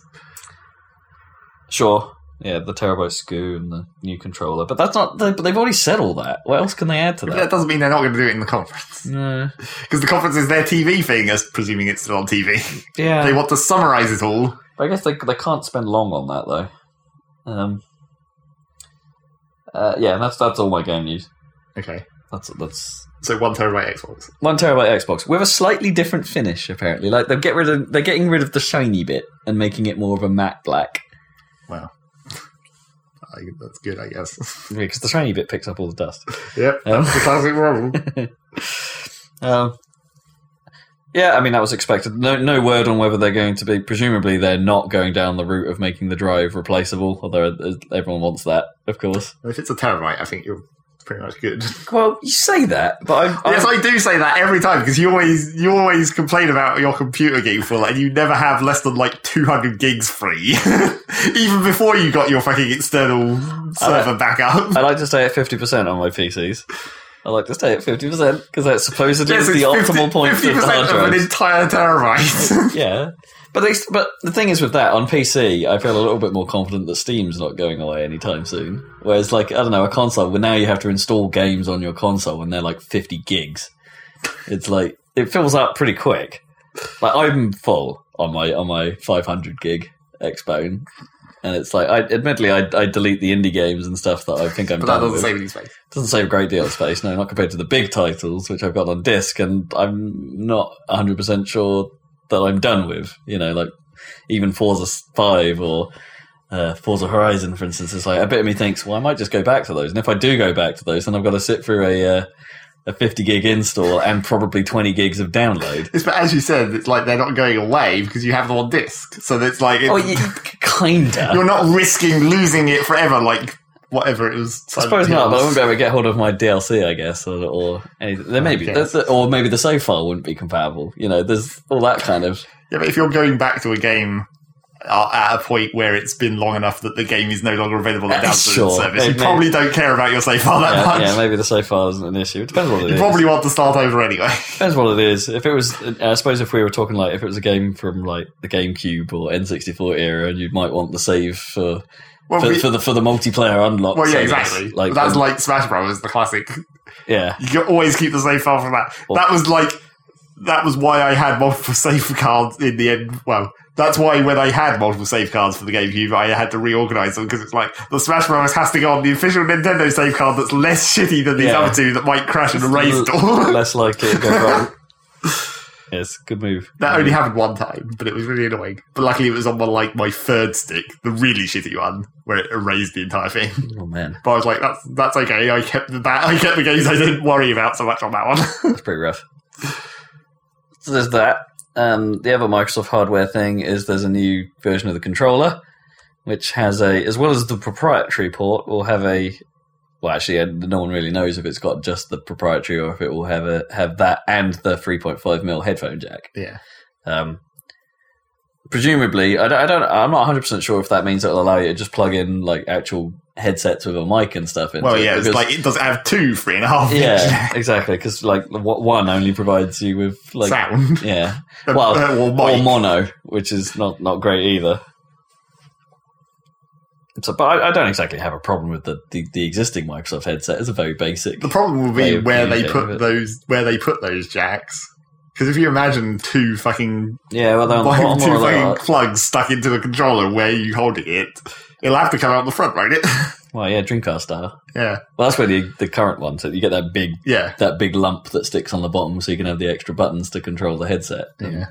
C: Sure. Yeah, the Turbo SKU and the new controller. But that's not. They, they've already said all that. What else can they add to
B: But that
C: that?
B: doesn't mean they're not going to do it in the conference.
C: No.
B: Because the conference is their TV thing, as presuming it's still on TV. They
C: Yeah.
B: want to summarize it all.
C: But I guess they, they can't spend long on that, though. Um, uh, yeah, that's that's all my game news.
B: Okay.
C: That's that's
B: So one terabyte Xbox.
C: one terabyte Xbox with a slightly different finish. Apparently, like they get rid of they're getting rid of the shiny bit and making it more of a matte black
B: I, that's good, I guess.
C: because the shiny bit picks up all the dust.
B: yep.
C: Um,
B: That's the classic problem.
C: Um, yeah, I mean that was expected. No, no word on whether they're going to be. Presumably, they're not going down the route of making the drive replaceable. Although uh, everyone wants that, of course.
B: If it's a terabyte, I think you're pretty much good.
C: Well, you say that, but I'm,
B: yes, I do say that every time because you always you always complain about your computer getting full and you never have less than like 200 gigs free, even before you got your fucking external server back up.
C: I like to stay at fifty percent on my PCs. I like to stay at fifty percent because that's supposedly
B: Yes,
C: the
B: it's
C: optimal point for
B: 50%
C: hard
B: of an
C: drives.
B: entire terabyte.
C: yeah, but they, but the thing is with that on PC, I feel a little bit more confident that Steam's not going away anytime soon. Whereas, like I don't know, a console where now you have to install games on your console and they're like fifty gigs. It's like it fills up pretty quick. Like I'm full on my on my five hundred gig Xbone, and it's like I admittedly I, I delete the indie games and stuff that I think I'm
B: but that
C: done
B: doesn't
C: with.
B: save any space.
C: Doesn't save a great deal of space, no, not compared to the big titles, which I've got on disc, and I'm not 100% sure that I'm done with. You know, like even Forza 5 or uh, Forza Horizon, for instance, it's like a bit of me thinks, well, I might just go back to those. And if I do go back to those, then I've got to sit through a, uh, a 50 gig install and probably 20 gigs of download.
B: It's, but as you said, it's like they're not going away because you have them on disk. So it's like it,
C: Oh, y kinda.
B: you're not risking losing it forever, like whatever it was.
C: I suppose not, but I wouldn't be able to get hold of my DLC, I guess, or, or anything. There may be,
B: Okay.
C: that's- or maybe the save file wouldn't be compatible. You know, there's all that kind of
B: Yeah, but if you're going back to a game uh, at a point where it's been long enough that the game is no longer available at
C: Uh,
B: download
C: sure.
B: service, you
C: Maybe-
B: probably don't care about your save file that
C: yeah,
B: much.
C: yeah, maybe the so far isn't an issue. It depends what it
B: you
C: is.
B: probably want to start over anyway.
C: depends what it is. If it was, I suppose, if we were talking like if it was a game from like the GameCube or N64 era, and you might want the save for
B: Well,
C: for,
B: we-
C: for the for the multiplayer unlock.
B: well, yeah,
C: service.
B: exactly.
C: Like
B: That's
C: um,
B: like Smash Brothers, the classic.
C: yeah,
B: You can always keep the save file from that.
C: Well-
B: that was like that was why I had multiple save cards in the end. Well, that's why when I had multiple save cards for the GameCube, I had to reorganize them because it's like the Smash Brothers has to go on the official Nintendo save card that's less shitty than these
C: Yeah.
B: other two that might crash and erase it all.
C: less likely it go wrong. Yes, good move.
B: That only happened one time, but it was really annoying. But luckily, it was on my, like my third stick, the really shitty one, where it erased the entire thing.
C: Oh man,
B: But I was like, "That's that's okay. I kept the ba- I kept the games I didn't worry about so much on that one."
C: that's pretty rough. So there's that. Um, the other Microsoft hardware thing is there's a new version of the controller, which has a, as well as the proprietary port, will have a. Well, actually, uh, no one really knows if it's got just the proprietary or if it will have a have that and the 3.5 mil headphone jack.
B: yeah,
C: Um, presumably, I don't, I don't. I'm not 100 percent sure if that means it'll allow you to just plug in like actual headsets with a mic and stuff in.
B: Well, yeah, it's like it doesn't have two three and a half
C: yeah, exactly. Because like the wa- one only provides you with
B: inch
C: like
B: sound.
C: yeah,
B: Uh,
C: well,
B: uh, or
C: or
B: mic.
C: mono, which is not not great either. So, but I, I don't exactly have a problem with the, the, the existing Microsoft headset. It's a very basic.
B: The problem will
C: They
B: be
C: would
B: where they
C: communicate with
B: put
C: it.
B: those where they put those jacks. Because if you imagine two fucking
C: Yeah, well, they're on the
B: like,
C: bottom
B: two
C: or they
B: fucking
C: are-
B: plugs stuck into a controller where you holding it, it'll have to come out the front, won't it?
C: Well, yeah, Dreamcast style.
B: yeah,
C: Well, that's where the the current one. So you get that big
B: yeah,
C: that big lump that sticks on the bottom, so you can have the extra buttons to control the headset.
B: yeah.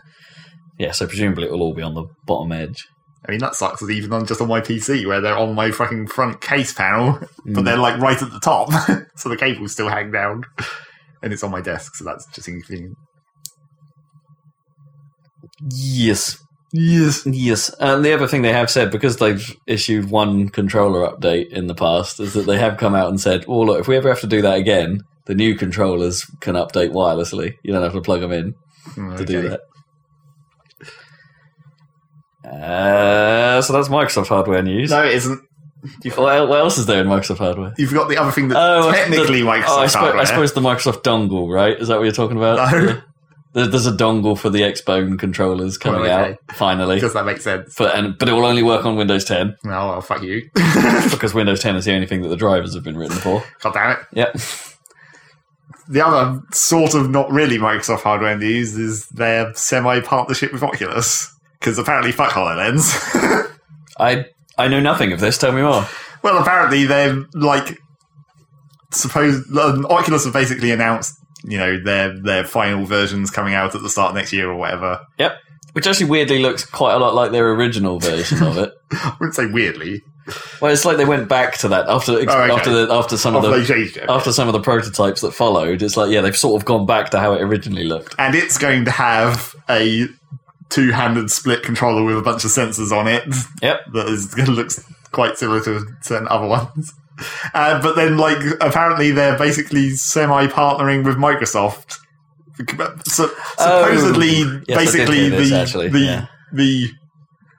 C: Yeah, so presumably it will all be on the bottom edge.
B: I mean that sucks. Is even on just on my PC where they're on my fucking front case panel, but
C: Mm.
B: they're like right at the top, so the cables still hang down, and it's on my desk, so that's just inconvenient.
C: Yes,
B: Yes.
C: Yes, and the other thing they have said because they've issued one controller update in the past is that they have come out and said, "Well, look, if we ever have to do that again, the new controllers can update wirelessly. You don't have to plug them in
B: Mm,
C: to do that." Uh, so that's Microsoft hardware news.
B: No, it isn't.
C: What, what else is there in Microsoft hardware?
B: You've got the other thing that
C: Oh, that's the-
B: technically Microsoft
C: oh, I, spo-
B: hardware.
C: I suppose the Microsoft dongle, right? Is that what you're talking about?
B: No.
C: There- There's a dongle for the Xbone controllers coming
B: Well, okay.
C: out finally.
B: Does that make sense?
C: For, and, but it will only work on Windows 10
B: No, well, fuck you.
C: because Windows 10 is the only thing that the drivers have been written for.
B: God damn it.
C: Yep.
B: The other sort of not really Microsoft hardware news is their semi partnership with Oculus. Because apparently, fuck HoloLens.
C: I I know nothing of this. Tell me more.
B: Well, apparently they're like suppose um, Oculus have basically announced, you know, their their final versions coming out at the start of next year or whatever.
C: Which actually weirdly looks quite a lot like their original version of it.
B: I wouldn't say weirdly.
C: Well, it's like they went back to that after ex-
B: Oh, okay.
C: after the, after some of
B: After they
C: the
B: changed it.
C: after some of the prototypes that followed. It's like yeah, they've sort of gone back to how it originally looked.
B: And it's going to have a two handed split controller with a bunch of sensors on it.
C: Yep.
B: That is looks quite similar to certain other ones. Uh, but then like apparently they're basically semi partnering with Microsoft. So,
C: Oh.
B: supposedly
C: Yes, I did
B: basically
C: hear this,
B: the
C: actually,
B: the
C: yeah.
B: the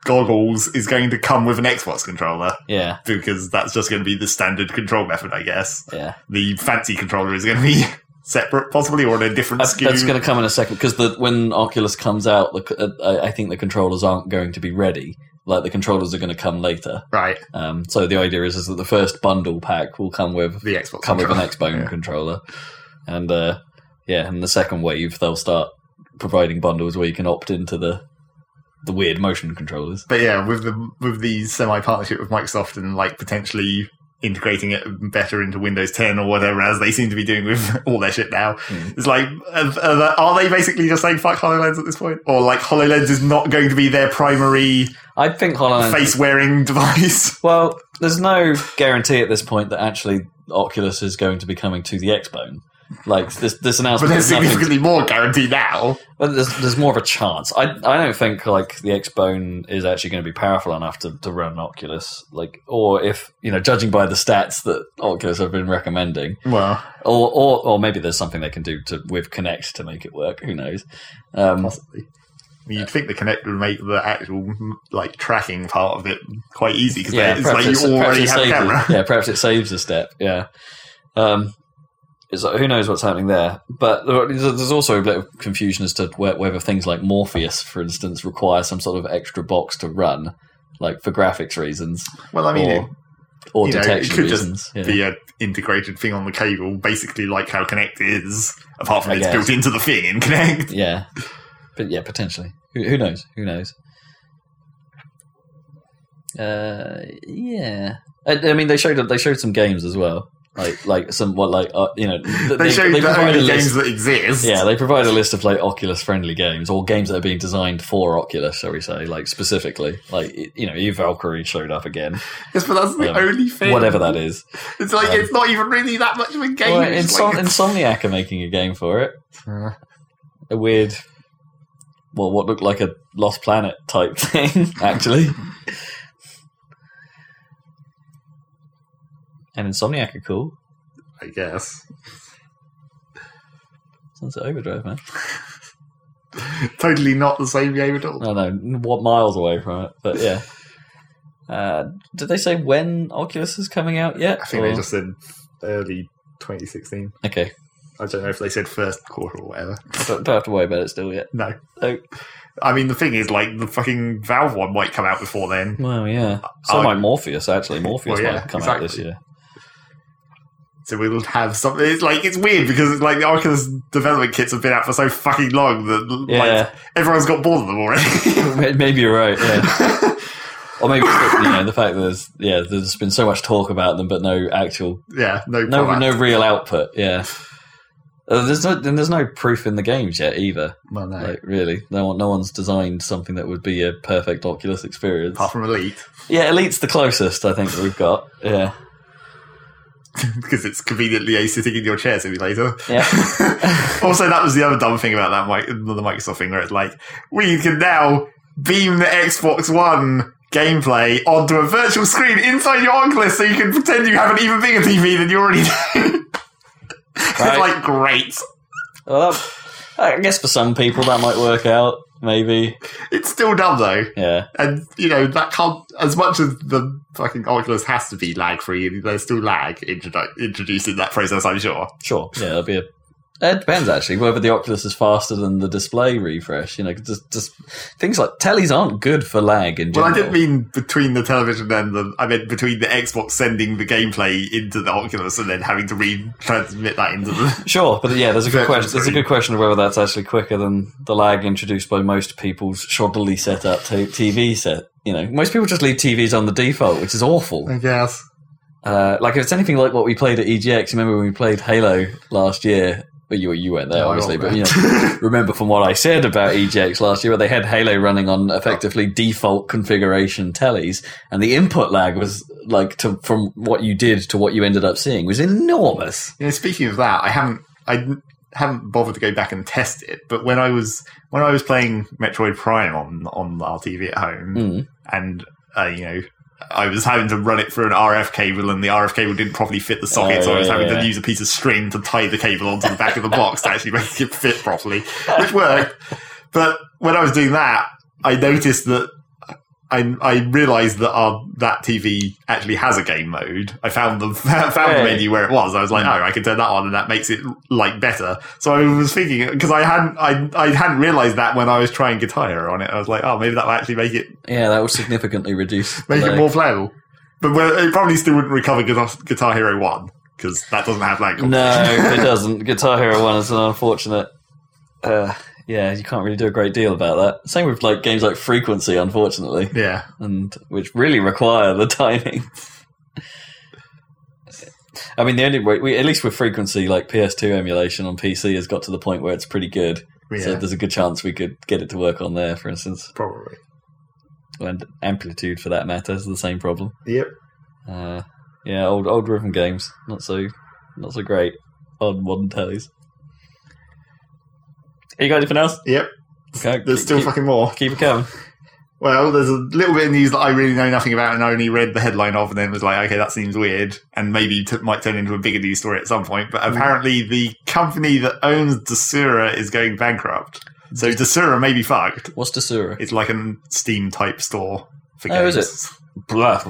B: goggles is going to come with an Xbox controller
C: Yeah,
B: because that's just going to be the standard control method, I guess.
C: yeah.
B: The fancy controller is going to be separate, possibly, or on a different
C: That's,
B: SKU.
C: that's going to come in a second because the when Oculus comes out, the, c- uh, I, I think the controllers aren't going to be ready. Like the controllers are going to come later.
B: right,
C: Um, so the idea is, is that the first bundle pack will come with
B: the Xbox
C: come with
B: controller.
C: an Xbone
B: Yeah.
C: controller, and uh, yeah, and the second wave they'll start providing bundles where you can opt into the the weird motion controllers.
B: but yeah, with the with the semi partnership with Microsoft and like potentially integrating it better into Windows 10 or whatever, as they seem to be doing with all their shit now,
C: Mm.
B: it's like are, are- are they basically just saying fuck Hololens at this point, or like Hololens is not going to be their primary
C: I think Hololens.
B: face wearing device?
C: well, there's no guarantee at this point that actually Oculus is going to be coming to the Xbone. Like this, this
B: But
C: announcement.
B: there's
C: is nothing-
B: significantly more guarantee now.
C: But there's, there's more of a chance. I I don't think like the Xbone is actually going to be powerful enough to, to run Oculus. Like, or if you know, judging by the stats that Oculus have been recommending,
B: Well,
C: or or, or maybe there's something they can do to with Connect to make it work. Who knows? Um,
B: possibly. I mean, You'd think the connector would make the actual like tracking part of it quite easy because it's like
C: it's-
B: you already
C: it
B: have a
C: saves
B: camera.
C: A, yeah, perhaps it saves a step. Yeah. Um, it's like, who knows what's happening there? But there- there's also a bit of confusion as to whe- whether things like Morpheus, for instance, require some sort of extra box to run, like for graphics reasons
B: Well, I mean, it-
C: or, or
B: you know, it
C: detection
B: could just
C: reasons. Yeah.
B: the uh, integrated thing on the cable, basically like how Connect is, apart from
C: I
B: it's
C: guess.
B: built into the thing in Connect.
C: yeah. But yeah, potentially. Who, who knows? Who knows? Uh, yeah. I, I mean, they showed they showed some games as well, like like some what like uh, you know th-
B: They, showed the
C: provide a
B: only
C: list-
B: games that exist.
C: Yeah, they provide a list of like Oculus friendly games or games that are being designed for Oculus, shall we say, like specifically. Like y- you know, Eve Valkyrie showed up again.
B: Yes, but that's the
C: Um,
B: only thing.
C: Whatever that is.
B: It's like
C: Um,
B: it's not even really that much of a game.
C: Well,
B: it's
C: Insom-
B: like-
C: Insomniac are making a game for it.
B: Uh,
C: a weird, well, what looked like a Lost Planet type thing, actually. and Insomniac are cool.
B: I guess.
C: Sunset Overdrive, man.
B: Totally not the same game at all.
C: I don't know what miles away from it, but yeah. Uh, did they say when Oculus is coming out yet?
B: I think
C: Or-
B: they just said early 2016.
C: okay.
B: I don't know if they said first quarter or whatever.
C: I Don't, don't have to worry about it still yet.
B: No.
C: Oh.
B: I mean, the thing is, like, the fucking Valve one might come out before then.
C: Well, yeah. So
B: I-
C: might Morpheus actually. Morpheus
B: Uh, Well, yeah,
C: might come out this
B: exactly.
C: year.
B: So we'll have something. It's like, it's weird because, like, the Oculus development kits have been out for so fucking long that, like,
C: Yeah,
B: everyone's got bored of them already.
C: May- maybe you're right. Yeah. Or maybe it's, you know the fact that there's yeah there's been so much talk about them but no actual
B: yeah, no,
C: no
B: product.
C: no real output yeah Uh, there's no and there's no proof in the games yet either
B: Well, no.
C: like really no one no one's designed something that would be a perfect Oculus experience
B: Apart from Elite,
C: yeah Elite's the closest I think we've got yeah
B: because it's conveniently a sitting in your chair simulator.
C: yeah
B: also, that was the other dumb thing about that mic- the Microsoft thing, where it's like we can now beam the Xbox One gameplay onto a virtual screen inside your Oculus, so you can pretend you have an even bigger TV than you already do. it's
C: Right.
B: like great.
C: well, that, I guess for some people that might work out maybe
B: It's still dumb though,
C: yeah
B: and you know that can't. As much as the fucking Oculus has to be lag free, there's still lag introdu- introducing that process. I'm sure.
C: Sure. Yeah, it'll be a. It depends actually whether the Oculus is faster than the display refresh. You know, 'cause just, just things like tellies aren't good for lag in
B: Well,
C: general.
B: I didn't mean between the television and the. I meant between the Xbox sending the gameplay into the Oculus and then having to retransmit that into the.
C: Sure, but yeah, there's a good
B: Virtual
C: question. There's a
B: screen.
C: good question of whether that's actually quicker than the lag introduced by most people's shoddily set up t- TV set. You know, most people just leave TVs on the default, which is awful.
B: I guess.
C: Uh, like if it's anything like what we played at E EGX, remember when we played Halo last year? Well, you you weren't there,
B: No, I
C: obviously, but
B: won't,
C: you know,
B: man.
C: remember from what I said about EGX last year, where they had Halo running on effectively default configuration tellies, and the input lag was like to, from what you did to what you ended up seeing was enormous.
B: You know, speaking of that, I haven't. I didn't- haven't bothered to go back and test it, but when I was when I was playing Metroid Prime on on our TV at home,
C: Mm.
B: and uh, you know. I was having to run it through an RF cable, and the RF cable didn't properly fit the socket, so I was
C: Oh, yeah,
B: having
C: yeah.
B: to use a piece of string to tie the cable onto the back of the box to actually make it fit properly, which worked. But when I was doing that, I noticed that I, I realized that our that TV actually has a game mode. I found the found
C: Hey. Mm.
B: the menu where it was. I was like, oh, I can turn that on, and that makes it like better. So I was thinking because I hadn't I, I hadn't realized that when I was trying Guitar Hero on it. I was like, oh, maybe that will actually make it
C: Yeah, that would significantly reduce. the
B: make
C: lag.
B: it more playable. But well, it probably still wouldn't recover Guitar, Guitar Hero One because that doesn't have lag.
C: No, it doesn't. Guitar Hero One is an unfortunate. Uh, yeah, you can't really do a great deal about that. Same with like games like Frequency, unfortunately.
B: yeah,
C: and which really require the timing. I mean, the only way, we, at least with frequency, like PS2 emulation on PC has got to the point where it's pretty good.
B: yeah,
C: So there's a good chance we could get it to work on there, for instance.
B: probably.
C: And amplitude, for that matter, is the same problem.
B: Yep.
C: Uh, yeah, old old rhythm games, not so not so great on modern tellies. You got anything else?
B: Yep.
C: Okay,
B: There's
C: keep-
B: still
C: keep,
B: fucking more.
C: keep it coming.
B: Well, there's a little bit of news that I really know nothing about and only read the headline of, and then was like, okay, that seems weird, and maybe t- might turn into a bigger news story at some point. But
C: Hmm.
B: apparently, the company that owns Desura is going bankrupt,
C: Hmm.
B: so Desura may be fucked.
C: What's Desura?
B: It's like an Steam type store for
C: Oh,
B: games.
C: is Blah.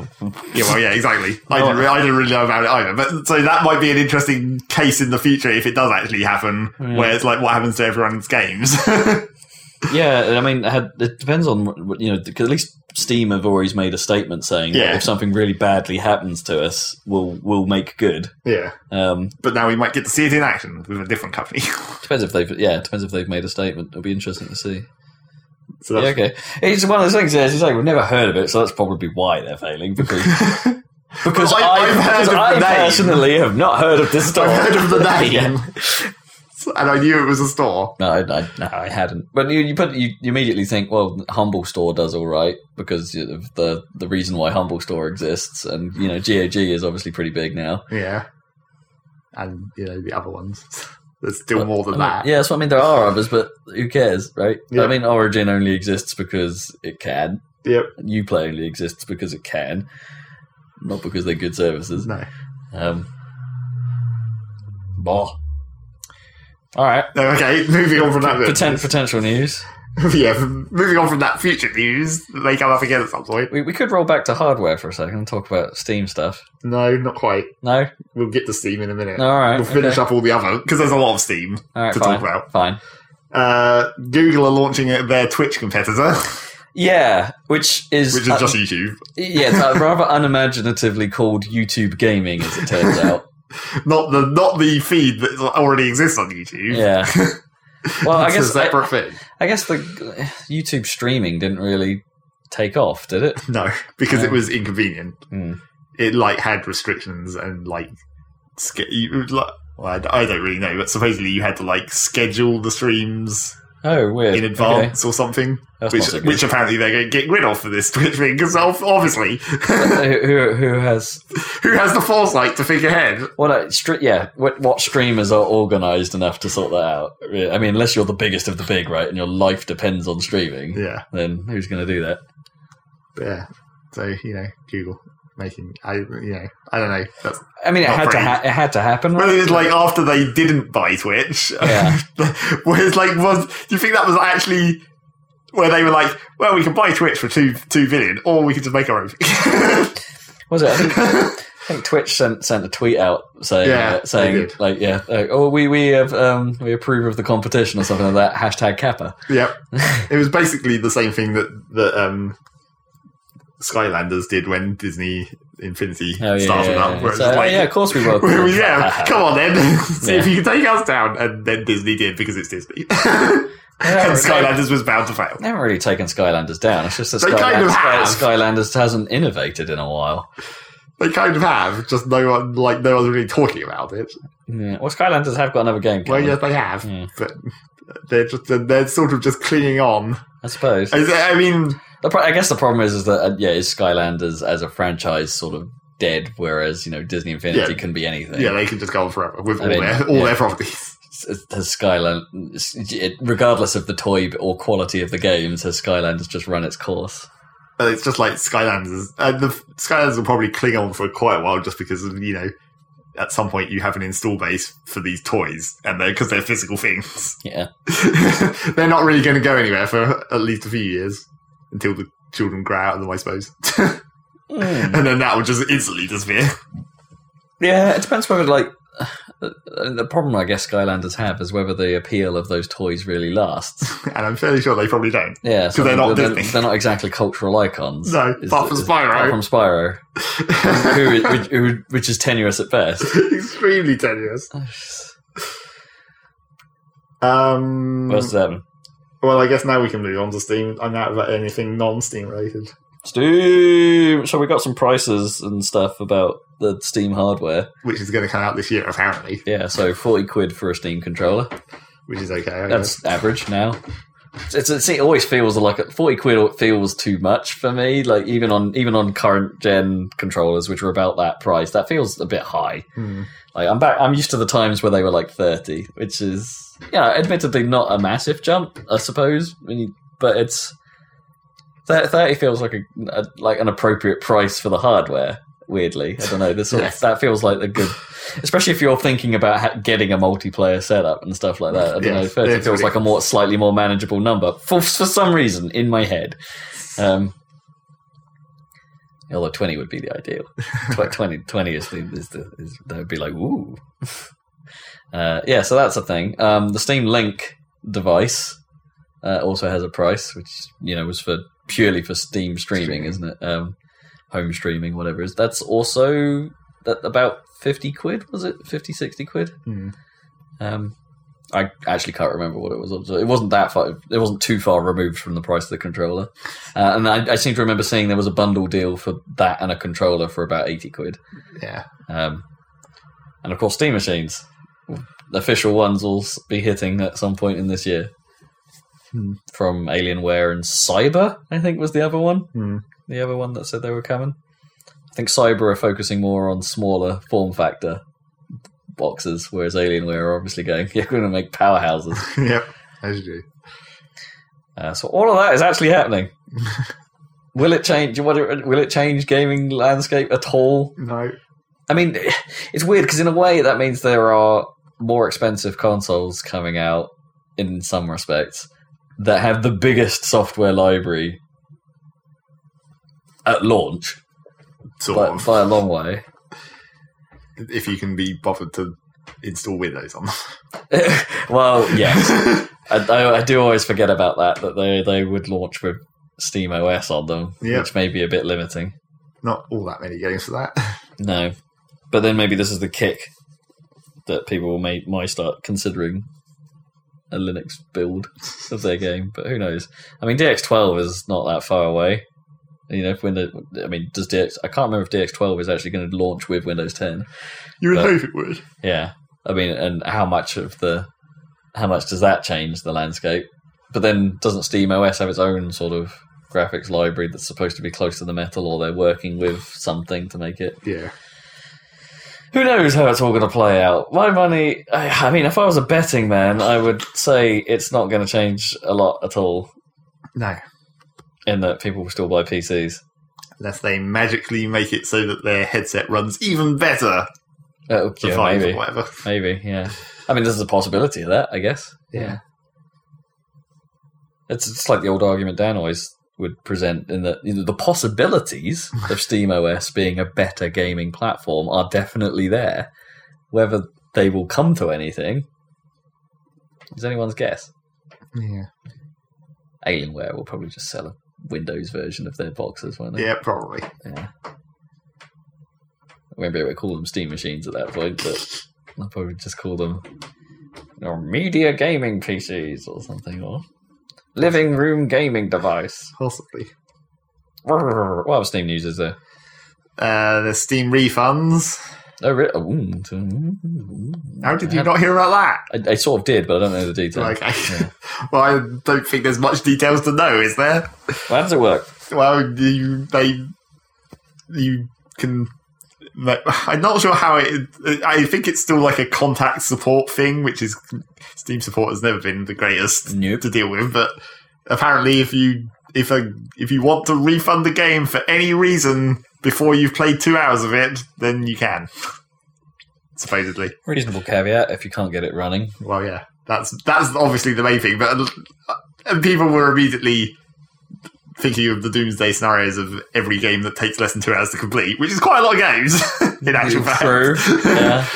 B: Yeah, well, yeah, exactly. I,
C: Oh.
B: didn't re- I didn't really know about it either. But so that might be an interesting case in the future if it does actually happen,
C: Yeah.
B: where it's like what happens to everyone's games.
C: Yeah, I mean, it had- it depends on what- what- you know. 'cause at least Steam have always made a statement saying that
B: Yeah.
C: if something really badly happens to us, we'll we'll make good.
B: yeah,
C: Um,
B: but now we might get to see it in action with a different company.
C: depends if they've yeah, depends if they've made a statement. It'll be interesting to see.
B: so
C: Yeah,
B: that's
C: okay, it's one of those things. As you say, we've never heard of it, so that's probably why they're failing because because
B: Well, I-
C: I,
B: I've heard
C: because
B: of the
C: I
B: name.
C: personally have not heard of this store.
B: I've heard of the name,
C: Yeah.
B: and I knew it was a store.
C: No, I, I, no, I hadn't. But you, you put you, you immediately think, well, Humble Store does all right because of the the reason why Humble Store exists, and you know, GOG is obviously pretty big now.
B: Yeah, and you know the other ones. There's still more than that.
C: Yeah, that's what I mean. There are others, but who cares, right?
B: Yeah.
C: I mean, Origin only exists because it can.
B: Yep.
C: UPlay only exists because it can, not because they're good services.
B: No.
C: Um, bah. All right.
B: No, Okay, moving on from that. bit.
C: Potent, potential news.
B: yeah, moving on from that future news, they come up again at some point.
C: We, we could roll back to hardware for a second and talk about Steam stuff.
B: No, not quite.
C: No?
B: We'll get to Steam in a minute.
C: All right.
B: we'll finish
C: okay.
B: up all the other because there's a lot of Steam
C: All right,
B: to
C: fine.
B: talk about.
C: Fine.
B: Uh, Google are launching their Twitch competitor,
C: Yeah, which is,
B: which is
C: uh,
B: just YouTube.
C: yeah, it's uh, rather unimaginatively called YouTube gaming, as it turns out.
B: Not the not the feed that already exists on YouTube.
C: Yeah. Well, I
B: It's a
C: guess I,
B: separate thing.
C: I guess the YouTube streaming didn't really take off, did it?
B: No, because
C: No.
B: it was inconvenient.
C: Oh. Hmm.
B: It like had restrictions and like, ske- you, would, like well, I d- I don't really know, but supposedly you had to like schedule the streams
C: Oh, weird.
B: in
C: Okay.
B: advance or something,
C: That's
B: which
C: not so good.
B: which apparently they're going to get rid of for this Twitch thing because obviously,
C: who, who, who has
B: who has the foresight to think ahead?
C: What I, stre- yeah, what, what streamers are organised enough to sort that out? Really? I mean, unless you're the biggest of the big, right, and your life depends on streaming,
B: Yeah,
C: then who's going to do that?
B: yeah. So you know, Google making I you know I don't know. That's,
C: I mean, it
B: Not
C: had to
B: brave.
C: ha- it had to happen.
B: well,
C: Right?
B: it was like after they didn't buy Twitch.
C: Yeah.
B: Whereas, like, was do you think that was actually where they were like, well, we can buy Twitch for two two billion, or we can just make our own.
C: Was it? I think, I think Twitch sent sent a tweet out saying
B: Yeah,
C: uh, saying
B: they did.
C: like yeah, like, oh we we have um we approve of the competition or something like that. Hashtag Kappa.
B: yep, it was basically the same thing that that um, Skylanders did when Disney Infinity
C: Oh yeah,
B: started
C: yeah,
B: up.
C: yeah.
B: Where it was
C: So,
B: like,
C: yeah, of course we
B: where it
C: will.
B: was, yeah, come on then, see if
C: Yeah.
B: you can take us down. And then Disney did because it's Disney, and Skylanders was bound to fail.
C: They haven't really taken Skylanders down. It's just that
B: They kind of
C: Skylanders,
B: have.
C: Skylanders hasn't innovated in a while.
B: They kind of have, just no one like no one's really talking about it.
C: Yeah. Well, Skylanders have got Hmm. another game.
B: Well,
C: coming.
B: yes, they have,
C: Yeah.
B: but they're just they're, they're sort of just clinging on.
C: I suppose.
B: Is it- I mean,
C: The pro- I guess the problem is, is that uh, yeah, is Skylanders as a franchise sort of dead, whereas you know Disney Infinity
B: Yeah.
C: can be anything.
B: yeah, they can just go on forever with
C: I
B: all
C: mean,
B: their all
C: yeah.
B: their properties.
C: It's- it's- uh, Has Skyland, it's- it, regardless of the toy or quality of the games, has Skylanders just run its course?
B: But it's just like Skylanders. Uh, the Skylanders will probably cling on for quite a while, just because you know, at some point you have an install base for these toys, and they're because they're physical things.
C: Yeah.
B: they're not really going to go anywhere for at least a few years until the children grow out of them, I suppose,
C: Mm.
B: and then that will just instantly disappear.
C: Yeah, it depends whether like. and Uh, The problem I guess Skylanders have is whether the appeal of those toys really lasts.
B: and I'm fairly sure they probably don't.
C: Yeah, so
B: they're not
C: they're,
B: Disney.
C: they're not exactly cultural icons.
B: No,
C: Is-
B: apart from
C: is- apart
B: Spyro,
C: from Spyro, who, who, who, which is tenuous at best.
B: extremely tenuous. Um,
C: Where's seven?
B: well, I guess now we can move on to Steam. I'm out about anything non-Steam related.
C: Steam. So we got some prices and stuff about the Steam hardware.
B: which is going to come out this year apparently,
C: Yeah, so forty quid for a Steam controller.
B: which is okay. I guess.
C: That's average now. It's, it's, it always feels like forty quid feels too much for me. Like even on even on current gen controllers, which are about that price, that feels a bit high.
B: Hmm.
C: Like I'm back. I'm used to the times where they were like thirty, which is yeah, admittedly not a massive jump, I suppose. When you, but it's thir- thirty feels like a, a like an appropriate price for the hardware. Weirdly, I don't know. This sort of-
B: Yes.
C: that feels like a good, especially if you're thinking about ha- getting a multiplayer setup and stuff like that. I don't know.
B: Yes,
C: Thirty
B: yes,
C: feels
B: really.
C: like a more slightly more manageable number for for some reason in my head. Um, although twenty would be the ideal. Tw- 20, 20 is the, is the is, that would be like ooh. Uh, yeah, so that's a thing. Um, the Steam Link device uh, also has a price, which you know was for purely for Steam streaming,
B: Streaming.
C: isn't it? Um, home streaming, whatever it is. That's also that about fifty quid was it? 50, 60 quid.
B: Hmm.
C: Um, I actually can't remember what it was. It wasn't that far. It wasn't too far removed from the price of the controller. Uh, and I, I seem to remember seeing there was a bundle deal for that and a controller for about eighty quid.
B: Yeah,
C: Um, and of course, Steam machines, the official ones, will s- be hitting at some point in this year.
B: Hmm.
C: From Alienware and Cyber, I think was the other one.
B: Hmm.
C: The other one that said they were coming. I think Cyber are focusing more on smaller form factor boxes, whereas Alienware are obviously going, yeah, we're going to make powerhouses.
B: yep, as you do.
C: Uh, so all of that is actually happening. will it change? What, will it change gaming landscape at all?
B: No,
C: I mean, it's weird because in a way that means there are more expensive consoles coming out in some respects that have the biggest software library at launch,
B: Sort
C: by,
B: of.
C: by a long way.
B: if you can be bothered to install Windows on
C: well, yes,
B: them.
C: I, I, I do always forget about that that they they would launch with Steam OS on them,
B: Yeah.
C: which may be a bit limiting.
B: Not all that many games for that.
C: No, but then maybe this is the kick that people may might start considering a Linux build of their game. But who knows? I mean, DX12 is not that far away. You know, if Windows. I mean, does DX? I can't remember if DX12 is actually going to launch with Windows 10.
B: You would
C: But-
B: hope it would.
C: Yeah, I mean, and how much of the how much does that change the landscape? But then, doesn't Steam OS have its own sort of graphics library that's supposed to be close to the metal, or they're working with something to make it?
B: Yeah.
C: Who knows how it's all going to play out? My money, I, I mean, if I was a betting man, I would say it's not going to change a lot at all,
B: No.
C: in that people will still buy PCs.
B: Unless they magically make it so that their headset runs even better
C: Oh,
B: than
C: yeah,
B: Vive
C: maybe,
B: or whatever.
C: maybe, yeah. I mean, there's a possibility of that, I guess.
B: Yeah.
C: It's it's like the old argument Dan always would present in that you know, the possibilities of SteamOS being a better gaming platform are definitely there. Whether they will come to anything is anyone's guess.
B: Yeah.
C: Alienware will probably just sell a Windows version of their boxes, won't they?
B: Yeah, probably.
C: Yeah. Maybe I would call them Steam machines at that point, but I'll probably just call them you know, media gaming PCs or something, or living room gaming device.
B: Possibly.
C: What other Steam news is there?
B: Uh, the Steam refunds.
C: Oh, re- oh, mm, mm,
B: How did
C: I
B: you
C: had-
B: not hear about that?
C: I, I sort of did, but I don't know the details.
B: Okay.
C: Yeah.
B: well, I don't think there's much details to know, is there?
C: Well, how does it work?
B: Well, you they you can. like, I'm not sure how it. I think it's still like a contact support thing, which is Steam support has never been the greatest
C: Nope.
B: to deal with. But apparently, if you if a if you want to refund the game for any reason before you've played two hours of it, then you can. Supposedly.
C: Reasonable caveat if you can't get it running.
B: Well, yeah, that's that's obviously the main thing. But uh, and people were immediately thinking of the doomsday scenarios of every game that takes less than two hours to complete, which is quite a lot of games in actual fact.
C: True. Yeah.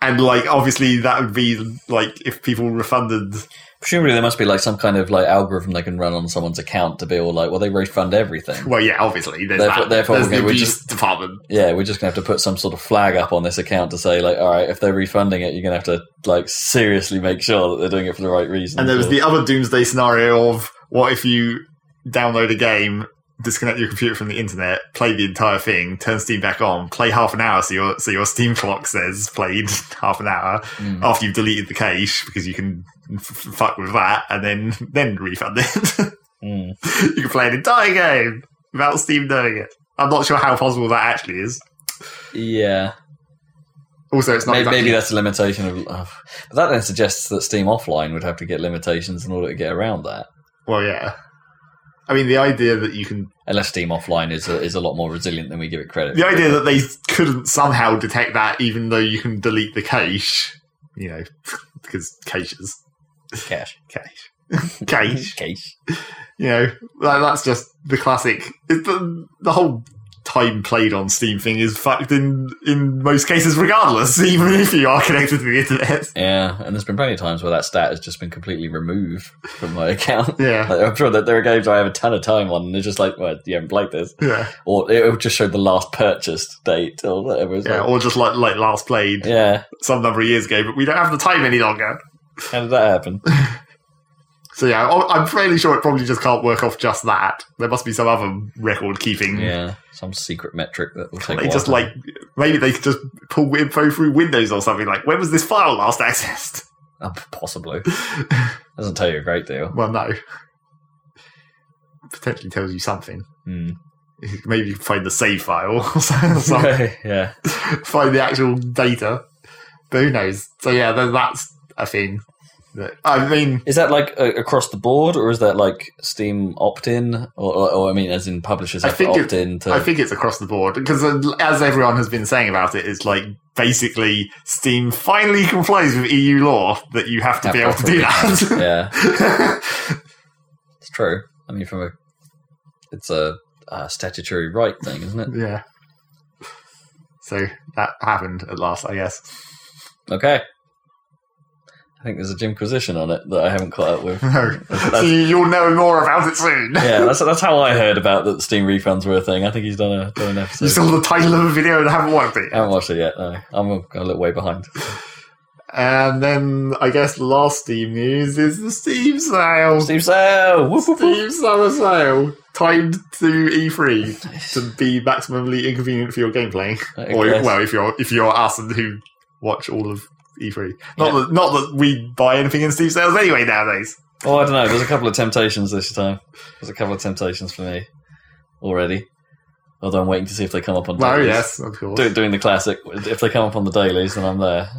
B: And like, obviously, that would be like if people refunded.
C: Presumably, there must be like some kind of like algorithm they can run on someone's account to be all like, well, they refund everything.
B: Well, yeah, obviously, there's
C: Therefore-
B: that.
C: therefore
B: there's
C: we-
B: the
C: we
B: abuse
C: just-
B: department.
C: Yeah, we're just gonna have to put some sort of flag up on this account to say like, all right, if they're refunding it, you're gonna have to like seriously make sure that they're doing it for the right reasons.
B: And there was
C: or-
B: the other doomsday scenario of what if you download a game, disconnect your computer from the internet, play the entire thing, turn Steam back on, play half an hour so your so your Steam clock says played half an hour
C: Mm.
B: after you've deleted the cache because you can f- f- fuck with that and then then refund it.
C: Mm.
B: you can play an entire game without Steam knowing it. I'm not sure how possible that actually is.
C: Yeah.
B: Also, it's not
C: Maybe,
B: exactly-
C: maybe that's a limitation of, of. But that then suggests that Steam Offline would have to get limitations in order to get around that.
B: well, yeah. I mean, the idea that you can
C: Unless Steam Offline is a, is a lot more resilient than we give it credit.
B: the idea that they couldn't somehow detect that, even though you can delete the cache, you know, because caches,
C: Cash.
B: cache, cache,
C: Cash.
B: you know, like, that's just the classic. It, the, the whole time played on Steam thing is fucked in in most cases, regardless, even if you are connected to the internet.
C: Yeah, and there's been plenty of times where that stat has just been completely removed from my account.
B: Yeah,
C: Like, I'm sure that there are games I have a ton of time on, and they're just like, well, you haven't played this.
B: yeah,
C: Or it would just show the last purchased date or whatever. It's
B: yeah,
C: like-
B: or just like like last played
C: yeah.
B: some number of years ago, but we don't have the time any longer.
C: How did that happen?
B: So yeah, I- I'm fairly sure it probably just can't work off just that. There must be some other record keeping
C: yeah, some secret metric that will take. a
B: They
C: while
B: just
C: to-
B: like maybe they could just pull info through Windows or something. Like when was this file last accessed?
C: Uh, possibly doesn't tell you a great deal.
B: Well, no. Potentially tells you something.
C: Hmm.
B: Maybe you can find the save file or something.
C: yeah,
B: find the actual data. But who knows? So yeah, then that's a thing. That- I mean,
C: Is that like a, across the board, or is that like Steam opt-in, or, or, or I mean, as in publishers
B: I
C: have to
B: think it-
C: opt in to?
B: I think it's across the board because, uh, as everyone has been saying about it, it's like basically Steam finally complies with EU law that you have to
C: Have
B: be able to do that.
C: yeah, it's true. I mean, from a it's a, uh statutory right thing, isn't it?
B: yeah. So that happened at last, I guess.
C: Okay. I think there's a Jimquisition on it that I haven't caught up with.
B: No. So you'll know more about it soon.
C: yeah, that's that's how I heard about that Steam refunds were a thing. I think he's done a done an
B: You
C: episode.
B: saw the title of a video and haven't watched it.
C: I haven't watched it yet. No, I'm a, a little way behind.
B: And then I guess the last Steam news is the Steam sale.
C: Steam sale. Whoop, whoop, whoop.
B: Steam summer sale timed to E3 to be maximally inconvenient for your gameplay.
C: I
B: Or
C: guess.
B: Oh, well, if you're if you're us and who watch all of E3. Not
C: Yeah.
B: that not that we buy anything in Steam sales anyway nowadays.
C: Oh, I don't know. There's a couple of temptations this time. There's a couple of temptations for me already. Although I'm waiting to see if they come up on
B: No,
C: dailies.
B: yes, of course.
C: Do, doing the classic. If they come up on the dailies, then I'm there.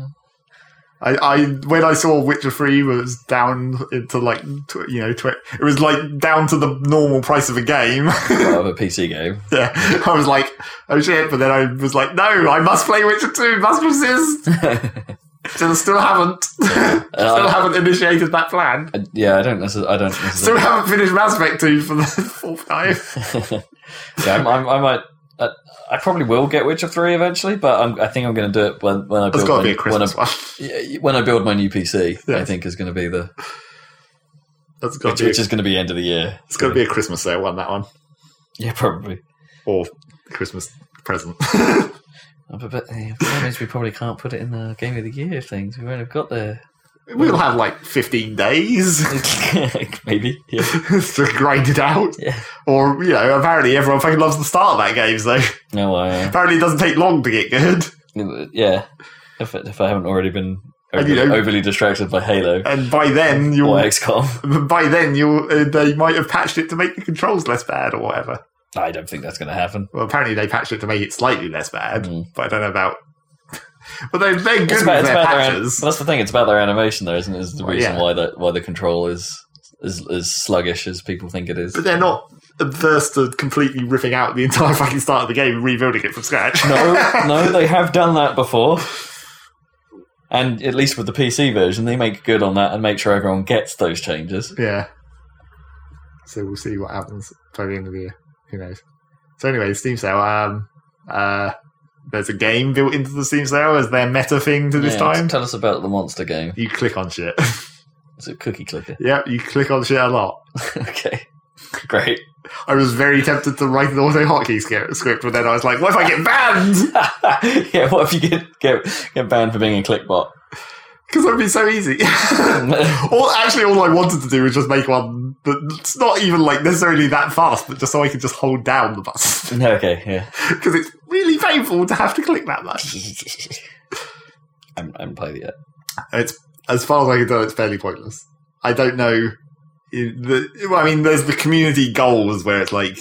B: I, I when I saw Witcher Three was down into like tw- you know tw- it was like down to the normal price of a game.
C: Well, I have a PC game.
B: yeah, I was like, oh shit! But then I was like, no, I must play Witcher Two. Must persist. Still, still haven't. still
C: Uh,
B: haven't initiated that plan.
C: I- yeah, I don't necessarily. I don't
B: Still
C: necessarily.
B: haven't finished Mass Effect Two for the fourth time.
C: yeah, I'm, I'm, I might. I, I probably will get Witcher Three eventually, but I'm, I think I'm going to do it when when I
B: It's
C: build
B: got to
C: my,
B: be a
C: when I,
B: Christmas one.
C: yeah, when I build my new PC. I
B: Yes.
C: think is going to be the
B: That's got
C: which,
B: to be.
C: which is going to be end of the year.
B: It's got to be a Christmas sale one. That one
C: Yeah, probably.
B: or Christmas present.
C: Uh, But, but eh, but that means we probably can't put it in the game of the year things. We won't have got there.
B: we'll have like fifteen days
C: Maybe. Yeah.
B: to grind it out.
C: Yeah.
B: Or, you know, apparently everyone fucking loves the start of that game, so
C: No, I.
B: apparently it doesn't take long to get good.
C: Uh, yeah. If, if I haven't already been
B: And you
C: overly,
B: know-
C: overly distracted by Halo
B: And by then, you'll.
C: or XCOM,
B: By then, you'll, uh, they might have patched it to make the controls less bad or whatever.
C: I don't think that's going to happen.
B: Well, apparently they patched it to make it slightly less bad,
C: Mm.
B: but I don't know about. but they're, they're good
C: It's
B: with
C: about, it's
B: their
C: about their an-
B: patches.
C: that's the thing. It's about their animation, though, isn't it? Is the
B: Well,
C: reason
B: yeah.
C: why that why the control is is as sluggish as people think it is.
B: but they're not adverse to completely ripping out the entire fucking start of the game and rebuilding it from scratch.
C: No, no, they have done that before. And at least with the PC version, they make good on that and make sure everyone gets those changes.
B: Yeah. So we'll see what happens by the end of the year. Who knows? So anyway, Steam sale. Um, uh, there's a game built into the Steam sale as their meta thing to this
C: Yeah,
B: time.
C: tell us about the monster game.
B: You click on shit.
C: It's a cookie clicker.
B: yep, you click on shit a lot.
C: okay, great.
B: I was very tempted to write an auto hotkey sca- script, but then I was like, what if I get banned?
C: yeah, what if you get get get banned for being a clickbot?
B: Because that would be so easy. All, actually, all I wanted to do was just make one that's not even like necessarily that fast, but just so I could just hold down the button
C: okay, yeah.
B: because it's really painful to have to click that much.
C: I haven't I haven't played it yet.
B: It's as far as I can tell, it's fairly pointless. I don't know. in The, well, I mean, there's the community goals where it's like,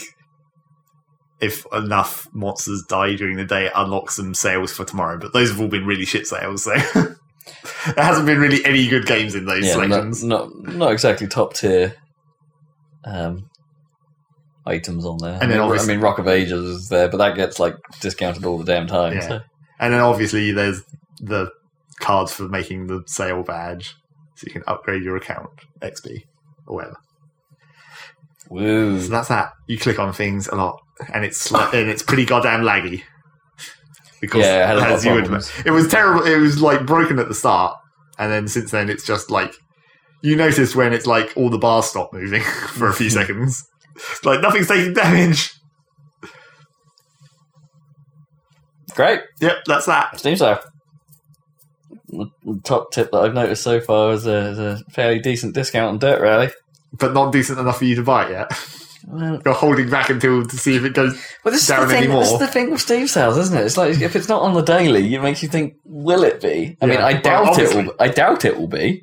B: if enough monsters die during the day, it unlocks some sales for tomorrow. But those have all been really shit sales, so there hasn't been really any good games in those
C: yeah, not,
B: selections.
C: not not exactly top tier um, items on there.
B: And
C: I, mean,
B: then
C: I
B: obviously-
C: mean, Rock of Ages is there, but that gets like discounted all the damn time.
B: Yeah.
C: so-
B: And then obviously there's the cards for making the sale badge, so you can upgrade your account XP or whatever.
C: Woo!
B: So that's that. You click on things a lot, and it's sli- and it's pretty goddamn laggy. Because
C: yeah, I had a lot of
B: as you would-
C: problems.
B: it was terrible. It was like broken at the start, and then since then it's just like you notice when it's like all the bars stop moving for a few seconds. It's Like nothing's taking damage.
C: Great
B: Yep, that's that.
C: Steam sale. The the top tip that I've noticed so far is a, is a fairly decent discount on Dirt Rally.
B: But not decent enough for you to buy it yet.
C: Well,
B: You're holding back until to see if it goes.
C: Well, this is,
B: down
C: the thing,
B: anymore.
C: this is the thing with Steam sales, isn't it? It's like if it's not on the daily, it makes you think, will it be? I mean,
B: Yeah.
C: I
B: Well,
C: doubt it
B: obviously.
C: will. I doubt it will be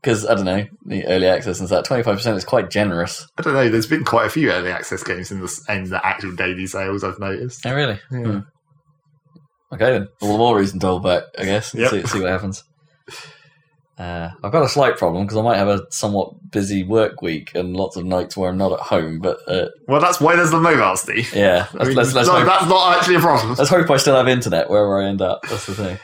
C: because I don't know the early access and that twenty five percent is quite generous.
B: I don't know. There's been quite a few early access games in the in the actual daily sales. I've noticed.
C: Oh, really?
B: Yeah.
C: Hmm. Okay, then all the more reason to hold back, I guess. and
B: Yep.
C: See, see what happens. Uh, I've got a slight problem because I might have a somewhat busy work week and lots of nights where I'm not at home. But uh,
B: Well, that's why there's the mobile, Steve.
C: yeah, let's,
B: I mean,
C: let's, let's,
B: no,
C: hope,
B: that's not actually a problem.
C: let's hope I still have internet wherever I end up. That's the thing.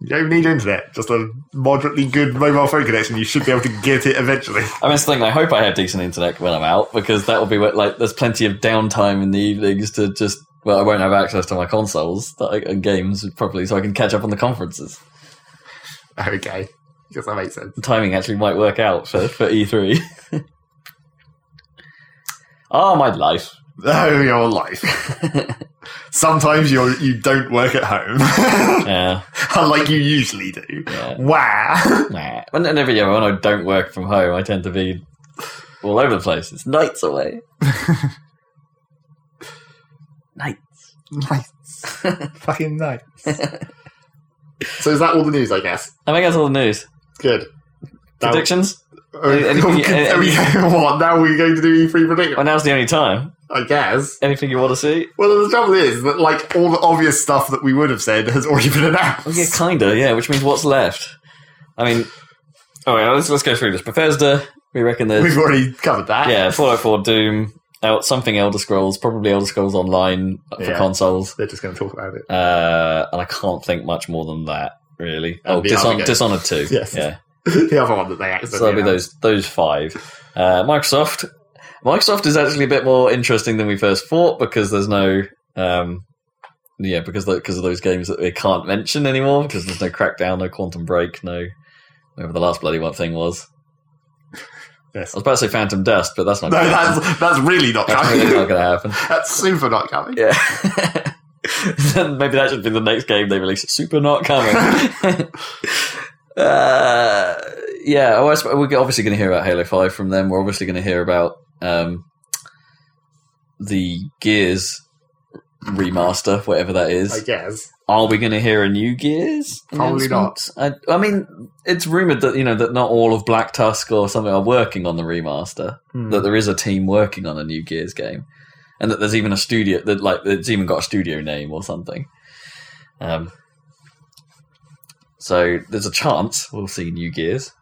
B: You don't need internet, just a moderately good mobile phone connection. You should be able to get it eventually.
C: I mean, it's the thing. I hope I have decent internet when I'm out because that will be what, like there's plenty of downtime in the evenings to just. Well, I won't have access to my consoles that I, and games properly, so I can catch up on the conferences.
B: Okay. Yes, that makes sense.
C: The timing actually might work out for, for E E3. Ah, my life.
B: Oh, your life. Sometimes you are you don't work at home,
C: yeah,
B: like you usually do.
C: yeah.
B: Wow.
C: Nah. And then every year when I don't work from home, I tend to be all over the place. It's nights away. Night.
B: Nice. Fucking nice. so is that all the news, I guess?
C: I think that's all the news.
B: Good. Now-
C: Predictions?
B: Oh,
C: Any-
B: oh,
C: any-
B: good- are we- what, now we're going to do E3 prediction?
C: Well, now's the only time.
B: I guess.
C: Anything you want to see?
B: Well, the trouble is that, like, all the obvious stuff that we would have said has already been announced.
C: Well, yeah, kinda. Yeah, which means what's left? I mean, all right, let's let's go through this. Bethesda, we reckon there's
B: We've already covered that.
C: yeah Fallout 4, Doom, out something Elder Scrolls, probably Elder Scrolls Online for
B: Yeah.
C: consoles,
B: They're just going to talk about it.
C: uh, and I can't think much more than that really.
B: And
C: oh,
B: the
C: Dishon-
B: other game.
C: Dishonored Two.
B: Yes.
C: Yeah.
B: the other one that they
C: So
B: actually.
C: that'll be those those five. Uh, Microsoft. Microsoft is actually a bit more interesting than we first thought because there's no, um, yeah, because tho- because of those games that they can't mention anymore because there's no Crackdown, no Quantum Break, no whatever the last bloody one thing was.
B: Yes.
C: I was about to say Phantom Dust, but that's
B: No,
C: not. gonna happen.
B: that's that's really not
C: That's really not
B: coming.
C: going to happen.
B: that's super not coming.
C: Yeah. Then Maybe that should be the next game they release. Super not coming. uh, yeah, well, I suppose we're obviously going to hear about Halo Five from them. We're obviously going to hear about um, the Gears remaster, whatever that
B: I
C: is.
B: guess.
C: Are we going to hear a new Gears?
B: Probably
C: announcement? I, I mean, it's rumored that you know that not all of Black Tusk or something are working on the remaster
B: Hmm,
C: that there is a team working on a new Gears game, and that there's even a studio that like it's even got a studio name or something. Um, so there's a chance we'll see new Gears.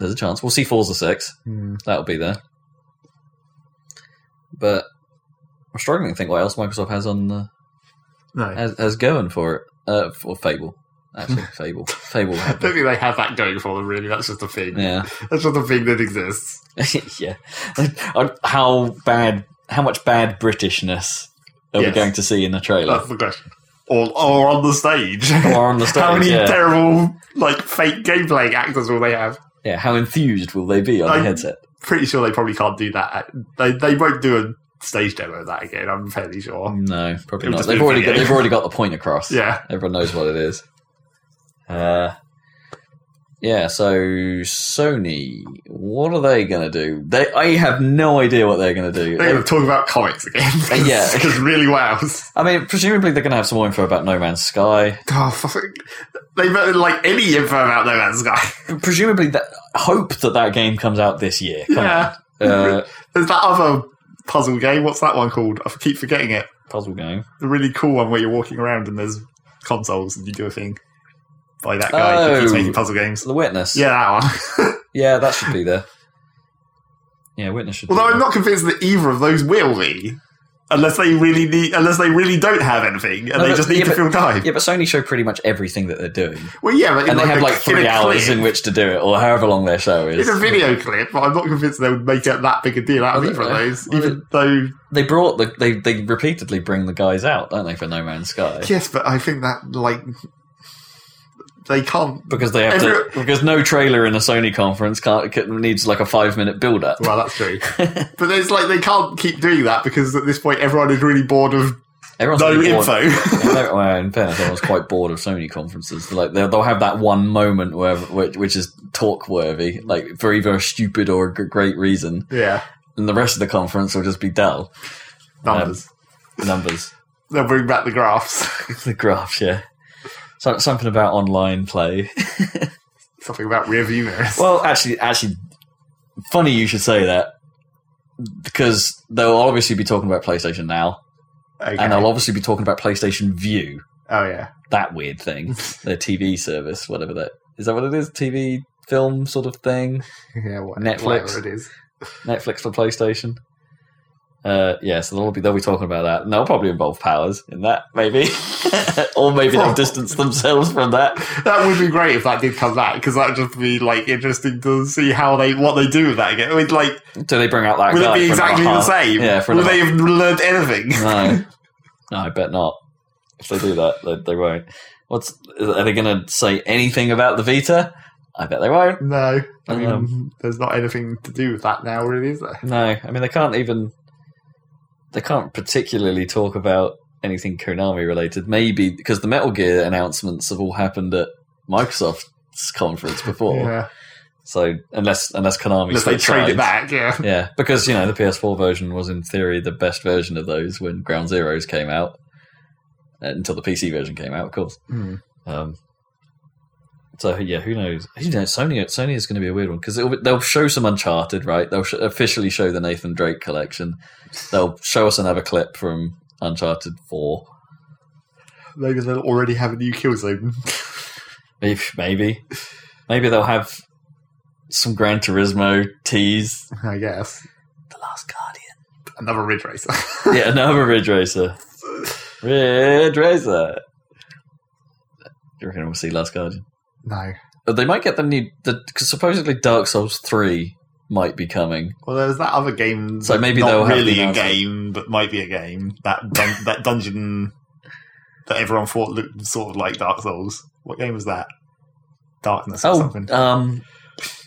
C: There's a chance we'll see Forza Six.
B: Hmm.
C: That'll be there. But I'm struggling to think what else Microsoft has on the,
B: No.
C: has, has going for it. Uh, for Fable, actually, Fable, Fable.
B: I
C: Had
B: don't think they have that going for them, really. That's just a thing.
C: yeah.
B: That's just a thing that exists.
C: yeah. Uh, How bad? How much bad Britishness are we
B: Yes.
C: going to see in the trailer
B: That's the question. Or, or on the stage.
C: or on the stage?
B: How many
C: yeah.
B: terrible, like, fake gameplay actors will they have?
C: yeah. How enthused will they be on
B: I-
C: the headset?
B: Pretty sure they probably can't do that. They, they won't do a stage demo of that again, I'm fairly sure.
C: Um, No, probably
B: It'll
C: not.
B: just be
C: They've
B: a
C: already got,
B: video.
C: they've already got the point across.
B: Yeah.
C: Everyone knows what it is. Uh, yeah. So Sony, what are they going to do? They, I have no idea what they're going to do.
B: They're going to talk about comics again.
C: Yeah.
B: Because really, wow.
C: I mean, presumably they're going to have some more info about No Man's Sky.
B: Oh, fuck. They better like any info about No Man's Sky.
C: presumably that hope that that game comes out this year. Come
B: Yeah.
C: on. Uh,
B: There's that other puzzle game. What's that one called? I keep forgetting it.
C: puzzle game.
B: The really cool one where you're walking around and there's consoles and you do a thing by that guy who keeps
C: Oh.
B: making puzzle games.
C: The Witness.
B: Yeah, that one.
C: Yeah, that should be there. Yeah, Witness should.
B: Although
C: be
B: I'm
C: there.
B: not convinced that either of those will be, unless they really need, unless they really don't have anything and
C: No,
B: they
C: but-
B: just need
C: yeah,
B: to
C: but-
B: fill time.
C: Yeah, but Sony show pretty much everything that they're doing,
B: Well, yeah, but in
C: and they have
B: a-
C: like
B: in
C: three
B: a
C: hours
B: clip,
C: in which to do it, or however long their show is.
B: It's a video clip, but I'm not convinced they would make it that big a deal out of
C: Well,
B: either of
C: they-
B: those.
C: well,
B: even though,
C: They brought the they they repeatedly bring the guys out, don't they, for No Man's Sky?
B: yes, but I think that like they can't.
C: Because they have to,
B: Every-
C: because no trailer in a Sony conference can't, needs like a five minute build up.
B: Well, that's true. but it's like they can't keep doing that because at this point everyone is really bored of
C: Everyone's
B: no
C: really bored.
B: info.
C: I don't- well, in fairness, I was quite bored of Sony conferences. Like they'll, they'll have that one moment where which, which is talk worthy, like for either a stupid or a g- great reason,
B: yeah,
C: and the rest of the conference will just be dull
B: numbers.
C: Um, numbers,
B: They'll bring back the graphs.
C: the graphs, yeah. So, something about online play.
B: Something about rear view mirrors.
C: Well, actually, actually, funny you should say that because they'll obviously be talking about PlayStation now,
B: Okay.
C: and they'll obviously be talking about PlayStation View,
B: oh yeah.
C: that weird thing, their TV service, whatever that Is that what it is? TV film sort of thing.
D: yeah, what,
C: Netflix.
D: whatever it is.
C: Netflix for PlayStation. Uh, yeah, so they'll be they'll be talking about that, and they'll probably involve powers in that, maybe, or maybe they'll distance themselves from that.
B: That would be great if that did come back because that would just be like interesting to see how they what they do with that again. I mean, like,
C: Do they bring out that?
B: will
C: guy
B: it be
C: for another
B: exactly the
C: half?
B: same?
C: Yeah, for
B: will
C: another-
B: they have learned anything?
C: No, no, I bet not. If they do that, they, they won't. What's are they going to say anything about the Vita? I bet they won't.
B: No, I mean,
C: Um,
B: there's not anything to do with that now, really, is there?
C: No, I mean they can't even they can't particularly talk about anything Konami related. Maybe because the Metal Gear announcements have all happened at Microsoft's conference before.
B: yeah,
C: So unless unless Konami
B: unless they trade it back. Yeah,
C: yeah, because you know the PS4 version was in theory the best version of those when Ground Zeroes came out, uh, until the PC version came out, of course.
D: Hmm.
C: Um, so yeah, who knows? Who knows? Sony, Sony is going to be a weird one because they'll show some Uncharted, right? They'll sh- officially show the Nathan Drake collection. They'll show us another clip from Uncharted Four,
B: maybe they'll already have a new kill zone.
C: maybe, maybe, maybe they'll have some Gran Turismo tease.
B: I guess
C: The Last Guardian.
B: another ridge racer.
C: Yeah, another Ridge Racer. Ridge Racer. You reckon we'll see Last Guardian?
B: no,
C: But they might get the new. The, cause supposedly Dark Souls Three might be coming.
B: well, there was that other game.
C: So
B: that's
C: maybe
B: not
C: they'll have
B: really
C: the
B: a
C: announcement.
B: game, but might be a game. That dun- that dungeon that everyone thought looked sort of like Dark Souls. What game was that? Darkness or
C: Oh,
B: something.
C: um,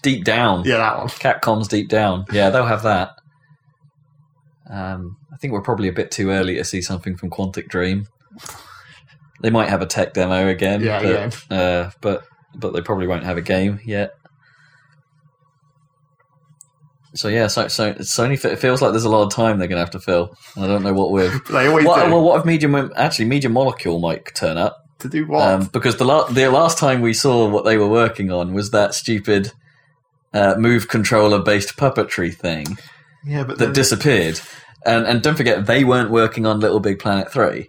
C: Deep Down.
B: yeah, that one.
C: Capcom's Deep Down. Yeah, they'll have that. Um, I think we're probably a bit too early to see something from Quantic Dream. They might have a tech demo again.
B: Yeah, yeah.
C: um, but, Uh, but but they probably won't have a game yet. So yeah, so, so Sony. It feels like there's a lot of time they're going to have to fill, and I don't know what with.
B: They always
C: What,
B: do.
C: well, what if medium actually medium molecule might turn up?
B: to do what?
C: Um, because the, la- the last time we saw what they were working on was that stupid uh, move controller based puppetry thing
B: yeah, but
C: that
B: then,
C: disappeared. And, and don't forget, they weren't working on Little Big Planet 3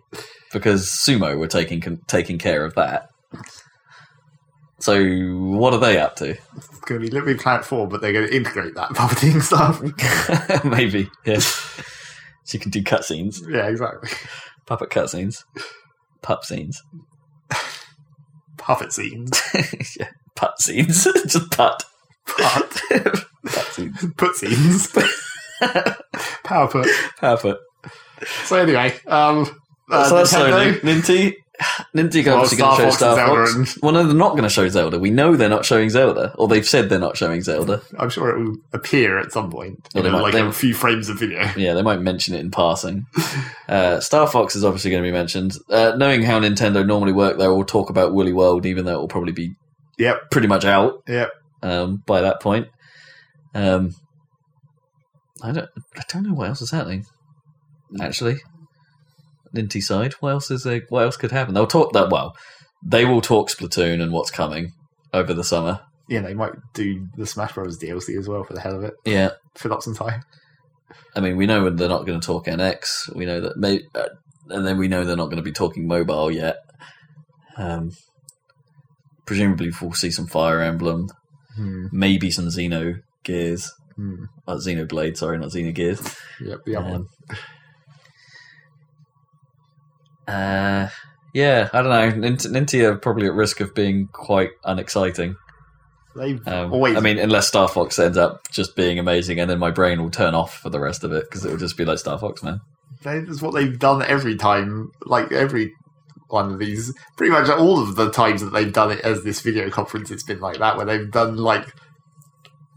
C: because Sumo were taking, con- taking care of that. So, what are they up to?
B: it's going to be Living Planet Four, but they're going to integrate that puppeteering stuff.
C: Maybe, yeah. so you can do cutscenes,
B: yeah, exactly.
C: puppet cutscenes, pup scenes.
B: Puppet scenes.
C: yeah, putt scenes. Just putt.
B: Putt.
C: putt scenes.
B: Put scenes. Power put.
C: Perfect.
B: So anyway, um, uh,
C: so that's
B: Nintendo.
C: Sony. Ninty. Ninty
B: Well,
C: obviously going to
B: Star
C: show
B: Fox and
C: Star
B: Zelda
C: Fox.
B: and-
C: Well, no, they're not going to show Zelda. We know they're not showing Zelda, or they've said they're not showing Zelda.
B: I'm sure it will appear at some point,
C: Well,
B: you
C: they
B: know,
C: might-
B: like
C: they-
B: a few frames of video.
C: Yeah, they might mention it in passing. Uh, Star Fox is obviously going to be mentioned. Uh, knowing how Nintendo normally work, they will talk about Woolly World, even though it will probably be
B: Yep.
C: pretty much out.
B: Yep.
C: Um, by that point, um, I don't. I don't know what else is happening. Actually, Ninty side. What else is there? What else could happen? They'll talk that. Well, they will talk Splatoon and what's coming over the summer.
B: Yeah, they might do the Smash Bros. DLC as well for the hell of it.
C: Yeah.
B: Fill up some time.
C: I mean, we know they're not going to talk NX. We know that, may, uh, and then we know they're not going to be talking mobile yet. Um, presumably, we'll see some Fire Emblem,
B: Hmm.
C: maybe some Xeno Gears,
B: Hmm.
C: uh, Xeno Blade. Sorry, not Xeno Gears.
B: Yep, the other one.
C: Um, Uh, yeah, I don't know. Nint- Ninty are probably at risk of being quite unexciting.
B: They've
C: Um,
B: always.
C: I mean, unless Star Fox ends up just being amazing, and then my brain will turn off for the rest of it because it will just be like Star Fox, man.
B: that is what they've done every time. Like every one of these, pretty much all of the times that they've done it as this video conference, it's been like that, where they've done like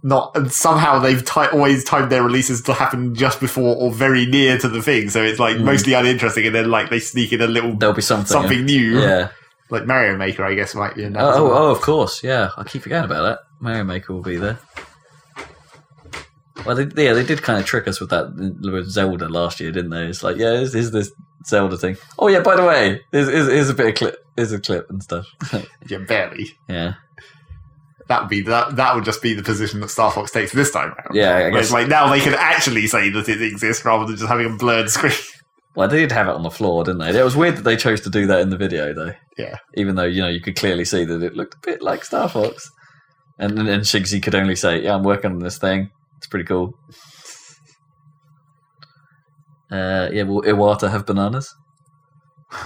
B: not and somehow they've ti- always timed their releases to happen just before or very near to the thing, so it's like
C: Mm.
B: mostly uninteresting, and then like they sneak in a little
C: There'll be something.
B: something new,
C: Yeah.
B: like Mario Maker, I guess might be in that. as
C: Oh,
B: well.
C: oh, of course. Yeah, I keep forgetting about that. Mario Maker will be there. Well, they, yeah, they did kind of trick us with that with Zelda last year, didn't they? It's like, yeah, is, is this Zelda thing? Oh yeah, by the way, is is, is a bit of clip, is a clip and stuff.
B: yeah, barely.
C: yeah,
B: That would be that. That would just be the position that Star Fox takes this time around.
C: yeah, I
B: Whereas,
C: guess.
B: like now they can actually say that it exists rather than just having a blurred screen.
C: Well, they did have it on the floor, didn't they? It was weird that they chose to do that in the video, though.
B: Yeah.
C: Even though you know you could clearly see that it looked a bit like Star Fox, and and, and Shigsy could only say, "Yeah, I'm working on this thing. It's pretty cool." Uh, yeah, will Iwata have bananas?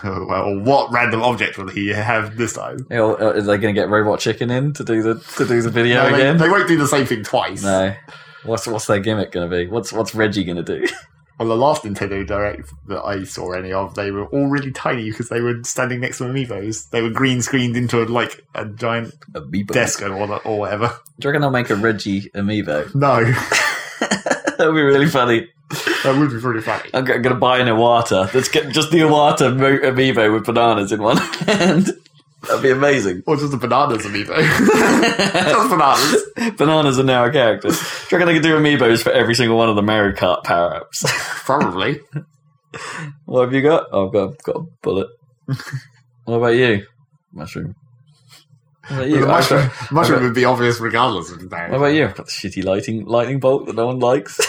B: well, what random object will he have this time?
C: You know, Are they going to get Robot Chicken in to do the to do the video
B: No, they,
C: again?
B: they won't do the same thing twice.
C: No. What's what's their gimmick going to be? What's what's Reggie going to do?
B: On the last Nintendo Direct that I saw any of, they were all really tiny because they were standing next to amiibos. They were green screened into a, like a giant
C: Amiibo.
B: desk or, what- or whatever.
C: Do you reckon they'll make a Reggie amiibo?
B: No,
C: That'd be really funny.
B: that would be pretty funny.
C: I'm, g- I'm gonna buy an Iwata. Let's get just the Iwata mo- amiibo with bananas in one hand. That'd be amazing.
B: Or just a bananas amiibo. just bananas.
C: bananas are now a character. Do you reckon I could do amiibos for every single one of the Mario Kart power ups?
B: Probably.
C: what have you got? Oh, I've got, got a bullet. what about you? Mushroom. What about you?
B: the
C: I've got-
B: mushroom, mushroom would be obvious regardless of that.
C: What about you? I've got the shitty lighting lightning bolt that no one likes.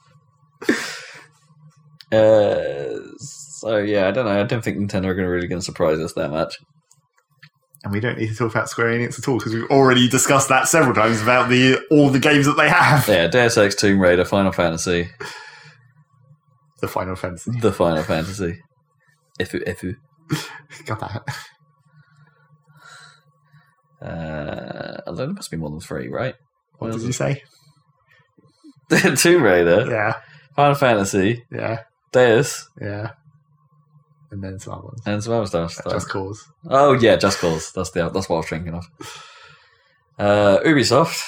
C: uh, so yeah, I don't know. I don't think Nintendo are gonna really going to surprise us that much.
B: And we don't need to talk about Square Enix at all because we've already discussed that several times about the all the games that they have.
C: Yeah, Deus Ex, Tomb Raider, Final Fantasy,
B: The Final Fantasy.
C: the Final Fantasy. Ifu Ifu.
B: Got that.
C: Uh, although there must be more than three, right?
B: What did you say?
C: Tomb Raider,
B: Yeah,
C: Final Fantasy,
B: yeah,
C: Deus,
B: yeah. And then some other ones.
C: and some other stuff. stuff.
B: Just cause.
C: Oh yeah, Just Cause. That's the that's what I was thinking of. Uh, Ubisoft,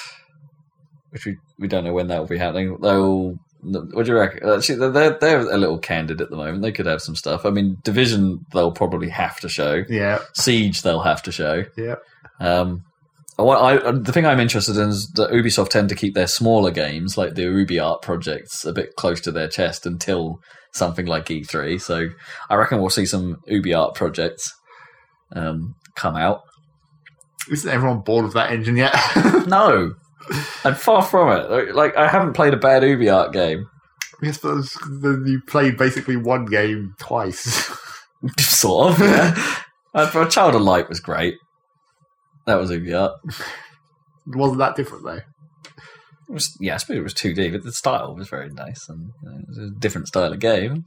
C: which we, we don't know when that will be happening. Though, what do you reckon? Actually, they're- they're they're a little candid at the moment. They could have some stuff. I mean, Division they'll probably have to show.
B: Yeah,
C: Siege they'll have to show.
B: yeah.
C: Um, I, want- I, uh, the thing I'm interested in is that Ubisoft tend to keep their smaller games, like the Ubi Art projects, a bit close to their chest until something like E3. So I reckon we'll see some Ubi Art projects um, come out.
B: Isn't everyone bored of that engine yet?
C: No, I'm far from it. Like I haven't played a bad Ubi Art game.
B: yes, but it's- then you played basically one game twice.
C: sort of. Yeah. Uh, Child of Light was great. That was Ubi Art.
B: it wasn't that different though.
C: It was, yeah, I suppose it was 2D, but the style was very nice and you know, it was a different style of game.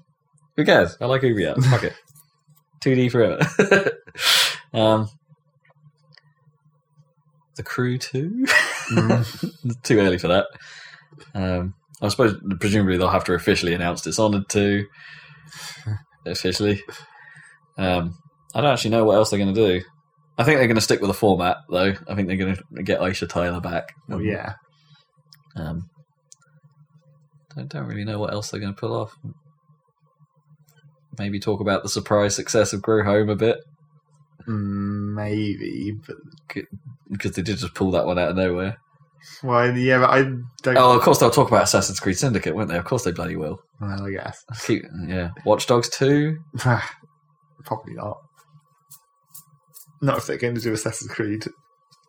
C: Who cares? I like Ubi Art. Fuck it. 2D forever. um, the Crew 2? Mm-hmm.
B: Mm-hmm.
C: Too early for that. Um, I suppose, presumably, they'll have to officially announce Dishonored 2. Officially. Um, I don't actually know what else they're going to do. I think they're going to stick with the format, though. I think they're going to get Aisha Tyler back.
B: Oh yeah.
C: Um, I don't really know what else they're going to pull off. Maybe talk about the surprise success of Grow Home a bit
B: Mm, Maybe, but
C: because they did just pull that one out of nowhere.
B: well, yeah, but I don't.
C: Oh, of course they'll talk about Assassin's Creed Syndicate, won't they? Of course they bloody will.
B: Well, I guess
C: Keep, yeah, Watch Dogs Two.
B: probably not. Not if they're going to do Assassin's Creed.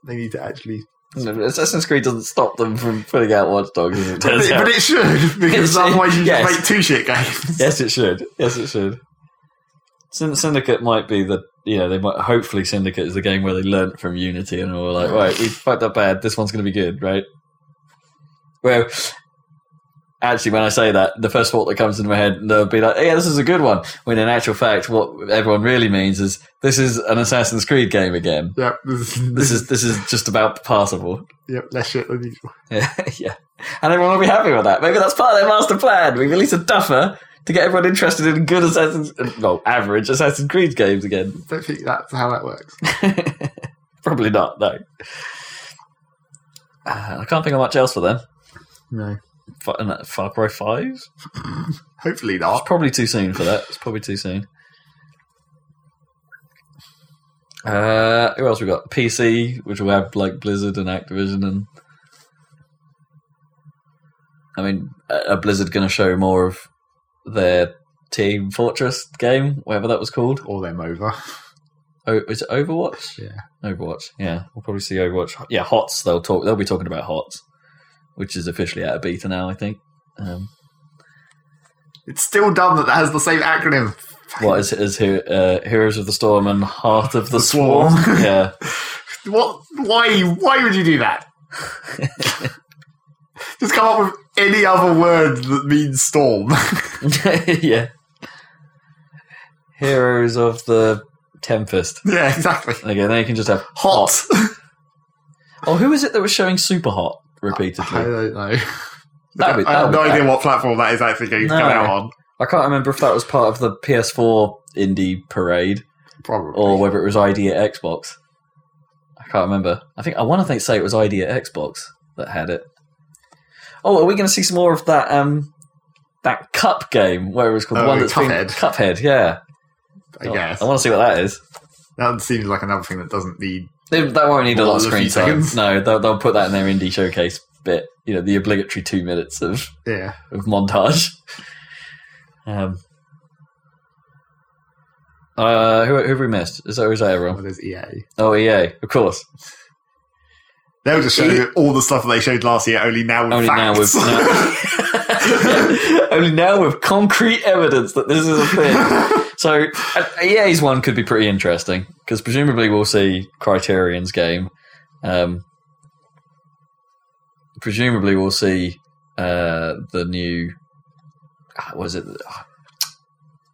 B: They need to actually
C: No, Assassin's Creed doesn't stop them from putting out Watch Dogs. As it
B: But
C: turns
B: it,
C: out.
B: but it should,
C: Yes.
B: because otherwise you
C: Yes.
B: just make two shit games.
C: yes, it should. Yes, it should. Syn- Syndicate might be the you know they might hopefully Syndicate is the game where they learnt from Unity and all like right we fucked up bad this one's going to be good right. Well, actually, when I say that, the first thought that comes into my head they'll be like, yeah, this is a good one. When in actual fact, what everyone really means is this is an Assassin's Creed game again.
B: Yep, this is,
C: This is this is just about passable.
B: yep, less shit than usual.
C: Yeah, yeah. And everyone will be happy with that. Maybe that's part of their master plan. We release a duffer to get everyone interested in good Assassin's, uh, well, average Assassin's Creed games again.
B: Don't think that's how that works.
C: Probably not, no. Uh, I can't think of much else for them.
B: No,
C: Far, and that Far Cry 5? It's
B: hopefully not.
C: probably too soon for that. It's probably too soon. Uh, who else we got? PC, which will have like Blizzard and Activision and. I mean, are are Blizzard going to show more of their Team Fortress game, whatever that was called?
B: All them over.
C: Oh, is it Overwatch?
B: Yeah.
C: Overwatch. Yeah, we'll probably see Overwatch. Yeah, Hots. They'll talk. They'll be talking about Hots, which is officially out of beta now. I think. Um,
B: It's still dumb that that has the same acronym.
C: What is is he- uh, Heroes of the Storm and Heart of the,
B: The
C: Swarm?
B: Swarm.
C: yeah,
B: What? Why? Why would you do that? Just come up with any other word that means storm.
C: yeah. Heroes of the Tempest.
B: yeah, exactly.
C: Okay, then you can just have.
B: Hot.
C: Oh, who is it that was showing Super Hot
B: I
C: repeatedly?
B: don't know.
C: That'd be-
B: I
C: that'd
B: have no
C: be
B: idea what platform that is actually going to come
C: No.
B: out on.
C: I can't remember if that was part of the PS4 indie parade
B: Probably.
C: or whether it was ID at Xbox. I can't remember. I think I want to think say it was ID at Xbox that had it. Oh, are we going to see some more of that? Um, that cup game, where it was called
B: Oh,
C: the one that's
B: Cuphead.
C: Been, Cuphead, yeah.
B: I guess.
C: I want to see what that is.
B: That seems like another thing that doesn't need.
C: They, that won't need a
B: Well,
C: lot of
B: a few
C: screen time.
B: seconds.
C: No, they'll, they'll put that in their indie showcase bit. You know, the obligatory two minutes of,
B: Yeah.
C: of montage. Um. Uh, who, who have we missed? Is that, is that everyone?
B: Well, there's E EA.
C: Oh, EA, of course.
B: They'll just show you all the stuff that they showed last year, only now with
C: Only now with
B: facts.
C: now, only now with concrete evidence that this is a thing. So uh, EA's one could be pretty interesting because presumably we'll see Criterion's game. Um, presumably we'll see uh, the new. ah, What is it? Ah,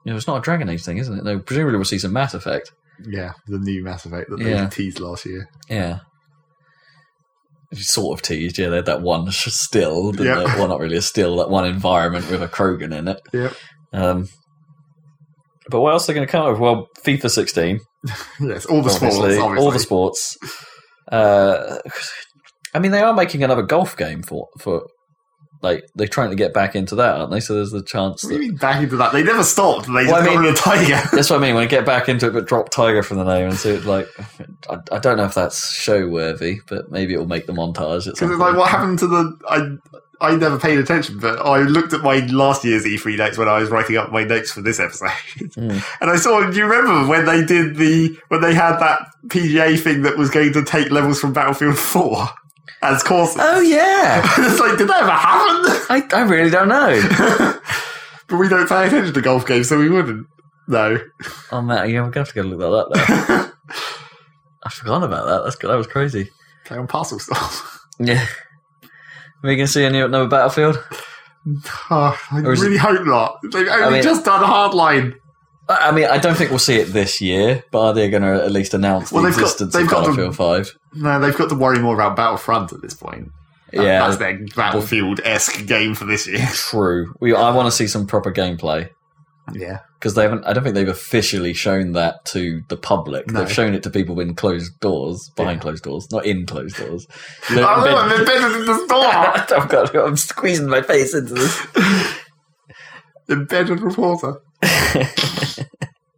C: No, it's not a Dragon Age thing, isn't it? No, presumably we'll see some Mass Effect.
B: yeah, the new Mass Effect that
C: Yeah.
B: they teased last year.
C: Yeah. Sort of teased, yeah. They had that one sh- still, didn't
B: Yep.
C: they? well, not really a still, that one environment with a Krogan in it.
B: Yep.
C: Um, but what else are they going to come up with? Well, FIFA 16,
B: Yes, all the
C: obviously,
B: sports, obviously.
C: all the sports. Uh, I mean, they are making another golf game for for like they're trying to get back into that, aren't they? So there's the chance
B: What do you
C: that
B: mean back into that? They never stopped. They just
C: Well, I
B: got
C: mean-
B: rid of Tiger.
C: that's what I mean. When I get back into it, but drop Tiger from the name and see it like I, I don't know if that's show worthy, but maybe it will make the montage.
B: Because it's like, what happened to the? I I never paid attention, but I looked at my last year's E3 notes when I was writing up my notes for this episode,
C: Mm.
B: and I saw. Do you remember when they did the when they had that PGA thing that was going to take levels from Battlefield Four as courses?
C: Oh yeah,
B: it's like, did that ever happen?
C: I, I really don't know.
B: but we don't pay attention to golf games, so we wouldn't. No.
C: Oh man, you're gonna have to go look that up. Now. I forgot about that. That's good. That was crazy.
B: Play on parcel store.
C: Yeah. Are we gonna see any another Battlefield?
B: Oh, I
C: Or is it-
B: really hope not. They've only
C: mean-
B: just done Hardline.
C: I I mean, I don't think we'll see it this year, but are they going to at least announce
B: Well,
C: the
B: they've got-
C: existence
B: they've
C: of
B: got them-
C: Battlefield Five?
B: No, they've got to worry more about Battlefront at this point. That-
C: yeah,
B: that's their Battlefield esque game for this year.
C: true. We, I want to see some proper gameplay
B: Yeah,
C: because they haven't. I don't think they've officially shown that to the public.
B: No.
C: They've shown it to people in closed doors, behind
B: Yeah.
C: closed doors, not in closed doors. They've
B: oh
C: been-
B: no, I'm embedded in the store.
C: I've got- I'm squeezing my face into this.
B: embedded reporter.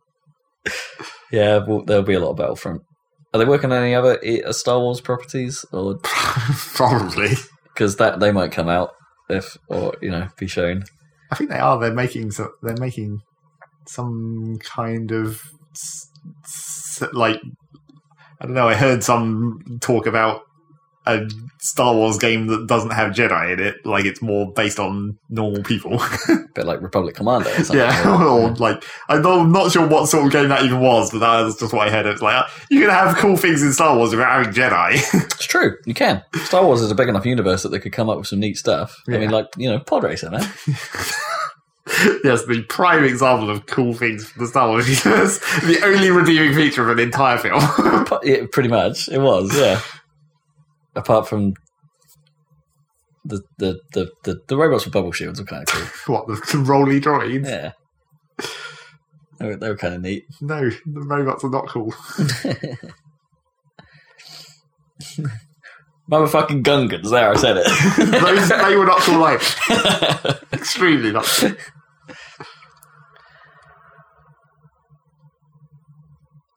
C: yeah, well, there'll be a lot of Battlefront. Are they working on any other eh, uh, Star Wars properties, or
B: Probably.
C: because that they might come out if, or you know, be shown?
B: I think they are. They're making some. They're making some kind of s- s- like I don't know. I heard some talk about a Star Wars game that doesn't have Jedi in it. Like it's more based on normal people.
C: bit like Republic Commander. Or something.
B: yeah, or like I'm not, I'm not sure what sort of game that even was, but that was just what I heard. It's like you can have cool things in Star Wars without having Jedi.
C: it's true. You can. Star Wars is a big enough universe that they could come up with some neat stuff. I mean,
B: Yeah.
C: like you know, Pod Racer, man.
B: yes, the prime example of cool things from the Star Wars universe. the only redeeming feature of an entire film.
C: Po- yeah, pretty much, it was. Yeah. Apart from the the the the, the robots with bubble shields were kind of cool.
B: what the roly droids?
C: Yeah. They were, they were kind of neat.
B: No, the robots are not cool.
C: Motherfucking Gungans, there, I said
B: Those
C: it.
B: they were not cool. Like extremely not. Cool.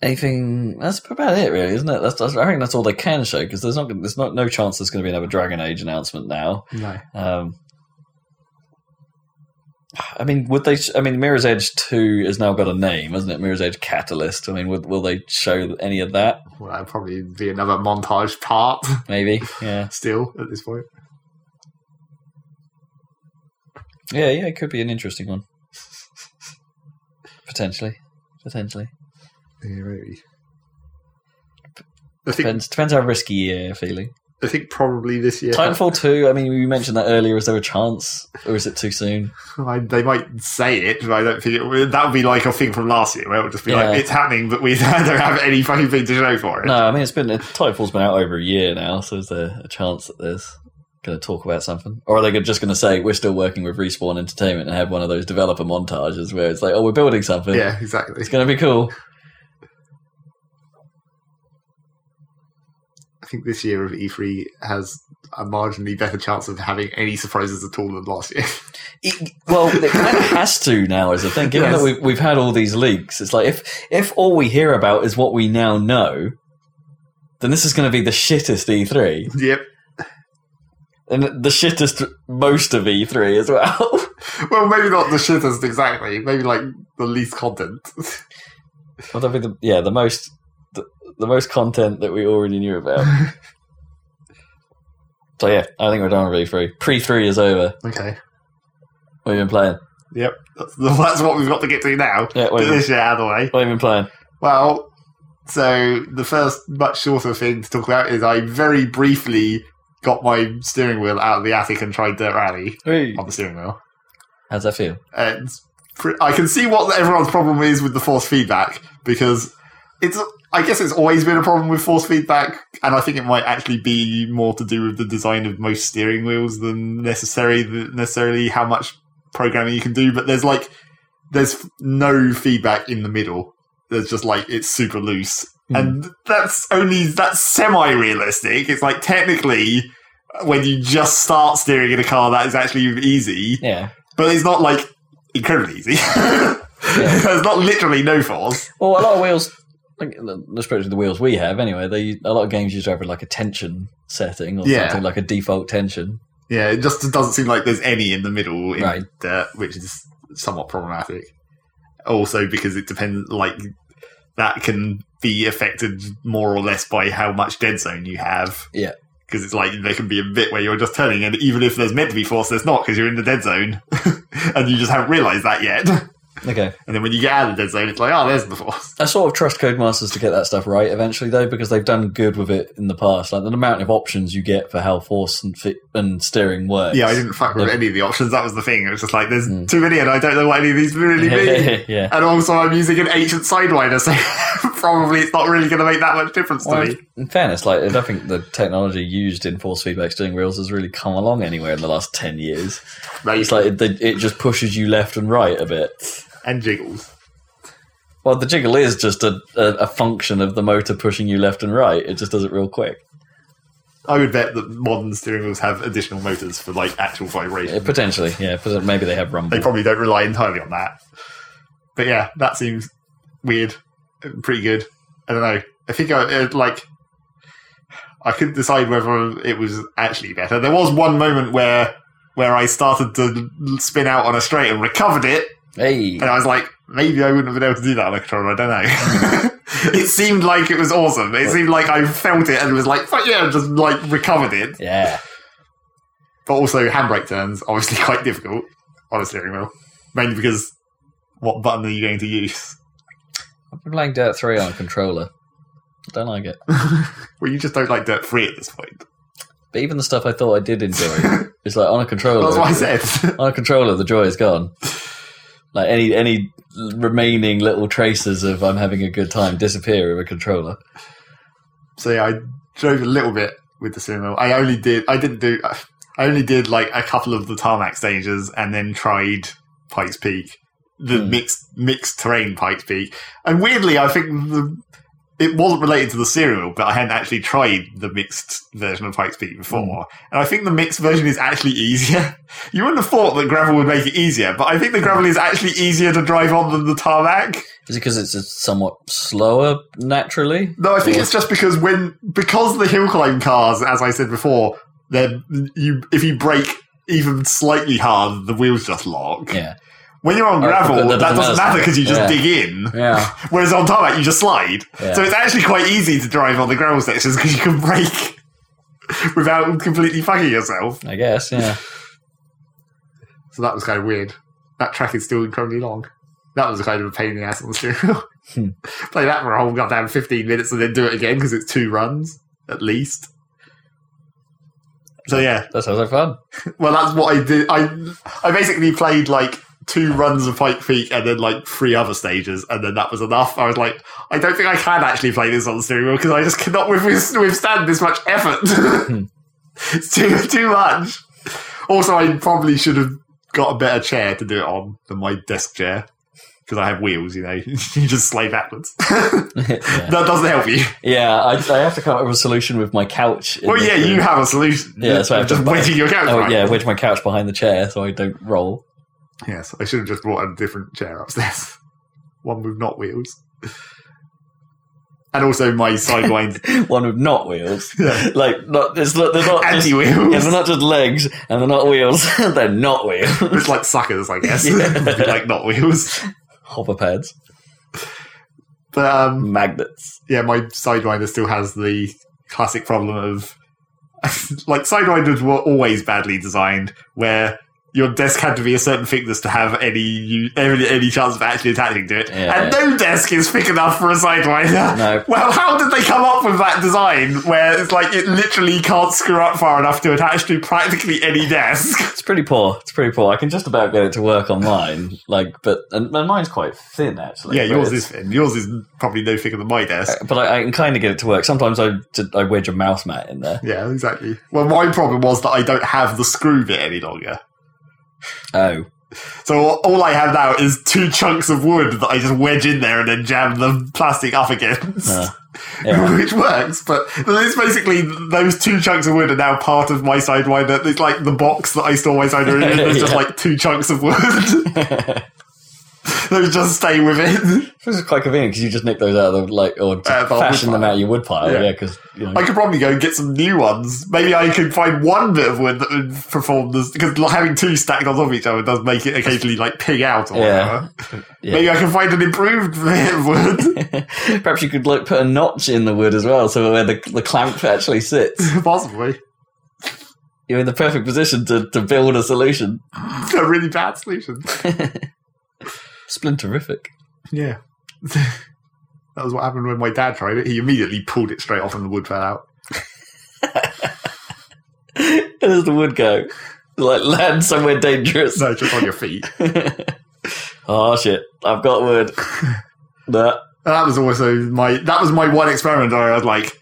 C: Anything that's about it, really, isn't it? That's, that's I think that's all they can show because there's not gonna- there's not no chance there's going to be another Dragon Age announcement now.
B: No,
C: Um, I mean, would they? I mean, Mirror's Edge Two has now got a name, hasn't it? Mirror's Edge Catalyst. I mean, would, will they show any of that?
B: well, that'd probably be another montage part.
C: Maybe. Yeah.
B: Still at this point,
C: Yeah. Yeah. It could be an interesting one. Potentially, potentially
B: Yeah, maybe. I think
C: depends depends how risky you're feeling.
B: I think probably this year
C: Titanfall two. I mean, we mentioned that earlier. Is there a chance, or is it too soon?
B: I, they might say it, but I don't think it, that would be like a thing from last year where it would just be
C: Yeah.
B: like it's happening, but we don't have any fucking thing to show for it.
C: No, I mean it's been Titanfall's been out over a year now, so is there a chance that there's going to talk about something, or are they just going to say we're still working with Respawn Entertainment and have one of those developer montages where it's like, oh, we're building something,
B: Yeah, exactly.
C: it's going to be cool.
B: I think this year of E3 has a marginally better chance of having any surprises at all than last year.
C: It- well, it kind of has to now is the thing. Given
B: Yes.
C: that we've we've had all these leaks, it's like if if all we hear about is what we now know, then this is going to be the shittest E3
B: yep.
C: and the shittest most of E3 as well.
B: Well, maybe not the shittest exactly. Maybe like the least content.
C: Well, that'd be the yeah the most the, the most content that we already knew about. so yeah, I think we're done with E three. Pre three is over.
B: okay.
C: What have you been playing?
B: Yep. That's, that's what we've got to get to now.
C: Yeah, what have
B: Get
C: you,
B: this year out of the way.
C: what have you been playing?
B: Well, so the first much shorter thing to talk about is I very briefly got my steering wheel out of the attic and tried Dirt Rally on the steering wheel.
C: How's that feel?
B: And pr- I can see what everyone's problem is with the force feedback because it's. I guess it's always been a problem with force feedback, and I think it might actually be more to do with the design of most steering wheels than necessary necessarily how much programming you can do. But there's like there's no feedback in the middle. There's just like it's super loose,
C: Hmm.
B: and that's only that's semi realistic. It's like technically when you just start steering in a car, that is actually easy
C: Yeah.
B: but it's not like incredibly easy. There's not literally no force.
C: Well, a lot of wheels. Like, let's put it to the wheels we have anyway. They a lot of games use to have like a tension setting or
B: Yeah.
C: something like a default tension.
B: Yeah, it just doesn't seem like there's any in the middle, in
C: Right.
B: dirt, which is somewhat problematic. Also, because it depends, like that can be affected more or less by how much dead zone you have.
C: Yeah.
B: Because it's like there can be a bit where you're just turning, and even if there's meant to be force, there's not because you're in the dead zone, and you just haven't realised that yet.
C: Okay.
B: And then when you get out of the dead zone, it's like, oh, there's the force.
C: I sort of trust Codemasters to get that stuff right eventually, though, because they've done good with it in the past. Like the amount of options you get for how force and fit and steering works.
B: Yeah, I didn't fuck with
C: Yeah.
B: any of the options. That was the thing. It was just like there's
C: Mm.
B: too many, and I don't know what any of these really mean.
C: yeah.
B: and also, I'm using an ancient sidewinder, so probably it's not really going to make that much difference
C: Well,
B: to me.
C: in fairness, like I don't think the technology used in force feedback steering wheels has really come along anywhere in the last ten years.
B: Mate,
C: It's like it, it just pushes you left and right a bit.
B: and jiggles.
C: Well, the jiggle is just a, a, a function of the motor pushing you left and right. It just does it real quick.
B: I would bet that modern steering wheels have additional motors for like actual vibration.
C: Yeah, potentially, yeah. pot- Maybe they have rumble.
B: They probably don't rely entirely on that. But yeah, that seems weird. Pretty good. I don't know. I think I uh, like. I couldn't decide whether it was actually better. There was one moment where where I started to spin out on a straight and recovered it,
C: hey,
B: and I was like, maybe I wouldn't have been able to do that on a controller. I don't know. it seemed like it was awesome. It seemed like I felt it and was like, fuck yeah, and just like recovered it.
C: yeah.
B: But also handbrake turns, obviously quite difficult on a steering wheel. Mainly because what button are you going to use?
C: I've been playing Dirt Three on a controller. I don't like it.
B: well, you just don't like Dirt Free at this point.
C: But even the stuff I thought I did enjoy, it's like on a controller.
B: That's what I said.
C: on a controller, the joy is gone. Like any any remaining little traces of I'm having a good time disappear with a controller.
B: so yeah, I drove a little bit with the steering wheel. I only did, I didn't do, I only did like a couple of the tarmac stages and then tried Pikes Peak, the
C: Hmm.
B: mixed mixed terrain Pikes Peak. And weirdly, I think the, it wasn't related to the serial, but I hadn't actually tried the mixed version of Pikes Peak before. And I think the mixed version is actually easier. You wouldn't have thought that gravel would make it easier, but I think the gravel is actually easier to drive on than the tarmac.
C: Is it because it's just somewhat slower naturally?
B: No, I think
C: Yeah.
B: it's just because when because the hill climb cars, as I said before, then you if you brake even slightly hard, the wheels just lock.
C: Yeah,
B: When you're on
C: Oh,
B: gravel,
C: that doesn't
B: that
C: matter.
B: doesn't matter because you just
C: Yeah.
B: dig in.
C: yeah.
B: Whereas on tarmac, you just slide.
C: Yeah.
B: So it's actually quite easy to drive on the gravel sections because you can brake without completely fucking yourself.
C: I guess. Yeah,
B: So that was kind of weird. That track is still incredibly long. That was kind of a pain in the ass on the steering wheel. Play that for a whole goddamn 15 minutes and then do it again because it's two runs, at least. So yeah,
C: That sounds like fun.
B: well, that's what I did. I I basically played like two runs of Pike Peak and then like three other stages, and then that was enough. I was like, I don't think I can actually play this on the steering wheel because I just cannot with- with- withstand this much effort.
C: Hmm.
B: it's too too much. Also, I probably should have got a better chair to do it on than my desk chair because I have wheels. You know, you just slide backwards.
C: yeah,
B: That doesn't help you.
C: yeah I, I have to come up with a solution with my couch. in
B: Well,
C: this
B: yeah,
C: room.
B: you have a solution.
C: Yeah, that's what I have to
B: just
C: buy.
B: wedging your couch.
C: Oh
B: right.
C: yeah, wedge my couch behind the chair so I don't roll.
B: Yes, I should have just brought a different chair upstairs. One with not wheels. And also my sidewind
C: One with not wheels,
B: Yeah.
C: like not. It's not. They're not. Just,
B: anti
C: yeah,
B: wheels.
C: they're not just legs, and they're not wheels. they're not wheels.
B: It's like suckers, I guess.
C: Yeah.
B: like not wheels.
C: Hopper pads,
B: But um,
C: magnets.
B: yeah, my sidewinder still has the classic problem of like sidewinders were always badly designed, where your desk had to be a certain thickness to have any u- any, any chance of actually attaching to it,
C: Yeah.
B: and no desk is thick enough for a sidewinder.
C: No,
B: Well, how did they come up with that design where it's like it literally can't screw up far enough to attach to practically any desk?
C: it's pretty poor. It's pretty poor. I can just about get it to work on mine. Like, but and, and mine's quite thin actually.
B: yeah,
C: but
B: yours
C: it's-
B: is thin. Yours is probably no thicker than my desk.
C: but I, I can kind of get it to work. Sometimes I I wedge a mouse mat in there.
B: Yeah, exactly. Well, my problem was that I don't have the screw bit any longer.
C: Oh,
B: So all I have now is two chunks of wood that I just wedge in there and then jam the plastic up against.
C: uh, yeah.
B: Which works, but it's basically those two chunks of wood are now part of my sidewinder. It's like the box that I store my sidewinder in. There's just
C: Yeah.
B: like two chunks of wood. Those just stay with it.
C: This is quite convenient because you just nick those out of the, like, or just
B: Out Uh, of our
C: fashion
B: woodpile.
C: them out of your wood pile.
B: Yeah.
C: Yeah, because you know,
B: I could probably go and get some new ones. Maybe I could find one bit of wood that would perform this because having two stacked on top of each other does make it occasionally like pig out or
C: Yeah.
B: whatever.
C: Yeah.
B: Maybe I can find an improved bit of wood.
C: perhaps you could like put a notch in the wood as well, so where the the clamp actually sits,
B: Possibly.
C: you're in the perfect position to to build a solution.
B: A really bad solution.
C: Splinterific.
B: Yeah. that was what happened when my dad tried it. He immediately pulled it straight off and the wood fell out.
C: Where does the wood go? Like land somewhere dangerous.
B: No, just on your feet.
C: oh shit! I've got wood. Nah.
B: And that was also my that was my one experiment where I was like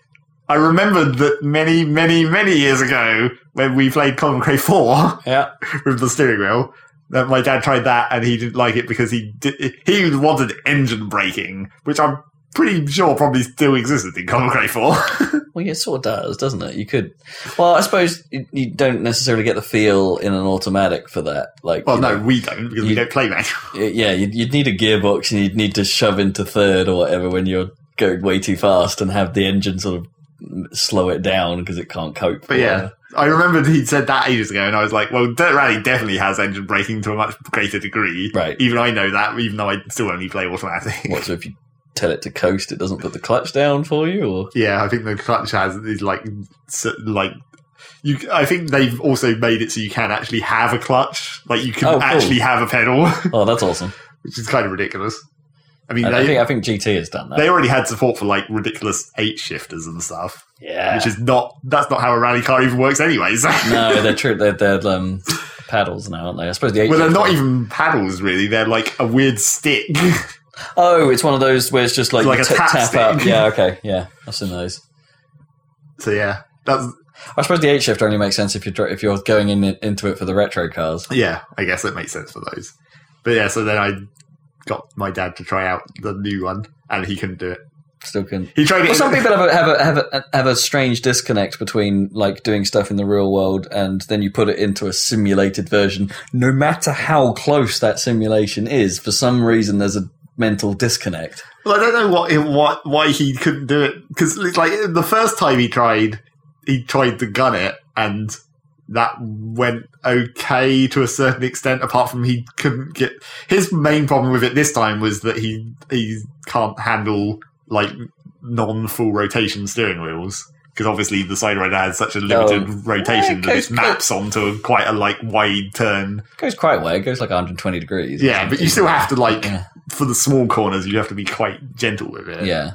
B: I remembered that many, many, many years ago when we played Colin Cray 4
C: Yeah.
B: with the steering wheel, that my dad tried that and he didn't like it because he did, he wanted engine braking, which I'm pretty sure probably still existed in Colin Cray 4.
C: Well, yeah, it sort of does, doesn't it? You could. Well, I suppose you, you don't necessarily get the feel in an automatic for that. Like,
B: well,
C: you
B: no,
C: know,
B: we don't because we
C: You-
B: don't play manual.
C: y- yeah, you'd, you'd need a gearbox and you'd need to shove into third or whatever when you're going way too fast and have the engine sort of slow it down because it can't cope.
B: But yeah, I remembered he'd said that ages ago, and I was like, "Well, Dirt Rally definitely has engine braking to a much greater degree."
C: Right.
B: Even I know that, even though I still only play automatic.
C: What, so if you tell it to coast, it doesn't put the clutch down for you, or
B: Yeah, I think the clutch has is like s- like you. I think they've also made it so you can actually have a clutch, like you can
C: Oh, cool.
B: actually have a pedal,
C: oh, that's awesome.
B: which is kind of ridiculous. I mean,
C: I, I
B: they
C: think I think GT has done that.
B: they already had support for like ridiculous eight shifters and stuff,
C: yeah,
B: which is not that's not how a rally car even works, anyways.
C: no, they're true. They're, they're um, paddles now, aren't they? I suppose the
B: well, they're
C: eight-
B: not even paddles really; they're like a weird stick.
C: Oh, it's one of those where it's just like,
B: It's like
C: you
B: a
C: t-
B: tap
C: tap,
B: stick.
C: up. Yeah, okay, yeah, I've seen those.
B: so yeah, that's
C: I suppose the eight shift only makes sense if you're dri- if you're going in into it for the retro cars.
B: yeah, I guess that makes sense for those. But yeah, so then I got my dad to try out the new one, and he couldn't do it.
C: Still can.
B: He tried it.
C: Well,
B: in-
C: some people have a, have a have a have a strange disconnect between like doing stuff in the real world and then you put it into a simulated version. No matter how close that simulation is, for some reason there's a mental disconnect.
B: Well, I don't know what, what why he couldn't do it because it's like the first time he tried, he tried to gun it, and that went okay to a certain extent. Apart from he couldn't get his main problem with it this time was that he he can't handle like non full rotation steering wheels. Because obviously the side rider has such a limited
C: Oh.
B: rotation
C: Yeah,
B: that it
C: okay.
B: maps onto quite a like wide turn.
C: It goes quite way. It goes like 120 degrees. or
B: Yeah, but
C: something.
B: you still have to like
C: Yeah.
B: for the small corners, you have to be quite gentle with it.
C: Yeah.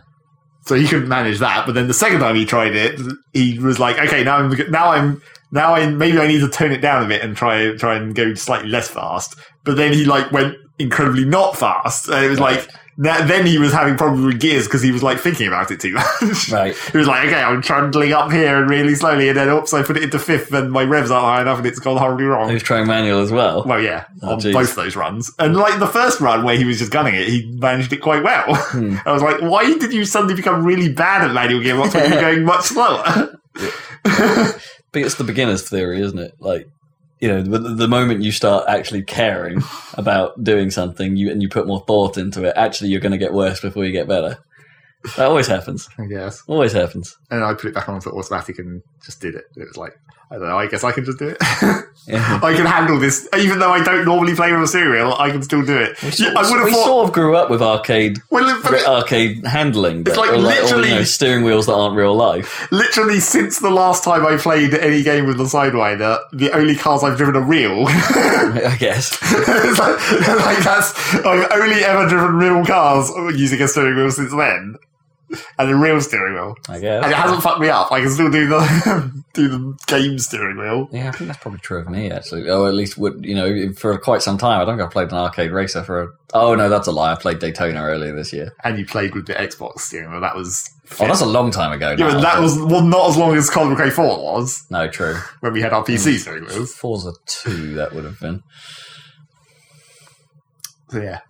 B: So he couldn't manage that. But then the second time he tried it, he was like, okay, now I'm now I'm now I maybe I need to tone it down a bit and try try and go slightly less fast. But then he like went incredibly not fast, and it was like. Now, then he was having problems with gears because he was like thinking about it too much.
C: Right.
B: It was like, okay, I'm trundling up here and really slowly, and then oops, I put it into fifth, and my revs aren't high enough, and it's gone horribly
C: He
B: wrong.
C: was trying manual as well.
B: Well, yeah,
C: Oh,
B: on
C: jeez.
B: both those runs, and like the first run where he was just gunning it, he managed it quite well.
C: Hmm.
B: I was like, why did you suddenly become really bad at manual gearbox when you're going much slower?
C: But it's the beginner's theory, isn't it? Like, you know, the, the moment you start actually caring about doing something you, and you put more thought into it, actually you're going to get worse before you get better. That always happens.
B: I guess.
C: Always happens.
B: And I put it back onto automatic and just did it. It was like, I don't know, I guess I can just do it.
C: Yeah.
B: I can handle this. Even though I don't normally play with a serial, I can still do it.
C: We, sort,
B: I would have
C: we
B: thought.
C: sort of grew up with arcade
B: Well, but it-
C: arcade handling.
B: It's
C: but-
B: like
C: or or, you
B: literally-
C: know, steering wheels that aren't real life.
B: literally since the last time I played any game with the Sidewinder, the only cars I've driven are real.
C: I guess.
B: It's like, like that's I've only ever driven real cars using a steering wheel since then, and a real steering wheel.
C: I guess.
B: And it hasn't fucked me up. I can still do the do the game steering wheel.
C: Yeah, I think that's probably true of me actually. Or at least would you know for quite some time. I don't think I played an arcade racer for. a... Oh no, that's a lie. I played Daytona earlier this year.
B: And you played with the Xbox steering wheel. That was
C: Oh, that's a long time ago.
B: yeah,
C: now,
B: but that
C: but-
B: was well not as long as Colin McRae Four was
C: no true.
B: when we had our
C: Hmm.
B: PC steering wheels.
C: Forza two, that would have been.
B: So yeah,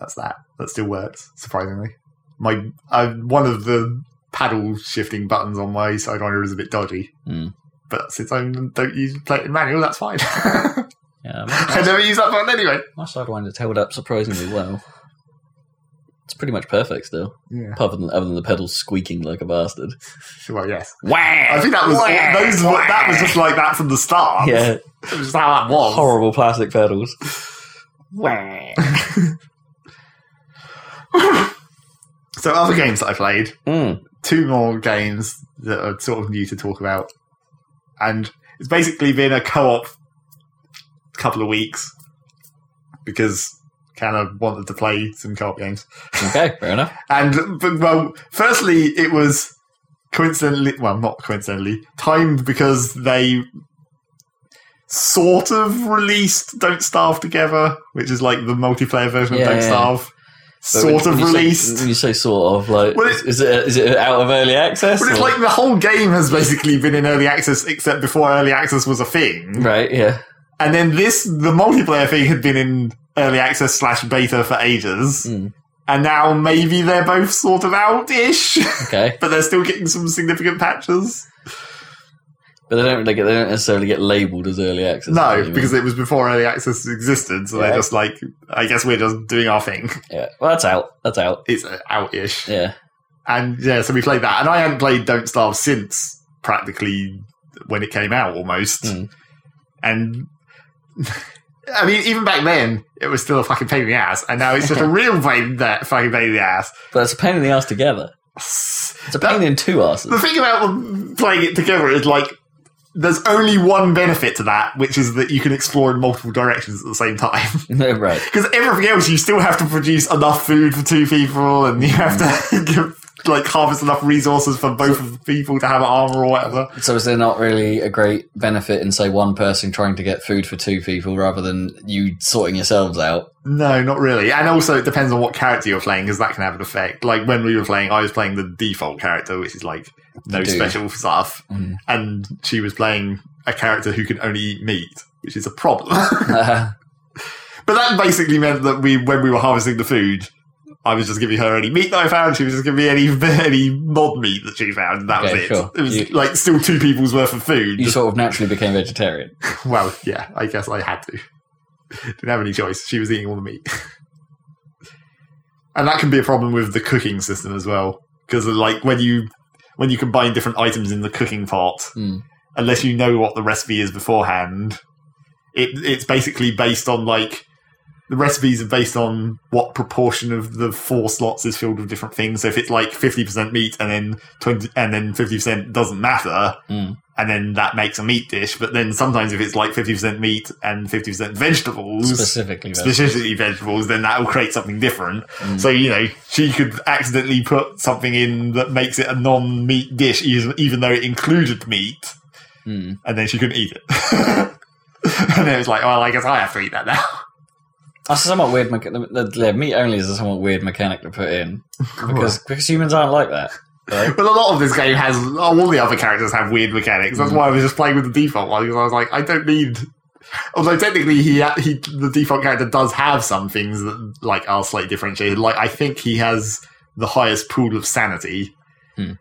B: that's that. That still works surprisingly. My uh, one of the paddle shifting buttons on my sidewinder is a bit dodgy.
C: Hmm.
B: But since I don't use play it in manual, that's fine.
C: Yeah,
B: I
C: my,
B: never use that button anyway.
C: my sidewinder's held up surprisingly well. It's pretty much perfect still,
B: Yeah.
C: other than other than the pedals squeaking like a bastard.
B: Well, yes.
C: Wow!
B: I think that was those. were- That was just like that from the start.
C: yeah,
B: It was just how that was.
C: horrible plastic pedals.
B: So other games that I played.
C: Mm.
B: two more games that are sort of new to talk about. And it's basically been a co op couple of weeks because kind of wanted to play some co op games.
C: Okay, fair enough.
B: And, but, well, firstly, it was coincidentally, well, not coincidentally, timed because they sort of released Don't Starve Together, which is like the multiplayer version of
C: Yeah,
B: Don't
C: yeah.
B: Starve.
C: But
B: Sort
C: when-
B: of
C: when you say-
B: released.
C: when you say sort of, like,
B: Well,
C: is is it is it out of early access?
B: But it's
C: or-
B: like the whole game has basically been in early access, except before early access was a thing.
C: right, yeah,
B: And then this, the multiplayer thing had been in early access slash beta for ages.
C: Mm.
B: And now maybe they're both sort of out ish,
C: okay.
B: but they're still getting some significant patches.
C: But they don't really get, they don't necessarily get labelled as early access. is what
B: No,
C: you mean.
B: because it was before early access existed, so
C: Yeah.
B: they're just like, I guess we're just doing our thing.
C: yeah, well, that's out. That's out.
B: It's uh, out ish.
C: Yeah,
B: And yeah, so we played that. And I hadn't played Don't Starve since practically when it came out almost.
C: Mm.
B: And I mean, even back then, it was still a fucking pain in the ass. And now it's just a real pain that fucking pain in the ass.
C: but it's a pain in the ass together. It's a pain in two asses.
B: The thing about playing it together is like, there's only one benefit to that, which is that you can explore in multiple directions at the same time.
C: right.
B: Because everything else, you still have to produce enough food for two people, and you have
C: Mm.
B: to give, like harvest enough resources for both of the people to have armor or whatever.
C: So is there not really a great benefit in say one person trying to get food for two people rather than you sorting yourselves out?
B: No, not really. And also, it depends on what character you're playing, because that can have an effect. Like when we were playing, I was playing the default character, which is like no
C: Dude.
B: special stuff,
C: Mm.
B: and she was playing a character who can only eat meat, which is a problem. But that basically meant that we, when we were harvesting the food, I was just giving her any meat that I found. She was just giving me any any mod meat that she found. And that
C: Okay,
B: was it.
C: sure.
B: It was
C: You-
B: like still two people's worth of food.
C: you sort of naturally became vegetarian.
B: well, yeah, I guess I had to. Didn't have any choice. She was eating all the meat, and that can be a problem with the cooking system as well. Because like when you when you combine different items in the cooking pot,
C: Hmm.
B: unless you know what the recipe is beforehand, it it's basically based on like the- the recipes are based on what proportion of the four slots is filled with different things. So if it's like fifty percent meat and then twenty and then fifty percent doesn't matter,
C: Mm.
B: and then that makes a meat dish. But then sometimes if it's like fifty percent meat and fifty percent vegetables,
C: specifically. though.
B: specifically vegetables, then that will create something different.
C: Mm.
B: So you know she could accidentally put something in that makes it a non-meat dish, even even though it included meat
C: Mm.
B: and then she couldn't eat it. and then it was like, well, I guess I have to eat that now.
C: That's a somewhat weird. Mecha- the, the, the meat only is a somewhat weird mechanic to put in because, because humans aren't like that. right?
B: but a lot of this game has all the other characters have weird mechanics. That's
C: Mm.
B: why I was just playing with the default one because I was like, I don't need. Although technically, he he the default character does have some things that like are slightly differentiated. Like I think he has the highest pool of sanity.
C: Hmm.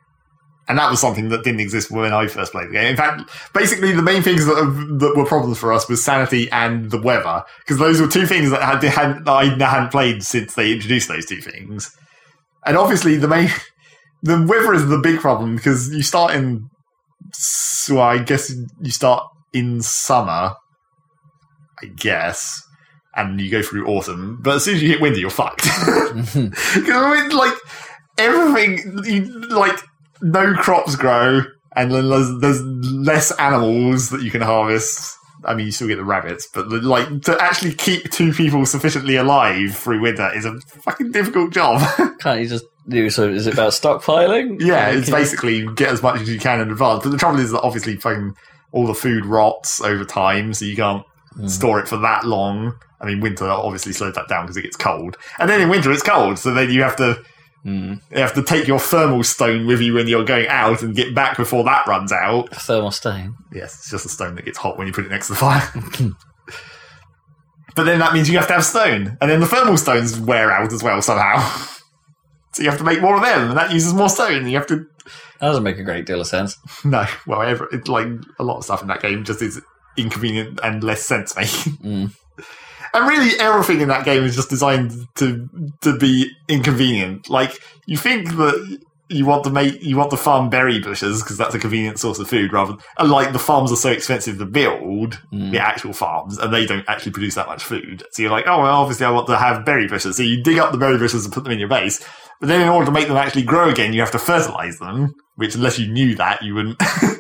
B: And that was something that didn't exist when I first played the game. In fact, basically, the main things that, have, that were problems for us was sanity and the weather, because those were two things that, had, had, that I hadn't played since they introduced those two things. And obviously, the main the weather is the big problem because you start in. s- Well, I guess you start in summer, I guess, and you go through autumn. But as soon as you hit winter, you're fucked.
C: Mhm.
B: 'Cause, I mean, like everything, you, like no crops grow, and then there's, there's less animals that you can harvest. I mean, you still get the rabbits, but the- like to actually keep two people sufficiently alive through winter is a fucking difficult job.
C: Can't you just do so? Is it about stockpiling?
B: Yeah,
C: Like,
B: it's
C: can you-
B: basically get as much as you can in advance. But the trouble is that obviously fucking all the food rots over time, so you can't
C: Mm.
B: store it for that long. I mean, winter obviously slows that down because it gets cold, and then in winter it's cold, so then you have to
C: Mm.
B: you have to take your thermal stone with you when you're going out and get back before that runs out.
C: Thermal stain.
B: Yes, it's just a stone that gets hot when you put it next to the fire. but then that means you have to have stone, and then the thermal stones wear out as well somehow. so you have to make more of them, and that uses more stone. and You have to
C: That doesn't make a great deal of sense.
B: No, well, ever, it, like a lot of stuff in that game just is inconvenient and less sense making.
C: Mm.
B: And really, everything in that game is just designed to to be inconvenient. Like you think that you want to make you want to farm berry bushes because that's a convenient source of food, rather. And like the farms are so expensive to build,
C: Mm.
B: the actual farms, and they don't actually produce that much food. So you're like, oh well, obviously I want to have berry bushes. So you dig up the berry bushes and put them in your base. But then in order to make them actually grow again, you have to fertilize them. Which, unless you knew that, you wouldn't.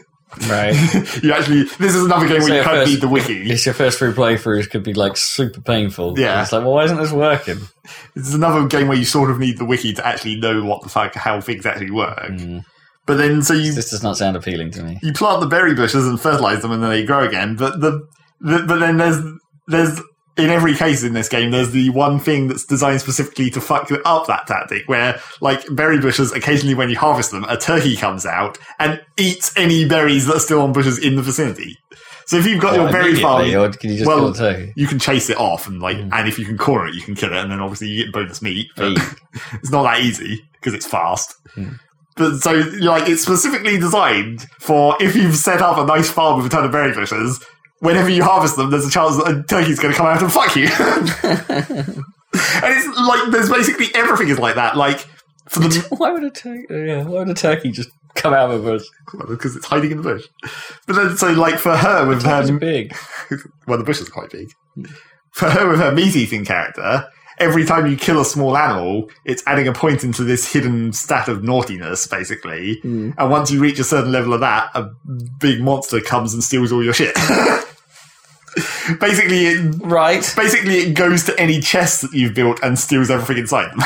C: Right.
B: you actually this is another game
C: So
B: where you
C: your
B: can't
C: first-
B: read the wiki.
C: It's your first three playthroughs could be like super painful.
B: Yeah.
C: It's like, well, why isn't this working?
B: This is another game where you sort of need the wiki to actually know what the fuck how things actually work.
C: Mm.
B: But then so you
C: This does not sound appealing to me.
B: you plant the berry bushes and fertilize them, and then they grow again. But the, the but then there's there's in every case in this game there's the one thing that's designed specifically to fuck up that tactic where like berry bushes occasionally when you harvest them a turkey comes out and eats any berries that are still on bushes in the vicinity so if you've got your
C: Well,
B: berry farm
C: Oh, immediately, Or can you just
B: Well,
C: kill the turkey?
B: you can chase it off and like
C: Mm.
B: and if you can corner it you can kill it and then obviously you get bonus meat but
C: Eek.
B: it's not that easy because it's fast
C: Mm.
B: but so like it's specifically designed for if you've set up a nice farm with a ton of berry bushes whenever you harvest them there's a chance that a turkey's going to come out and fuck you and it's like there's basically everything is like that like for the
C: why would a turkey? Yeah, why would a turkey just come out of a bush?
B: because it's hiding in the bush but then so like for her with her
C: Turkeys are big.
B: well, the bush is quite big. For her, with her meat eating character, every time you kill a small animal, it's adding a point into this hidden stat of naughtiness, basically.
C: Mm.
B: And once you reach a certain level of that, a big monster comes and steals all your shit. basically, it,
C: Right.
B: basically, it goes to any chest that you've built and steals everything inside them.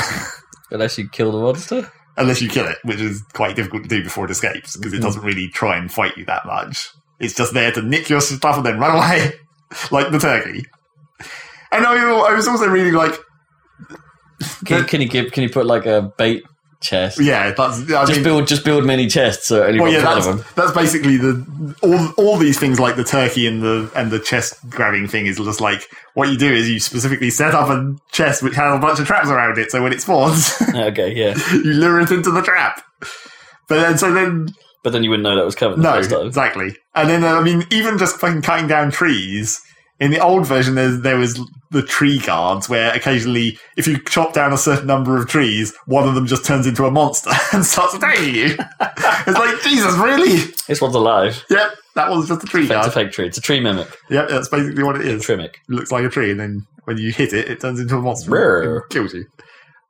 C: Unless you kill the monster.
B: Unless you kill it, which is quite difficult to do before it escapes, because it
C: Mm.
B: doesn't really try and fight you that much. It's just there to nick your stuff and then run away, like the turkey. And I, I was also really like,
C: Can, can you give? Can you put like a bait chest?
B: yeah, that's. I
C: Just
B: mean,
C: build, just build many chests so only
B: well, yeah,
C: one of them.
B: that's, that's basically the all all these things like the turkey and the and the chest grabbing thing is just like what you do is you specifically set up a chest which has a bunch of traps around it, so when it spawns,
C: Okay, yeah,
B: you lure it into the trap. But then, so then
C: but then you wouldn't know that was covered. The
B: No,
C: first time.
B: exactly. And then uh, I mean, even just fucking cutting down trees In the old version, there's, there was the tree guards, where occasionally, if you chop down a certain number of trees, one of them just turns into a monster and starts attacking you. it's like Jesus, really?
C: This one's alive.
B: Yep, that one's just a tree
C: It's a
B: guard.
C: fake tree. It's a tree mimic.
B: Yep, that's basically what it is.
C: Trimic.
B: It looks like a tree, and then when you hit it, it turns into a monster
C: Brr.
B: and kills you.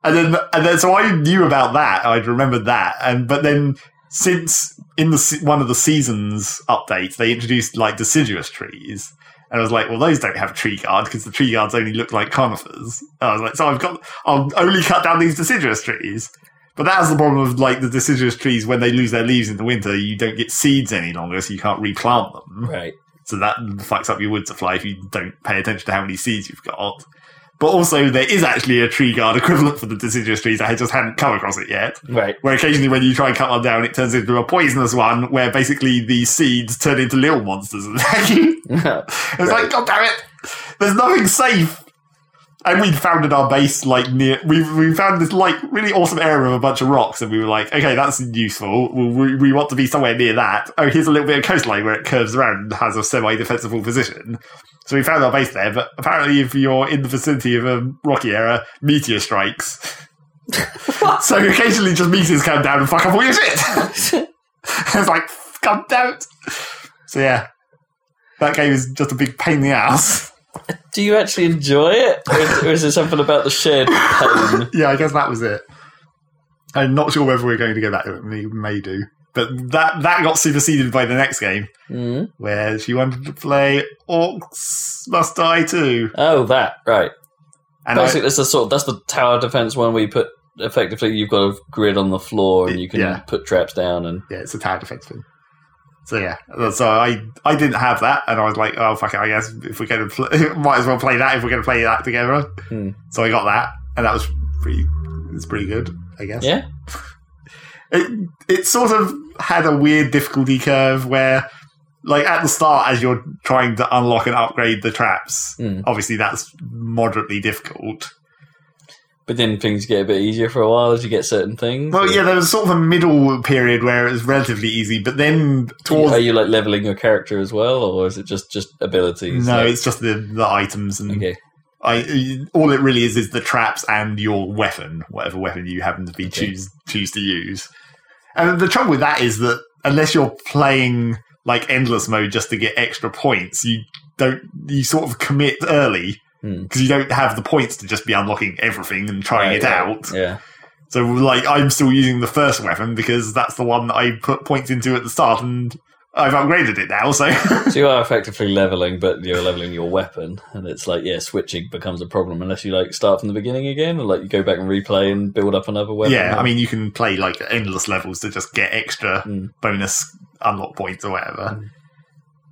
B: And then, and then, so I knew about that. I'd remembered that, and but then since in the se- one of the seasons updates, they introduced like deciduous trees, and I was like, well, those don't have tree guard because the tree guards only look like conifers. And I was like, so I've got, I'll only cut down these deciduous trees. But that was the problem of like the deciduous trees when they lose their leaves in the winter, you don't get seeds any longer, so you can't replant them.
C: Right.
B: So that fucks up your wood supply if you don't pay attention to how many seeds you've got. But also, there is actually a tree guard equivalent for the deciduous trees. I just hadn't come across it yet.
C: Right.
B: Where occasionally, when you try and cut one down, it turns into a poisonous one, where basically the seeds turn into little monsters and attack you. It's like,
C: Right.
B: God damn it! There's nothing safe. And we founded our base like near. We we found this like really awesome area of a bunch of rocks, and we were like, okay, that's useful. We, we, we want to be somewhere near that. Oh, here's a little bit of coastline where it curves around and has a semi-defensible position. So we found our base there. But apparently, if you're in the vicinity of a rocky area, meteor strikes. so occasionally, just meteors come down and fuck up all your shit. it's like, God damn it. So yeah, that game is just a big pain in the ass.
C: Do you actually enjoy it? Or is, or is it something about the shared pain?
B: yeah, I guess that was it. I'm not sure whether we're going to go back to it. We may do, but that that got superseded by the next game Hmm?
C: Mm.
B: where she wanted to play Orcs Must Die too.
C: Oh, that. Right.
B: And I,
C: Basically, that's the sort of, that's the tower defense one where you put effectively you've got a grid on the floor and you can
B: Yeah.
C: put traps down and
B: yeah, it's a tower defense thing. So yeah, so I I didn't have that, and I was like, oh fuck it, I guess if we're going to play, might as well play that if we're going to play that together.
C: Hmm.
B: So I got that, and that was pretty. It's pretty good, I guess.
C: yeah.
B: it it sort of had a weird difficulty curve where like at the start as you're trying to unlock and upgrade the traps
C: Mm.
B: obviously that's moderately difficult
C: But then things get a bit easier for a while as you get certain things.
B: well
C: or-
B: yeah there was sort of a middle period where it was relatively easy but then towards
C: Are you like leveling your character as well, or is it just just abilities?
B: no
C: Like-
B: it's just the, the items and
C: okay.
B: I, all it really is is the traps and your weapon, whatever weapon you happen to be
C: Okay.
B: choose choose to use. And the trouble with that is that unless you're playing like endless mode just to get extra points, you don't you sort of commit early
C: Hmm.
B: because you don't have the points to just be unlocking everything and trying
C: Right,
B: it
C: right.
B: out.
C: Yeah.
B: So like I'm still using the first weapon because that's the one that I put points into at the start and I've upgraded it now. So
C: So you are effectively leveling, but you're leveling your weapon, and it's like yeah, switching becomes a problem unless you like start from the beginning again, or like you go back and replay and build up another weapon.
B: yeah,
C: or-
B: I mean, you can play like endless levels to just get extra
C: Mm.
B: bonus unlock points or whatever.
C: Mm.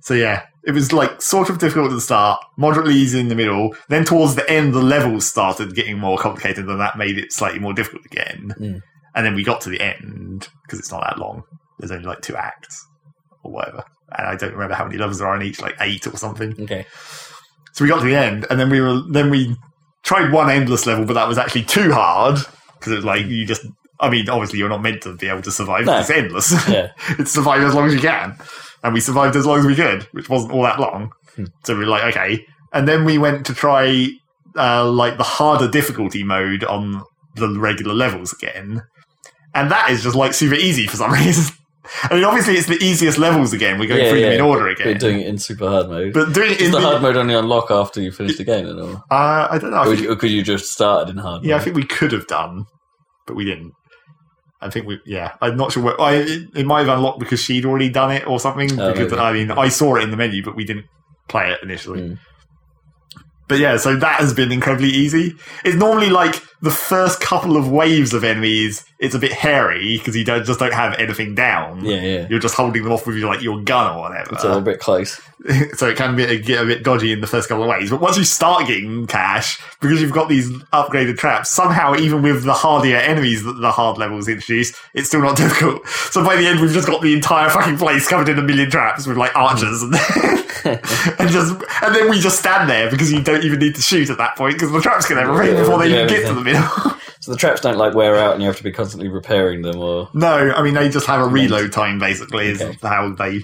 B: So yeah, it was like sort of difficult at the start, moderately easy in the middle. Then towards the end, the levels started getting more complicated, and that made it slightly more difficult again.
C: Mm.
B: And then we got to the end because it's not that long. There's only like two acts or whatever, and I don't remember how many levels there are in each, like eight or something.
C: okay.
B: So we got to the end, and then we were then we tried one endless level, but that was actually too hard because it was like you just. I mean, obviously, you're not meant to be able to survive.
C: No.
B: It's endless.
C: Yeah.
B: it's survive as long as you can, and we survived as long as we could, which wasn't all that long.
C: Hmm.
B: So we were like, okay. And then we went to try uh, like the harder difficulty mode on the regular levels again, and that is just like super easy for some reason. I mean, obviously, it's the easiest levels again. We're going
C: Yeah,
B: through them
C: yeah.
B: in order
C: But you're
B: again,
C: doing it in super hard mode.
B: but doing it
C: Does
B: in
C: the
B: the,
C: hard mode only unlock after you finish the game, and all?
B: uh, I don't know.
C: Or,
B: I think-
C: you- or could you just started in hard?
B: Yeah, I
C: mode?
B: think we could have done, but we didn't. I think we, yeah, I'm not sure. Where, I it, it might have unlocked because she'd already done it or something.
C: Oh,
B: because
C: maybe.
B: I mean, I saw it in the menu, but we didn't play it initially.
C: Mm.
B: But yeah, so that has been incredibly easy. It's normally like the first couple of waves of enemies. It's a bit hairy because you don't just don't have anything down.
C: Yeah, yeah.
B: You're just holding them off with your like your gun or whatever
C: It's a little bit close.
B: so it can be, get a bit dodgy in the first couple of ways. But once you start getting cash, because you've got these upgraded traps, somehow even with the hardier enemies that the hard levels introduce, it's still not difficult. So by the end, we've just got the entire fucking place covered in a million traps with like archers and, and just and then we just stand there because you don't even need to shoot at that point because the traps can everything
C: Yeah,
B: before they
C: yeah,
B: even get to the middle.
C: So the traps don't like wear out, and you have to be constantly repairing them. Or
B: no, I mean they just have a reload time basically
C: Okay.
B: is how they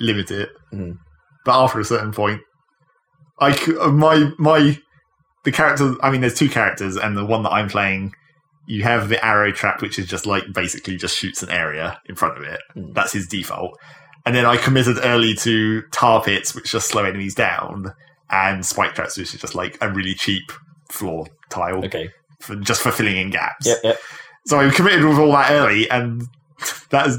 B: limit it.
C: Mhm.
B: But after a certain point. I c- uh, my my the character. I mean, there's two characters, and the one that I'm playing, you have the arrow trap, which is just like basically just shoots an area in front of it.
C: Mm.
B: That's his default. And then I committed early to tar pits, which just slow enemies down, and spike traps, which is just like a really cheap floor tile
C: Okay.
B: for, just for filling in gaps.
C: Yep, yep.
B: So I committed with all that early, and that is.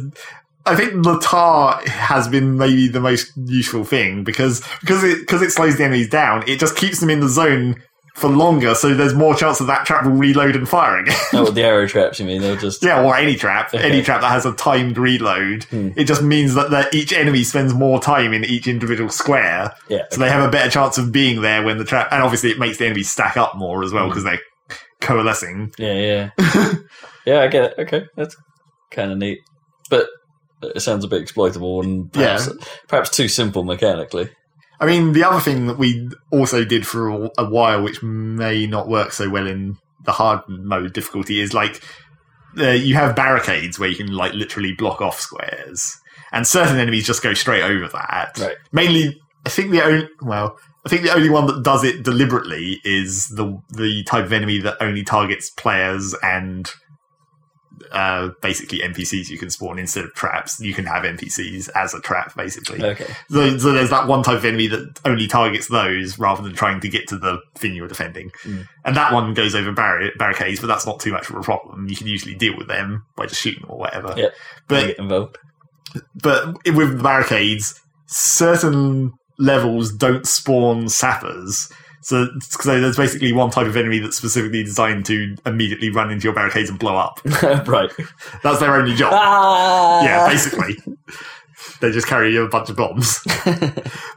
B: I think the tar has been maybe the most useful thing because because it because it slows the enemies down. It just keeps them in the zone for longer, so there's more chance that that trap will reload and fire again.
C: Oh, the arrow traps, you mean? They'll just.
B: yeah, or any trap, any
C: Okay.
B: trap that has a timed reload.
C: Hmm.
B: It just means that that each enemy spends more time in each individual square,
C: Yeah.
B: so they have a better chance of being there when the trap. And obviously, it makes the enemies stack up more as well
C: Hmm.
B: because they're coalescing.
C: Yeah, yeah. yeah, I get it. Okay. That's kind of neat. But it sounds a bit exploitable and perhaps, perhaps too simple mechanically.
B: I mean, the other thing that we also did for a, a while, which may not work so well in the hard mode difficulty, is like uh, you have barricades where you can like literally block off squares, and certain enemies just go straight over that.
C: Right.
B: Mainly, I think the only well, I think the only one that does it deliberately is the the type of enemy that only targets players and uh, basically NPCs you can spawn instead of traps. You can have NPCs as a trap, basically.
C: Okay.
B: So, so there's that one type of enemy that only targets those rather than trying to get to the thing you're defending.
C: Mm.
B: And that one goes over barri- barricades, but that's not too much of a problem. You can usually deal with them by just shooting them or whatever.
C: Yeah.
B: But
C: Get involved.
B: but with the barricades, certain levels don't spawn sappers. So, so there's basically one type of enemy that's specifically designed to immediately run into your barricades and blow up.
C: right.
B: That's their only job.
C: Ah!
B: Yeah, basically. they just carry a bunch of bombs.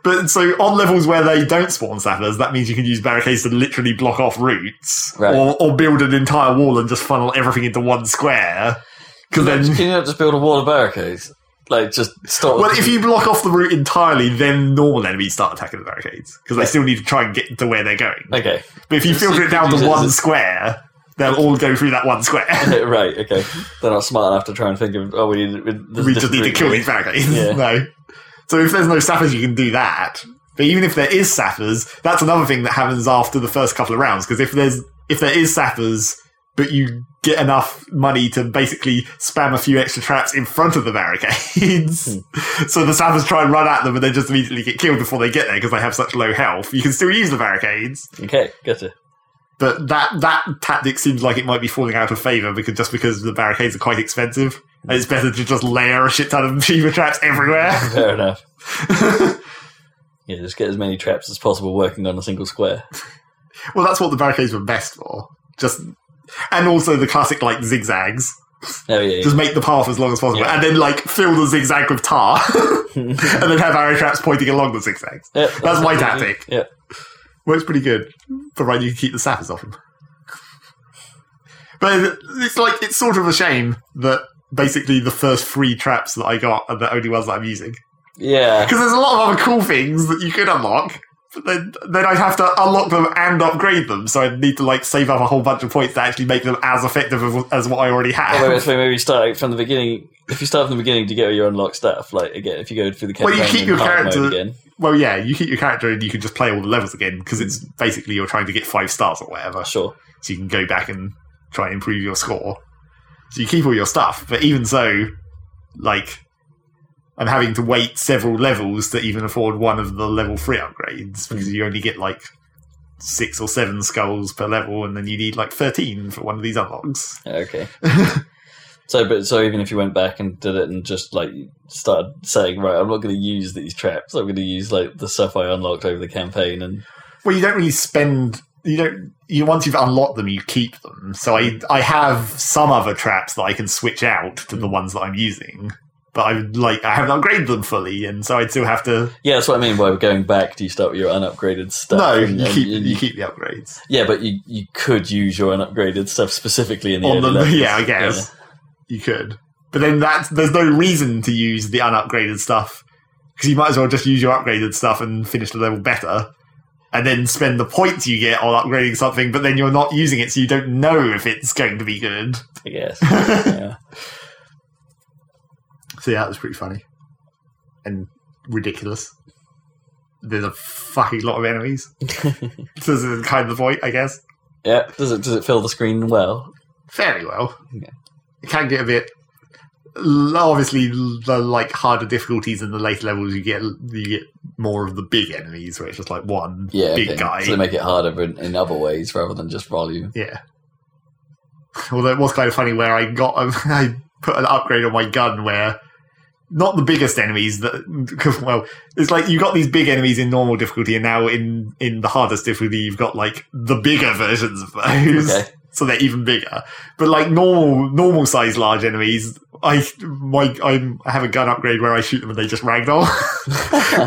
B: but so on levels where they don't spawn sappers, that means you can use barricades to literally block off routes
C: Right.
B: or, or build an entire wall and just funnel everything into one square. Because then,
C: Can you not just build a wall of barricades? Like, just stop.
B: well, if you block off the route entirely, then normal enemies start attacking the barricades because they still need to try and get to where they're going.
C: Okay.
B: But if you
C: so
B: filter
C: you
B: it down
C: could use
B: to
C: it as
B: one
C: a-
B: square, they'll all go through that one square.
C: right, okay. They're not smart enough to try and think of, oh, we need,
B: we just need to kill these barricades.
C: Yeah.
B: No. So if there's no sappers, you can do that. But even if there is sappers, that's another thing that happens after the first couple of rounds. Because if there's if there is sappers, but you get enough money to basically spam a few extra traps in front of the barricades, so the sappers try and run at them, and they just immediately get killed before they get there because they have such low health. You can still use the barricades,
C: Okay, gotcha.
B: but that that tactic seems like it might be falling out of favor because just because the barricades are quite expensive, and it's better to just layer a shit ton of Shiva traps everywhere.
C: Fair enough. yeah, just get as many traps as possible working on a single square.
B: well, that's what the barricades were best for. Just and also the classic like zigzags.
C: Oh, yeah.
B: Just make the path as long as possible,
C: Yeah.
B: and then like fill the zigzag with tar,
C: yeah.
B: and then have arrow traps pointing along the zigzags.
C: Yeah,
B: That's my
C: what I do.
B: tactic.
C: Yeah.
B: Works pretty good, but right, you can keep the sappers off them. But it's like it's sort of a shame that basically the first three traps that I got are the only ones that I'm using.
C: Yeah.
B: Because there's a lot of other cool things that you could unlock, but then then I'd have to unlock them and upgrade them, so I'd need to like save up a whole bunch of points to actually make them as effective as, as what I already
C: Although
B: have.
C: it's maybe you start from the beginning. If you start from the beginning to get all your unlocked stuff, like again, if you go through the
B: Well,
C: campaign
B: you keep
C: in
B: your
C: hard mode
B: character-
C: again,
B: Well, yeah, you keep your character and you can just play all the levels again because it's basically you're trying to get five stars or whatever,
C: sure.
B: so you can go back and try and improve your score. So you keep all your stuff, but even so, like. I'm having to wait several levels to even afford one of the level three upgrades because you only get like six or seven skulls per level, and then you need like thirteen for one of these unlocks.
C: Okay. so, but so even if you went back and did it and just like started saying, right, I'm not going to use these traps. I'm going to use like the stuff I unlocked over the campaign, and
B: Well, you don't really spend. You don't. You once you've unlocked them, you keep them. So I I have some other traps that I can switch out to the ones that I'm using, but I would like I haven't upgraded them fully, and so I'd still have to.
C: yeah, that's what I mean by going back. Do you start with your unupgraded stuff?
B: no,
C: and-
B: you
C: and-
B: keep
C: and
B: you keep the upgrades
C: Yeah, but you you could use your unupgraded stuff specifically in the
B: on
C: early
B: the
C: levels.
B: yeah. I guess you could, but then that's there's no reason to use the unupgraded stuff because you might as well just use your upgraded stuff and finish the level better. And then spend the points you get on upgrading something, but then you're not using it, so you don't know if it's going to be good.
C: I guess. yeah.
B: So yeah, that was pretty funny and ridiculous. there's a fucking lot of enemies. This is kind of the point, I guess.
C: yeah. Does it does it fill the screen well?
B: Fairly well.
C: Yeah.
B: It can get a bit. l- Obviously, the like harder difficulties in the later levels, you get you get more of the big enemies, where it's just like one
C: Yeah.
B: big
C: okay.
B: guy.
C: So they make it harder in, in other ways rather than just volume.
B: Yeah. Although it was kind of funny where I got I put an upgrade on my gun where not the biggest enemies that well it's like you got these big enemies in normal difficulty and now in in the hardest difficulty you've got like the bigger versions of those
C: Okay.
B: so they're even bigger but like normal normal size large enemies I my I'm, I have a gun upgrade where I shoot them and they just ragdoll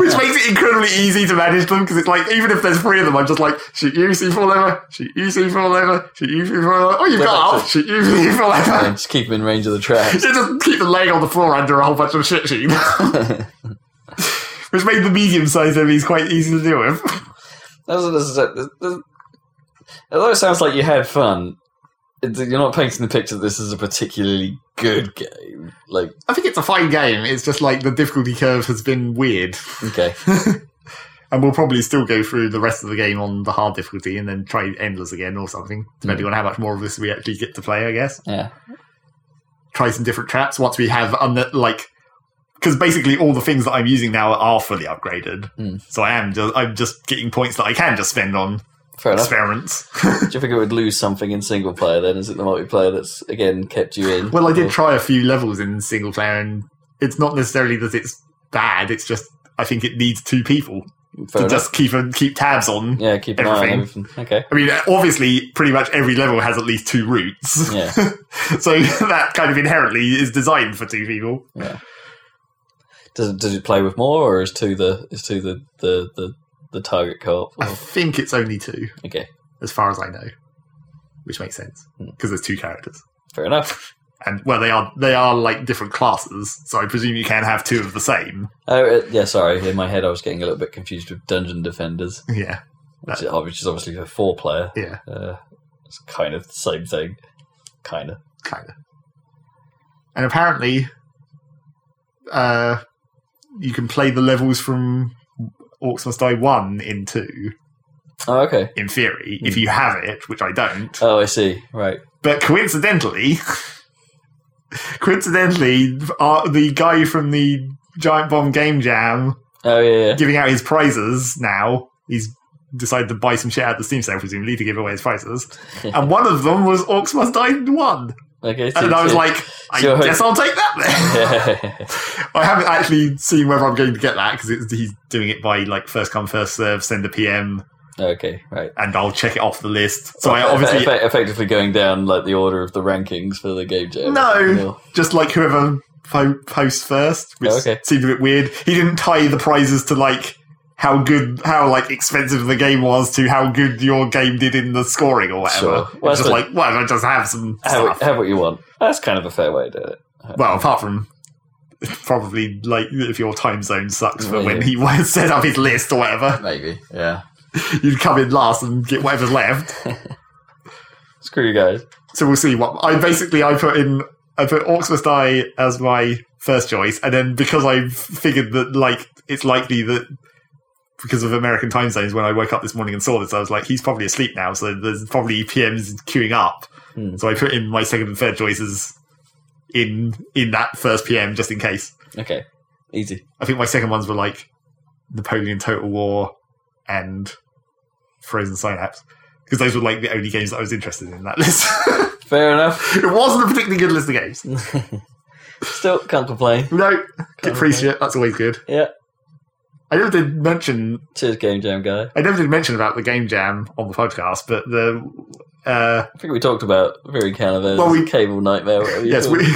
B: which makes it incredibly easy to manage them because it's like even if there's three of them, I'm just like shoot you, C fall over, shoot you, C fall over, shoot you, C fall over. Oh, you've
C: Yeah,
B: got
C: that's
B: half, shoot you, C fall
C: Yeah,
B: over.
C: just keep them in range of the trap.
B: You just keep the leg on the floor under a whole bunch of shit sheet,
C: that
B: which made the medium-sized enemies quite easy to deal with.
C: was, this is it. This- this- although it sounds like you had fun, it, you're not painting the picture that this is a particularly good game. Like,
B: I think it's a fine game. It's just like the difficulty curve has been weird,
C: okay,
B: and we'll probably still go through the rest of the game on the hard difficulty and then try endless again or something, depending on how much more of this we actually get to play. I guess.
C: yeah,
B: try some different traps once we have un- like because basically all the things that I'm using now are fully upgraded.
C: Hmm.
B: So I am just I'm just getting points that I can just spend on
C: fair enough.
B: experiments.
C: Do you think it would lose something in single player? Then is it the multiplayer that's again kept you in?
B: well, I did
C: Or-
B: try a few levels in single player, and it's not necessarily that it's bad. It's just I think it needs two people
C: fair
B: to
C: enough.
B: just keep a, keep tabs on.
C: yeah, keep an eye on everything. Okay,
B: I mean, obviously, pretty much every level has at least two routes.
C: yeah. Hmm.
B: so that kind of inherently is designed for two people.
C: Does it, does it play with more, or is two the is two the the the, the target co-op?
B: I think it's only two.
C: Okay,
B: as far as I know, which makes sense
C: Hmm.
B: because there's two characters,
C: fair enough.
B: and well, they are they are like different classes, so I presume you can have two of the same.
C: Oh uh, yeah, sorry. In my head, I was getting a little bit confused with Dungeon Defenders,
B: Yeah,
C: which, is, which is obviously a four player.
B: yeah,
C: Uh, it's kind of the same thing, kind of.
B: kind of. And apparently, uh, you can play the levels from Orcs Must Die One in two,
C: Oh okay.
B: in theory,
C: Hmm.
B: if you have it, which I don't.
C: Oh, I see. Right.
B: But coincidentally, coincidentally, uh, the guy from the Giant Bomb Game Jam
C: Oh yeah. yeah.
B: giving out his prizes now. He's decided to buy some shit out of the Steam sale, presumably, to give away his prizes. and one of them was Orcs Must Die 1.
C: Okay.
B: And I was like, I
C: so-
B: guess I'll take that then. I haven't actually seen whether I'm going to get that because he's doing it by like first come, first serve, send a PM,
C: okay. Right.
B: and I'll check it off the list. So I
C: Effe-
B: obviously
C: effe- effectively going down like the order of the rankings for the game jam.
B: No. just like whoever po- posts first, which
C: Oh, okay.
B: seemed a bit weird. He didn't tie the prizes to like how good, how like expensive the game was to how good your game did in the scoring or whatever.
C: Sure. Well,
B: it's just
C: so-
B: like, well, I just have some
C: Have,
B: stuff.
C: what- have what you want. That's kind of a fair way to do it.
B: well, apart from probably like if your time zone sucks for
C: Well,
B: when
C: yeah.
B: he went- set up his list or whatever,
C: Maybe. Yeah.
B: you'd come in last and get whatever's left.
C: Screw you guys.
B: So we'll see what I basically I put in. I put Orcs Must Die as my first choice, and then because I figured that like it's likely that because of American time zones, when I woke up this morning and saw this, I was like, he's probably asleep now, so there's probably E PMs queuing up.
C: Hmm.
B: So I put in my second and third choices in in that first PM just in case.
C: Okay. Easy.
B: I think my second ones were like Napoleon Total War and Frozen Synapse. Because those were like the only games that I was interested in that list.
C: Fair enough.
B: it wasn't a particularly good list of games.
C: Still can't complain.
B: No,
C: Can't
B: get
C: complain.
B: free shit. That's always good.
C: Yeah.
B: I never did mention.
C: Cheers, game jam guy.
B: I never did mention about the game jam on the podcast, but the uh,
C: I think we talked about very cannabis
B: Well, we-
C: cable nightmare. Whatever you
B: yes,
C: call
B: we,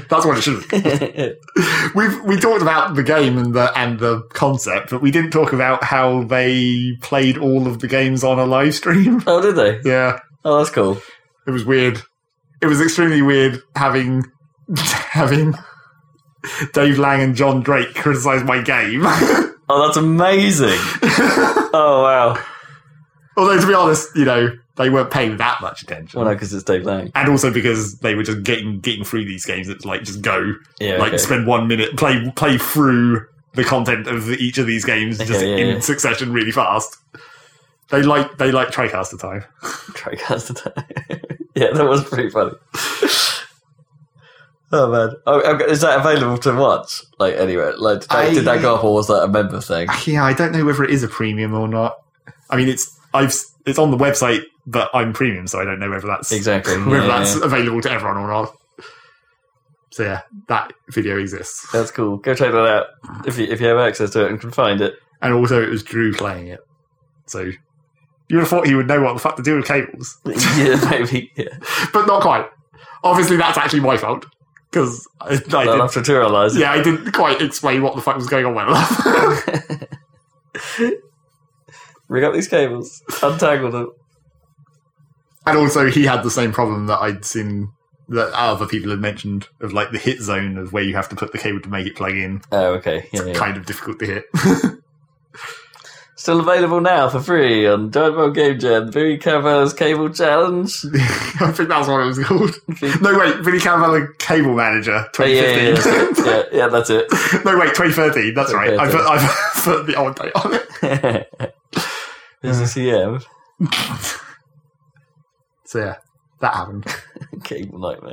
B: that's what it should. Be.
C: it.
B: We've we talked about the game and the and the concept, but we didn't talk about how they played all of the games on a live stream.
C: oh, did they?
B: Yeah,
C: Oh, that's cool.
B: it was weird. It was extremely weird having having Dave Lang and John Drake criticize my game.
C: Oh, that's amazing. oh, wow.
B: Although to be honest, you know, they weren't paying that much attention.
C: Well, no, because it's Dave Lang.
B: and also because they were just getting getting through these games, it's like just go,
C: Yeah.
B: like
C: okay.
B: spend one minute, play play through the content of the, each of these games
C: Okay,
B: just
C: yeah,
B: in
C: yeah.
B: succession really fast. They like they like TriCaster time.
C: Tricaster yeah, that was pretty funny. oh man, oh, okay, is that available to watch? Like anywhere? Like did, that- did that go up or was that a member thing?
B: Yeah, I don't know whether it is a premium or not. I mean, it's I've it's on the website, but I'm premium, so I don't know whether that's
C: Exactly.
B: whether
C: yeah,
B: that's
C: yeah.
B: available to everyone or not. So yeah, that video exists,
C: That's cool. Go check that out if you if you have access to it and can find it.
B: and also it was Drew playing it. So you would have thought he would know what the fuck to do with cables,
C: yeah, maybe. Yeah.
B: but not quite. Obviously, that's actually my fault because I, I
C: I'll
B: did.
C: have to tutorialize it.
B: Yeah, I didn't quite explain what the fuck was going on well enough.
C: Rig up these cables, untangle them.
B: and also, he had the same problem that I'd seen that other people had mentioned of like the hit zone of where you have to put the cable to make it plug in.
C: Oh, okay. Yeah,
B: It's
C: yeah.
B: kind of difficult to hit.
C: Still available now for free on Dynamo Game Jam. Billy Caravella's Cable Challenge.
B: I think that's what it was called.
C: Think-
B: No, wait, Billy Caravella Cable Manager
C: Oh, yeah, yeah,
B: 2015.
C: yeah, yeah, yeah, that's it.
B: no, wait, 2013. That's right. I put, I put the old date on it.
C: Is this CM?
B: So yeah, that happened.
C: Cable Nightmare.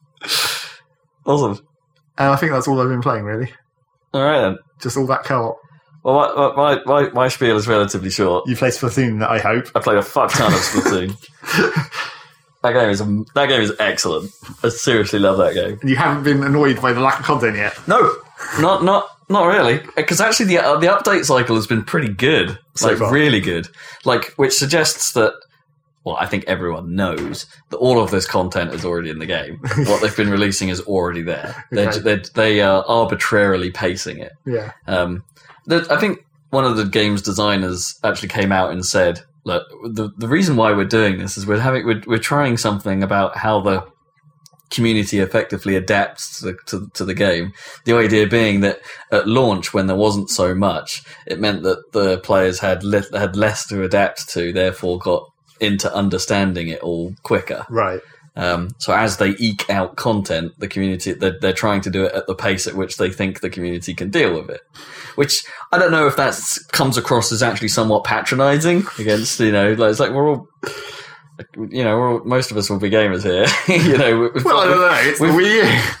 C: awesome.
B: And I think that's all I've been playing really.
C: All right then.
B: Just all that co-op.
C: Well, my, my, my, my spiel is relatively short.
B: You play Splatoon, I hope.
C: I played a fuck ton of Splatoon. that game is that game is excellent. I seriously love that game.
B: And you haven't been annoyed by the lack of content yet.
C: No, not not not really. Because actually, the uh, the update cycle has been pretty good,
B: So
C: like
B: far.
C: really good. Like, which suggests that. Well, I think everyone knows that all of this content is already in the game. what they've been releasing is already there. They're,
B: Okay.
C: they're, they are arbitrarily pacing it.
B: Yeah.
C: Um, the, I think one of the game's designers actually came out and said, "Look, the the reason why we're doing this is we're having we're, we're trying something about how the community effectively adapts to the, to, to the game. The idea being that at launch, when there wasn't so much, it meant that the players had li- had less to adapt to, therefore got into understanding it all quicker."
B: Right.
C: Um, so as they eke out content, the community they're, they're trying to do it at the pace at which they think the community can deal with it. Which I don't know if that comes across as actually somewhat patronising against you know like it's like we're all you know we're all, most of us will be gamers here you know we- we've
B: Well, I
C: got-
B: don't know. It's the
C: we've-
B: Wii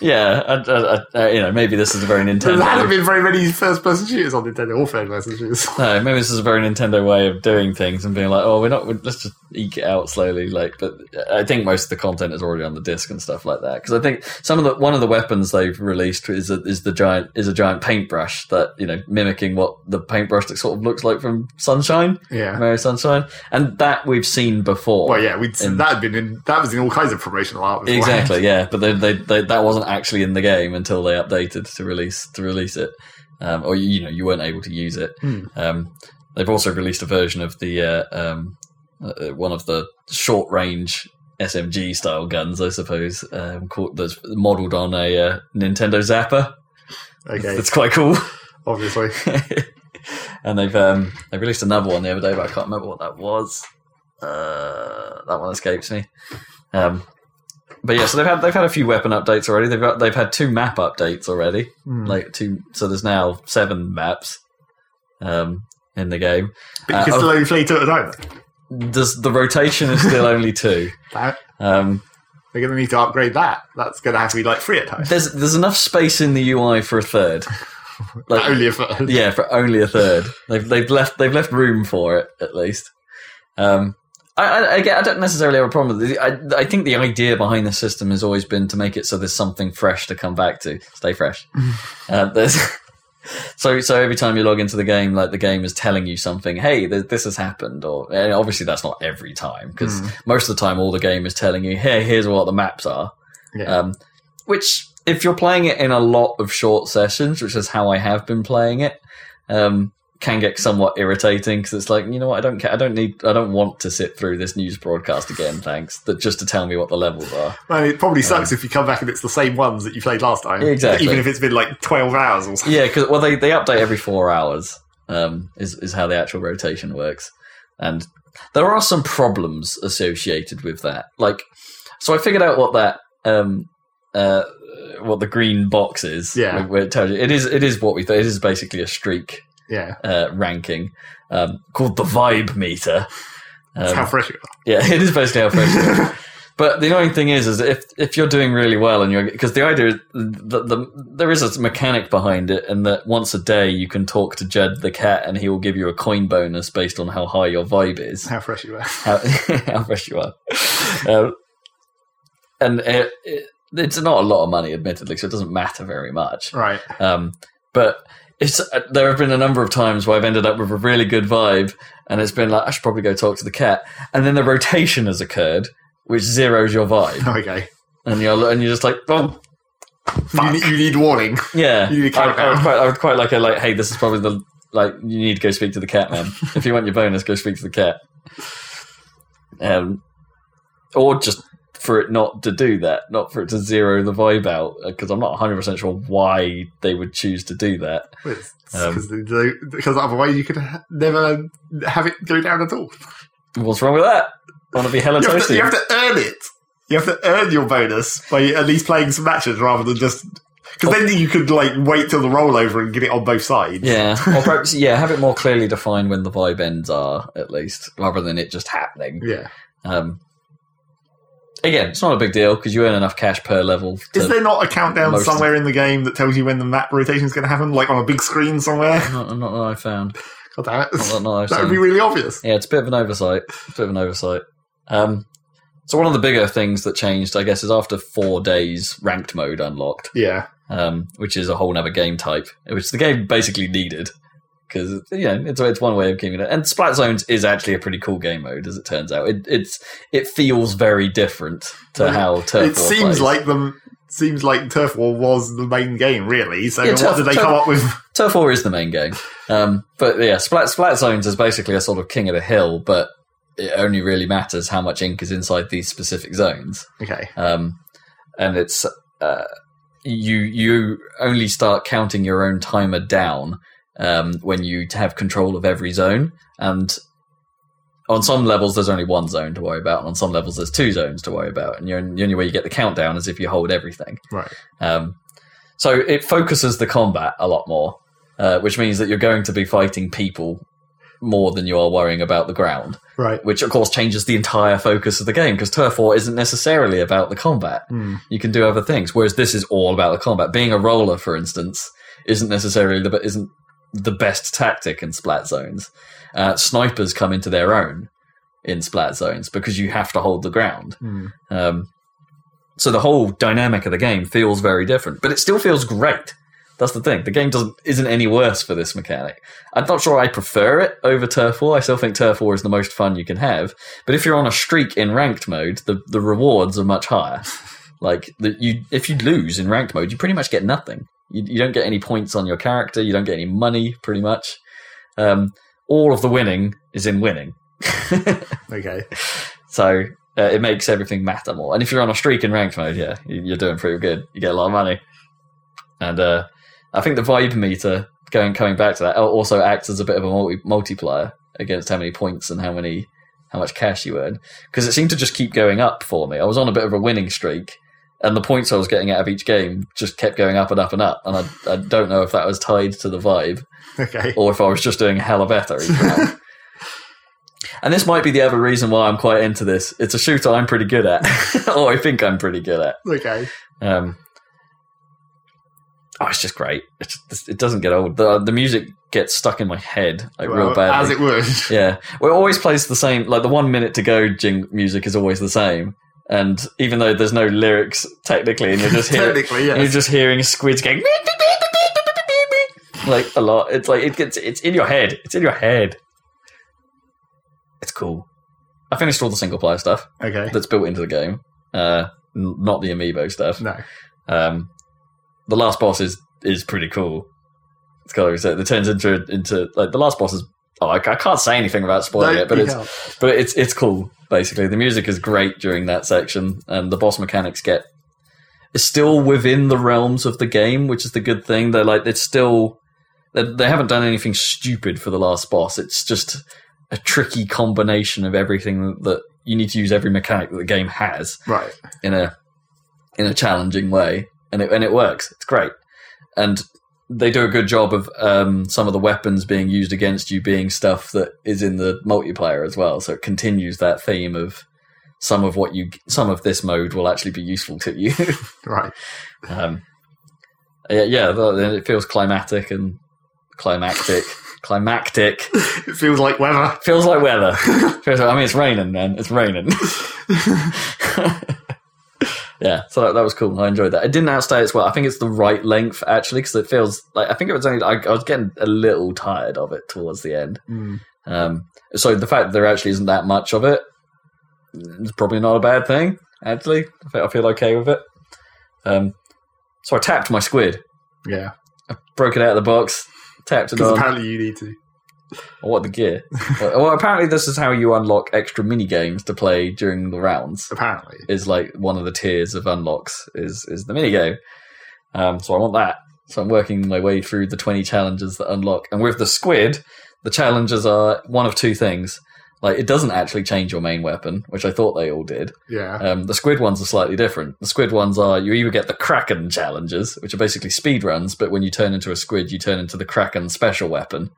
B: U.
C: yeah I, I, I, you know maybe this is a very
B: There haven't
C: Nintendo
B: been very many first-person shooters on Nintendo or third-person shooters.
C: no maybe this is a very Nintendo way of doing things and being like oh we're not we're, let's just eke it out slowly like but I think most of the content is already on the disc and stuff like that. Because I think some of the one of the weapons they've released is a, is the giant is a giant paintbrush that you know mimicking what the paintbrush that sort of looks like from Sunshine,
B: Yeah.
C: Mario Sunshine, and that we've seen before.
B: Well, yeah, we'd,
C: In-
B: that had been in that was in all kinds of promotional art. Before.
C: Exactly, yeah. But they, they, they, that wasn't actually in the game until they updated to release to release it, um, or you know you weren't able to use it.
B: Hmm.
C: Um, they've also released a version of the uh, um, uh, one of the short range SMG style guns, I suppose, um, called, that's modelled on a uh, Nintendo Zapper.
B: Okay.
C: That's quite cool.
B: Obviously.
C: and they've um, they released another one the other day, but I can't remember what that was. Uh, that one escapes me. Um, but yeah, so they've had they've had a few weapon updates already. They've got, they've had two map updates already.
B: Hmm.
C: Like two, so there's now seven maps um, in the game.
B: But you can
C: Uh,
B: still only play two at a time.
C: Does the rotation is still only two?
B: That-
C: Um,
B: They're going to need to upgrade that. That's going to have to be like three at a time.
C: there's there's enough space in the UI for a third. Like,
B: Only if yeah.
C: yeah, for only a third. They've they've left they've left room for it at least. Um, I, I I, get- I don't necessarily have a problem with it. I I think the idea behind the system has always been to make it so there's something fresh to come back to. Stay fresh. uh, there's. So, so every time you log into the game, like the game is telling you something. Hey, th- this has happened, or and obviously that's not every time because most of the time all the game is telling you, hey, here's what the maps are. Um, which, if you're playing it in a lot of short sessions, which is how I have been playing it, um, can get somewhat irritating because it's like, you know what, I don't care. I don't need, I don't want to sit through this news broadcast again, thanks, that just to tell me what the levels are.
B: well, it probably sucks if you come back and it's the same ones that you played last time.
C: Exactly.
B: Even if it's been like 12 hours or something.
C: Yeah, because well, they, they update every four hours. Um, is is how the actual rotation works, and there are some problems associated with that. Like, so I figured out what that um uh, what the green box is.
B: Yeah.
C: where it tells you it is. It is what we thought. It is basically a streak
B: Yeah,
C: uh, ranking um, called the vibe meter.
B: that's how
C: Um,
B: fresh it
C: yeah, it is basically how fresh. it is.
B: was.
C: But the annoying thing is, is if if you're doing really well and you're because the idea is the, the there is a mechanic behind it, and that once a day you can talk to Jed the cat, and he will give you a coin bonus based on how high your vibe is,
B: how fresh it was.
C: how how fresh you are, um, and it, it, it's not a lot of money, admittedly, so it doesn't matter very much.
B: Right.
C: Um, but it's uh, there have been a number of times where I've ended up with a really good vibe, and it's been like I should probably go talk to the cat, and then the rotation has occurred, which zeroes your vibe,
B: Okay.
C: and you're and you're just like, oh
B: You need, you need warning.
C: yeah,
B: You need to
C: I,
B: count
C: I would
B: down.
C: quite, I would quite like a like, hey, this is probably the like you need to go speak to the cat, man. if you want your bonus, go speak to the cat, um, or just. For it not to do that, not for it to zero the vibe out, because I'm not 100% sure why they would choose to do that. Um,
B: Because otherwise you could ha- never have it go down at all.
C: What's wrong with that? I want to be hella
B: You have, to,
C: toasty.
B: you have to earn it. You have to earn your bonus by at least playing some matches rather than just. Because then you could like wait till the rollover and get it on both sides.
C: yeah, or perhaps yeah, have it more clearly defined when the vibe ends are at least, rather than it just happening.
B: Yeah.
C: Um, again, it's not a big deal because you earn enough cash per level. To,
B: Is there not a countdown
C: most-
B: somewhere in the game that tells you when the map rotation is going to happen, like on a big screen somewhere?
C: not, not that I found.
B: God damn it!
C: Not that I've
B: That would
C: seen.
B: be really obvious.
C: Yeah, it's a bit of an oversight. It's a bit of an oversight. Um, so one of the bigger things that changed, I guess, is after four days, ranked mode unlocked.
B: Yeah,
C: um, which is a whole other game type, which the game basically needed because you know it's, it's one way of keeping it. And Splat Zones is actually a pretty cool game mode, as it turns out. It it's it feels very different to
B: Yeah.
C: how Turf
B: it
C: War
B: seems
C: plays.
B: like the seems like Turf War was the main game, really. So
C: Yeah,
B: what
C: Turf-
B: did they
C: Turf-
B: come up with?
C: Turf War is the main game, um, but yeah, Splat Splat Zones is basically a sort of king of the hill, but it only really matters how much ink is inside these specific zones.
B: Okay,
C: um, and it's uh, you you only start counting your own timer down um, when you have control of every zone and on some levels there's only one zone to worry about and on some levels there's two zones to worry about and you're, the only way you get the countdown is if you hold everything
B: right.
C: um, so it focuses the combat a lot more uh, which means that you're going to be fighting people more than you are worrying about the ground
B: Right.
C: which of course changes the entire focus of the game because turf war isn't necessarily about the combat
B: Hmm.
C: you can do other things whereas this is all about the combat being a roller for instance isn't necessarily the isn't the best tactic in splat zones uh, snipers come into their own in splat zones because you have to hold the ground
B: Hmm.
C: um, so the whole dynamic of the game feels very different, but it still feels great. That's the thing. The game doesn't isn't any worse for this mechanic. I'm not sure I prefer it over Turf War. I still think Turf War is the most fun you can have. But if you're on a streak in ranked mode, the, the rewards are much higher. Like the, you, if you lose in ranked mode, you pretty much get nothing. You, you don't get any points on your character. You don't get any money. Pretty much, um, all of the winning is in winning.
B: Okay.
C: So uh, it makes everything matter more. And if you're on a streak in ranked mode, yeah, you- you're doing pretty good. You get a lot of money. And uh, I think the vibe meter, going coming back to that, al- also acts as a bit of a multi- multiplier against how many points and how many how much cash you earn because it seemed to just keep going up for me. I was on a bit of a winning streak. And the points I was getting out of each game just kept going up and up and up. And I, I don't know if that was tied to the vibe
B: Okay.
C: or if I was just doing hella better each round. and this might be the other reason why I'm quite into this. It's a shooter I'm pretty good at, or I think I'm pretty good at.
B: Okay.
C: Um, oh, it's just great. It's just, it doesn't get old. The, the music gets stuck in my head like
B: Well,
C: real badly.
B: as it would.
C: Yeah, well, it always plays the same. Like the one minute to go jing music is always the same. And even though there's no lyrics technically, and you're just hearing,
B: Technically,
C: and
B: yes.
C: you're just hearing squids going like a lot. It's like it gets it's in your head. It's in your head. It's cool. I finished all the single player stuff
B: Okay.
C: that's built into the game. Uh, n- not the amiibo stuff.
B: No.
C: Um, the last boss is is pretty cool. It's got to be said. It turns into into like the last boss is. Oh, I, I can't say anything about spoiling
B: No,
C: it, but
B: you
C: it's but it's it's cool. Basically, the music is great during that section, and the boss mechanics get is still within the realms of the game, which is the good thing. They're like it's still they, they haven't done anything stupid for the last boss. It's just a tricky combination of everything that you need to use every mechanic that the game has
B: can't. right.
C: in a in a challenging way, and it and it works. It's great, and they do a good job of um, some of the weapons being used against you being stuff that is in the multiplayer as well. So it continues that theme of some of what you some of this mode will actually be useful to you.
B: Right.
C: um, yeah, yeah, the- it feels climatic and climactic, climactic.
B: It feels like weather.
C: Feels like weather. Feels like, I mean, it's raining, man. It's raining. yeah, so that, that was cool. I enjoyed that. It didn't outstay its well. I think it's the right length actually, because it feels like I think it was only I, I was getting a little tired of it towards the end.
B: Hmm.
C: Um, so the fact that there actually isn't that much of it is probably not a bad thing. Actually, I feel, I feel okay with it. Um, so I tapped my squid,
B: Yeah.
C: broke it out of the box, tapped it
B: Because
C: on.
B: apparently you need to.
C: Or what the gear? well, well, apparently this is how you unlock extra mini games to play during the rounds.
B: Apparently.
C: Is like one of the tiers of unlocks is is the mini game. Um, so I want that. So I'm working my way through the 20 challenges that unlock. And with the squid, the challenges are one of two things. Like it doesn't actually change your main weapon, which I thought they all did.
B: Yeah.
C: Um, the squid ones are slightly different. The squid ones are you either get the kraken challenges, which are basically speed runs, but when you turn into a squid, you turn into the kraken special weapon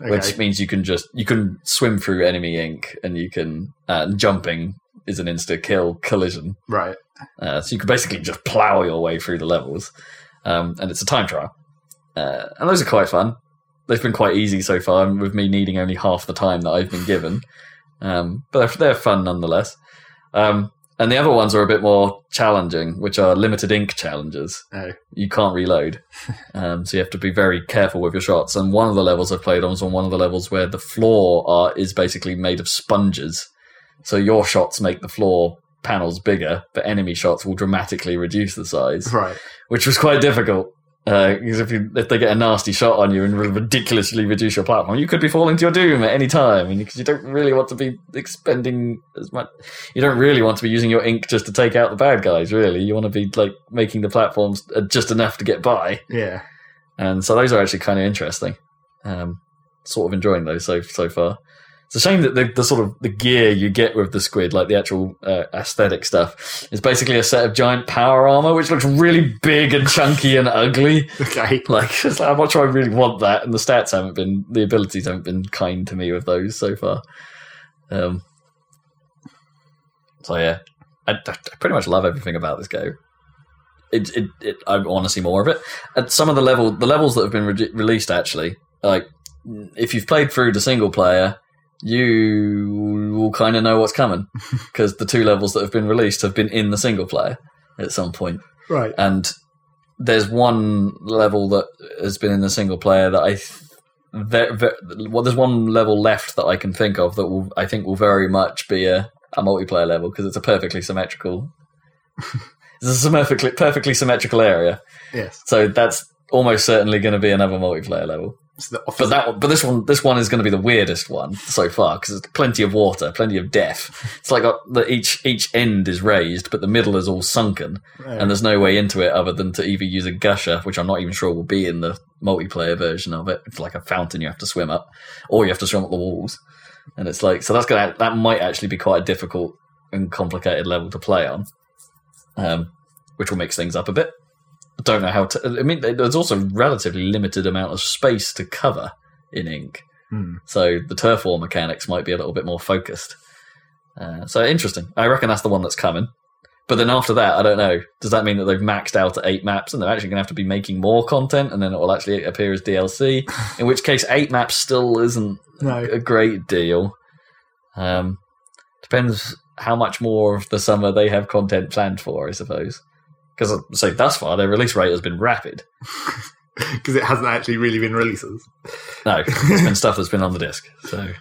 B: Okay.
C: which means you can just you can swim through enemy ink and you can uh, and jumping is an insta kill collision
B: right.
C: uh, so you can basically just plow your way through the levels um, and it's a time trial uh, and those are quite fun they've been quite easy so far and with me needing only half the time that i've been given um, but they're, they're fun nonetheless um, and the other ones are a bit more challenging which are limited ink challenges
B: Oh.
C: you can't reload um, so you have to be very careful with your shots and one of the levels i've played on was on one of the levels where the floor are, is basically made of sponges so your shots make the floor panels bigger but enemy shots will dramatically reduce the size
B: Right.
C: which was quite difficult because if you, if they get a nasty shot on you and ridiculously reduce your platform, you could be falling to your doom at any time, and because you don't really want to be expending as much, you don't really want to be using your ink just to take out the bad guys. Really, you want to be like making the platforms uh, just enough to get by,
B: Yeah.
C: and so those are actually kind of interesting. Um, sort of enjoying those so so far. It's a shame that the, the sort of the gear you get with the squid, like the actual uh, aesthetic stuff, is basically a set of giant power armor, which looks really big and chunky and ugly.
B: Okay.
C: Like, it's like, I'm not sure I really want that, and the stats haven't been, the abilities haven't been kind to me with those so far. Um, so yeah, I, I pretty much love everything about this game. It, it, it, I want to see more of it. At some of the level, the levels that have been re- released actually, like if you've played through the single player, you will kind of know what's coming because the two levels that have been released have been in the single player at some point
B: Right.
C: and there's one level that has been in the single player that I th- ver- ver- well, there's one level left that I can think of that will I think will very much be a, a multiplayer level because it's a perfectly symmetrical. it's a symmetrically perfectly symmetrical area,
B: Yes.
C: so that's almost certainly going to be another multiplayer level.
B: It's the
C: But
B: opposite.
C: that one, but this one, this one is going to be the weirdest one so far because there's plenty of water, plenty of death. It's like got the, each each end is raised, but the middle is all sunken and
B: Uh,
C: there's no way into it other than to either use a gusher, which I'm not even sure will be in the multiplayer version of it. It's like a fountain you have to swim up, or you have to swim up the walls, and it's like so that's gonna that might actually be quite a difficult and complicated level to play on, um, which will mix things up a bit. I don't know how to. I mean, there's also relatively limited amount of space to cover in ink,
B: hmm.
C: so the turf war mechanics might be a little bit more focused. Uh, so interesting. I reckon that's the one that's coming. But then after that, I don't know. Does that mean that they've maxed out at eight maps and they're actually going to have to be making more content and then it will actually appear as DLC? In which case, eight maps still isn't
B: hmm. No.
C: a great deal. Um, depends how much more of the summer they have content planned for, I suppose. Because so thus far, their release rate has been rapid.
B: Because it hasn't actually really been releases.
C: No, it's been stuff that's been on the disc. So,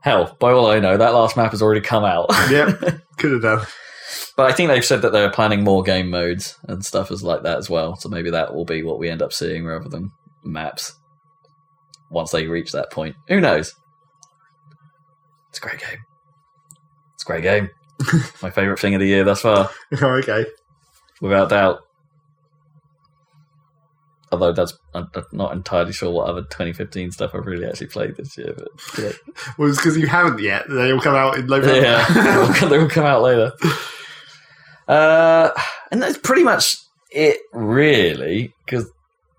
C: hell, by all I know, that last map has already come out.
B: Yep. Could have done.
C: But I think they've said that they're planning more game modes and stuff as like that as well. So maybe that will be what we end up seeing rather than maps. Once they reach that point, who knows? It's a great game. It's a great game. My favorite thing of the year thus far,
B: Oh, okay.
C: without doubt. Although that's I'm I'm not entirely sure what other 2015 stuff I've really actually played this year, but
B: Well, it's because you haven't yet. They all come out in November.
C: yeah, they'll come out later. Uh, and that's pretty much it, really, because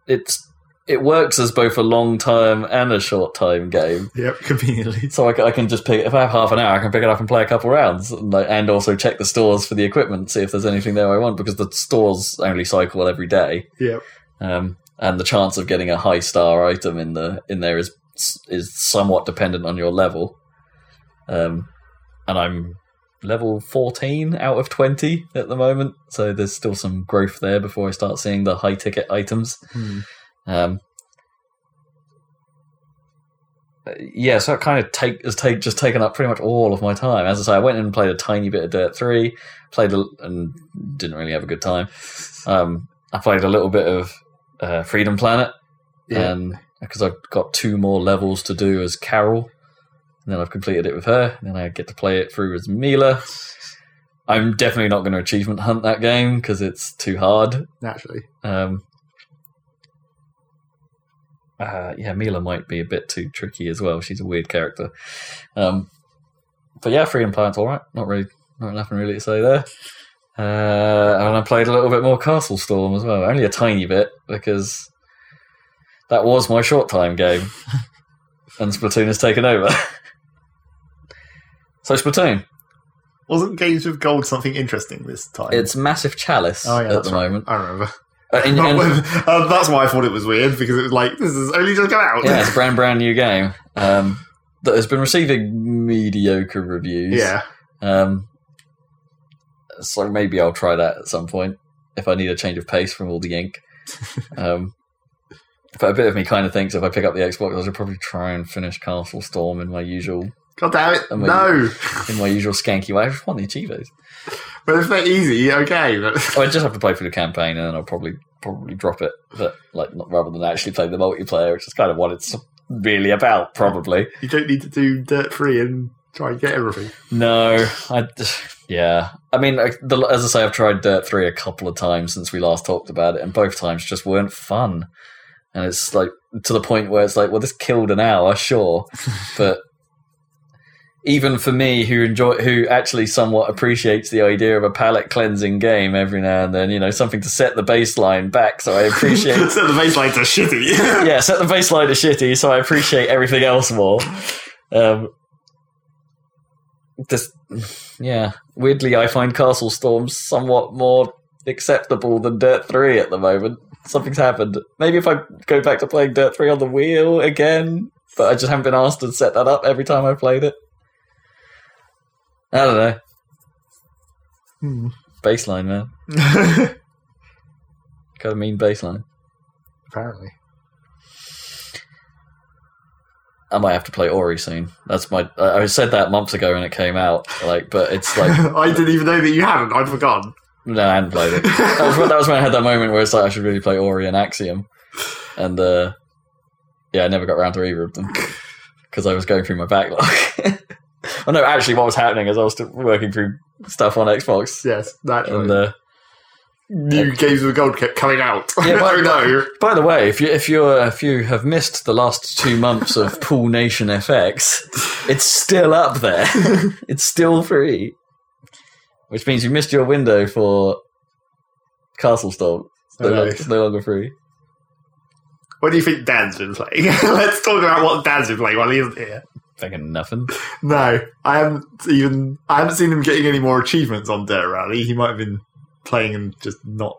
C: it's it works as both a long time and a short time game.
B: Yep, conveniently.
C: So I, ca- I can just pick if I have half an hour, I can pick it up and play a couple rounds, and, like, and also check the stores for the equipment, see if there's anything there I want, because the stores only cycle every day,
B: Yep.
C: um, and the chance of getting a high star item in the in there is is somewhat dependent on your level. Um, and I'm level 14 out of 20 at the moment, so there's still some growth there before I start seeing the high ticket items. Um, uh, yeah, so it kind of take has take just taken up pretty much all of my time. As I say, I went in and played a tiny bit of Dirt Three, played a, and didn't really have a good time. Um, I played a little bit of uh, Freedom Planet,
B: Yeah.
C: and because I've got two more levels to do as Carol, and then I've completed it with her, and then I get to play it through as Mila. I'm definitely not going to achievement hunt that game because it's too hard.
B: Naturally.
C: Um, uh, yeah, Mila might be a bit too tricky as well. She's a weird character. Um, but yeah, Freedom Planet's all right. Not really, not nothing really to say there. Uh, and I played a little bit more Castle Storm as well, only a tiny bit because that was my short time game, and Splatoon has taken over. so Splatoon,
B: Wasn't Games with Gold something interesting this time?
C: it's massive chalice
B: Oh, yeah,
C: at
B: that's
C: the
B: right.
C: moment.
B: I remember.
C: Uh, and- and-
B: Uh, that's why I thought it was weird because it was like this is only just come out.
C: yeah, it's a brand brand new game um, that has been receiving mediocre reviews.
B: Yeah.
C: Um, so maybe I'll try that at some point if I need a change of pace from all the ink. um, but a bit of me kind of thinks if I pick up the Xbox, I should probably try and finish Castle Storm in my usual
B: God damn it!
C: I mean-
B: no.
C: in my usual skanky way. I just want the achievers.
B: But if they're easy, okay. But
C: Oh, I just have to play through the campaign and then I'll probably probably drop it. But like, not, rather than actually play the multiplayer, which is kind of what it's really about, probably.
B: you don't need to do dirt free and try and get everything.
C: No, I yeah. I mean, I, the, as I say, I've tried Dirt Three a couple of times since we last talked about it, and both times just weren't fun. And it's like to the point where it's like, well, this killed an hour, sure, but even for me, who enjoy, who actually somewhat appreciates the idea of a palate cleansing game every now and then, you know, something to set the baseline back, so I appreciate
B: so the baselines are shitty.
C: yeah, set the baseline to shitty, so I appreciate everything else more. Um, this, yeah, weirdly, I find Castle Storm somewhat more acceptable than Dirt Three at the moment. Something's happened. Maybe if I go back to playing Dirt Three on the wheel again, but I just haven't been asked to set that up every time I played it. I don't know.
B: Hmm.
C: Baseline, man. Got a mean baseline.
B: Apparently.
C: I might have to play Ori soon. That's my. I I said that months ago when it came out. Like, but it's like
B: I didn't even know that you hadn't. I'd forgotten.
C: no, I hadn't played it. That was, when- that was when I had that moment where it's like I should really play Ori and Axiom, and uh, yeah, I never got around to either of them because I was going through my backlog. oh no, actually, what was happening is I was still working through stuff on Xbox,
B: yes, naturally.
C: and uh,
B: New games with gold kept coming out.
C: Yeah, but-
B: oh no.
C: By the way, if you if you uh, if you have missed the last two months of Pool Nation FX, it's still up there. it's still free, which means you missed your window for Castle Storm. It's no,
B: Oh,
C: longer,
B: nice.
C: it's no longer free.
B: What do you think Dan's been playing? Let's talk about what Dan's been playing while he isn't here.
C: Fucking nothing.
B: No, I haven't even. I haven't seen him getting any more achievements on Dirt Rally. He might have been playing and just not,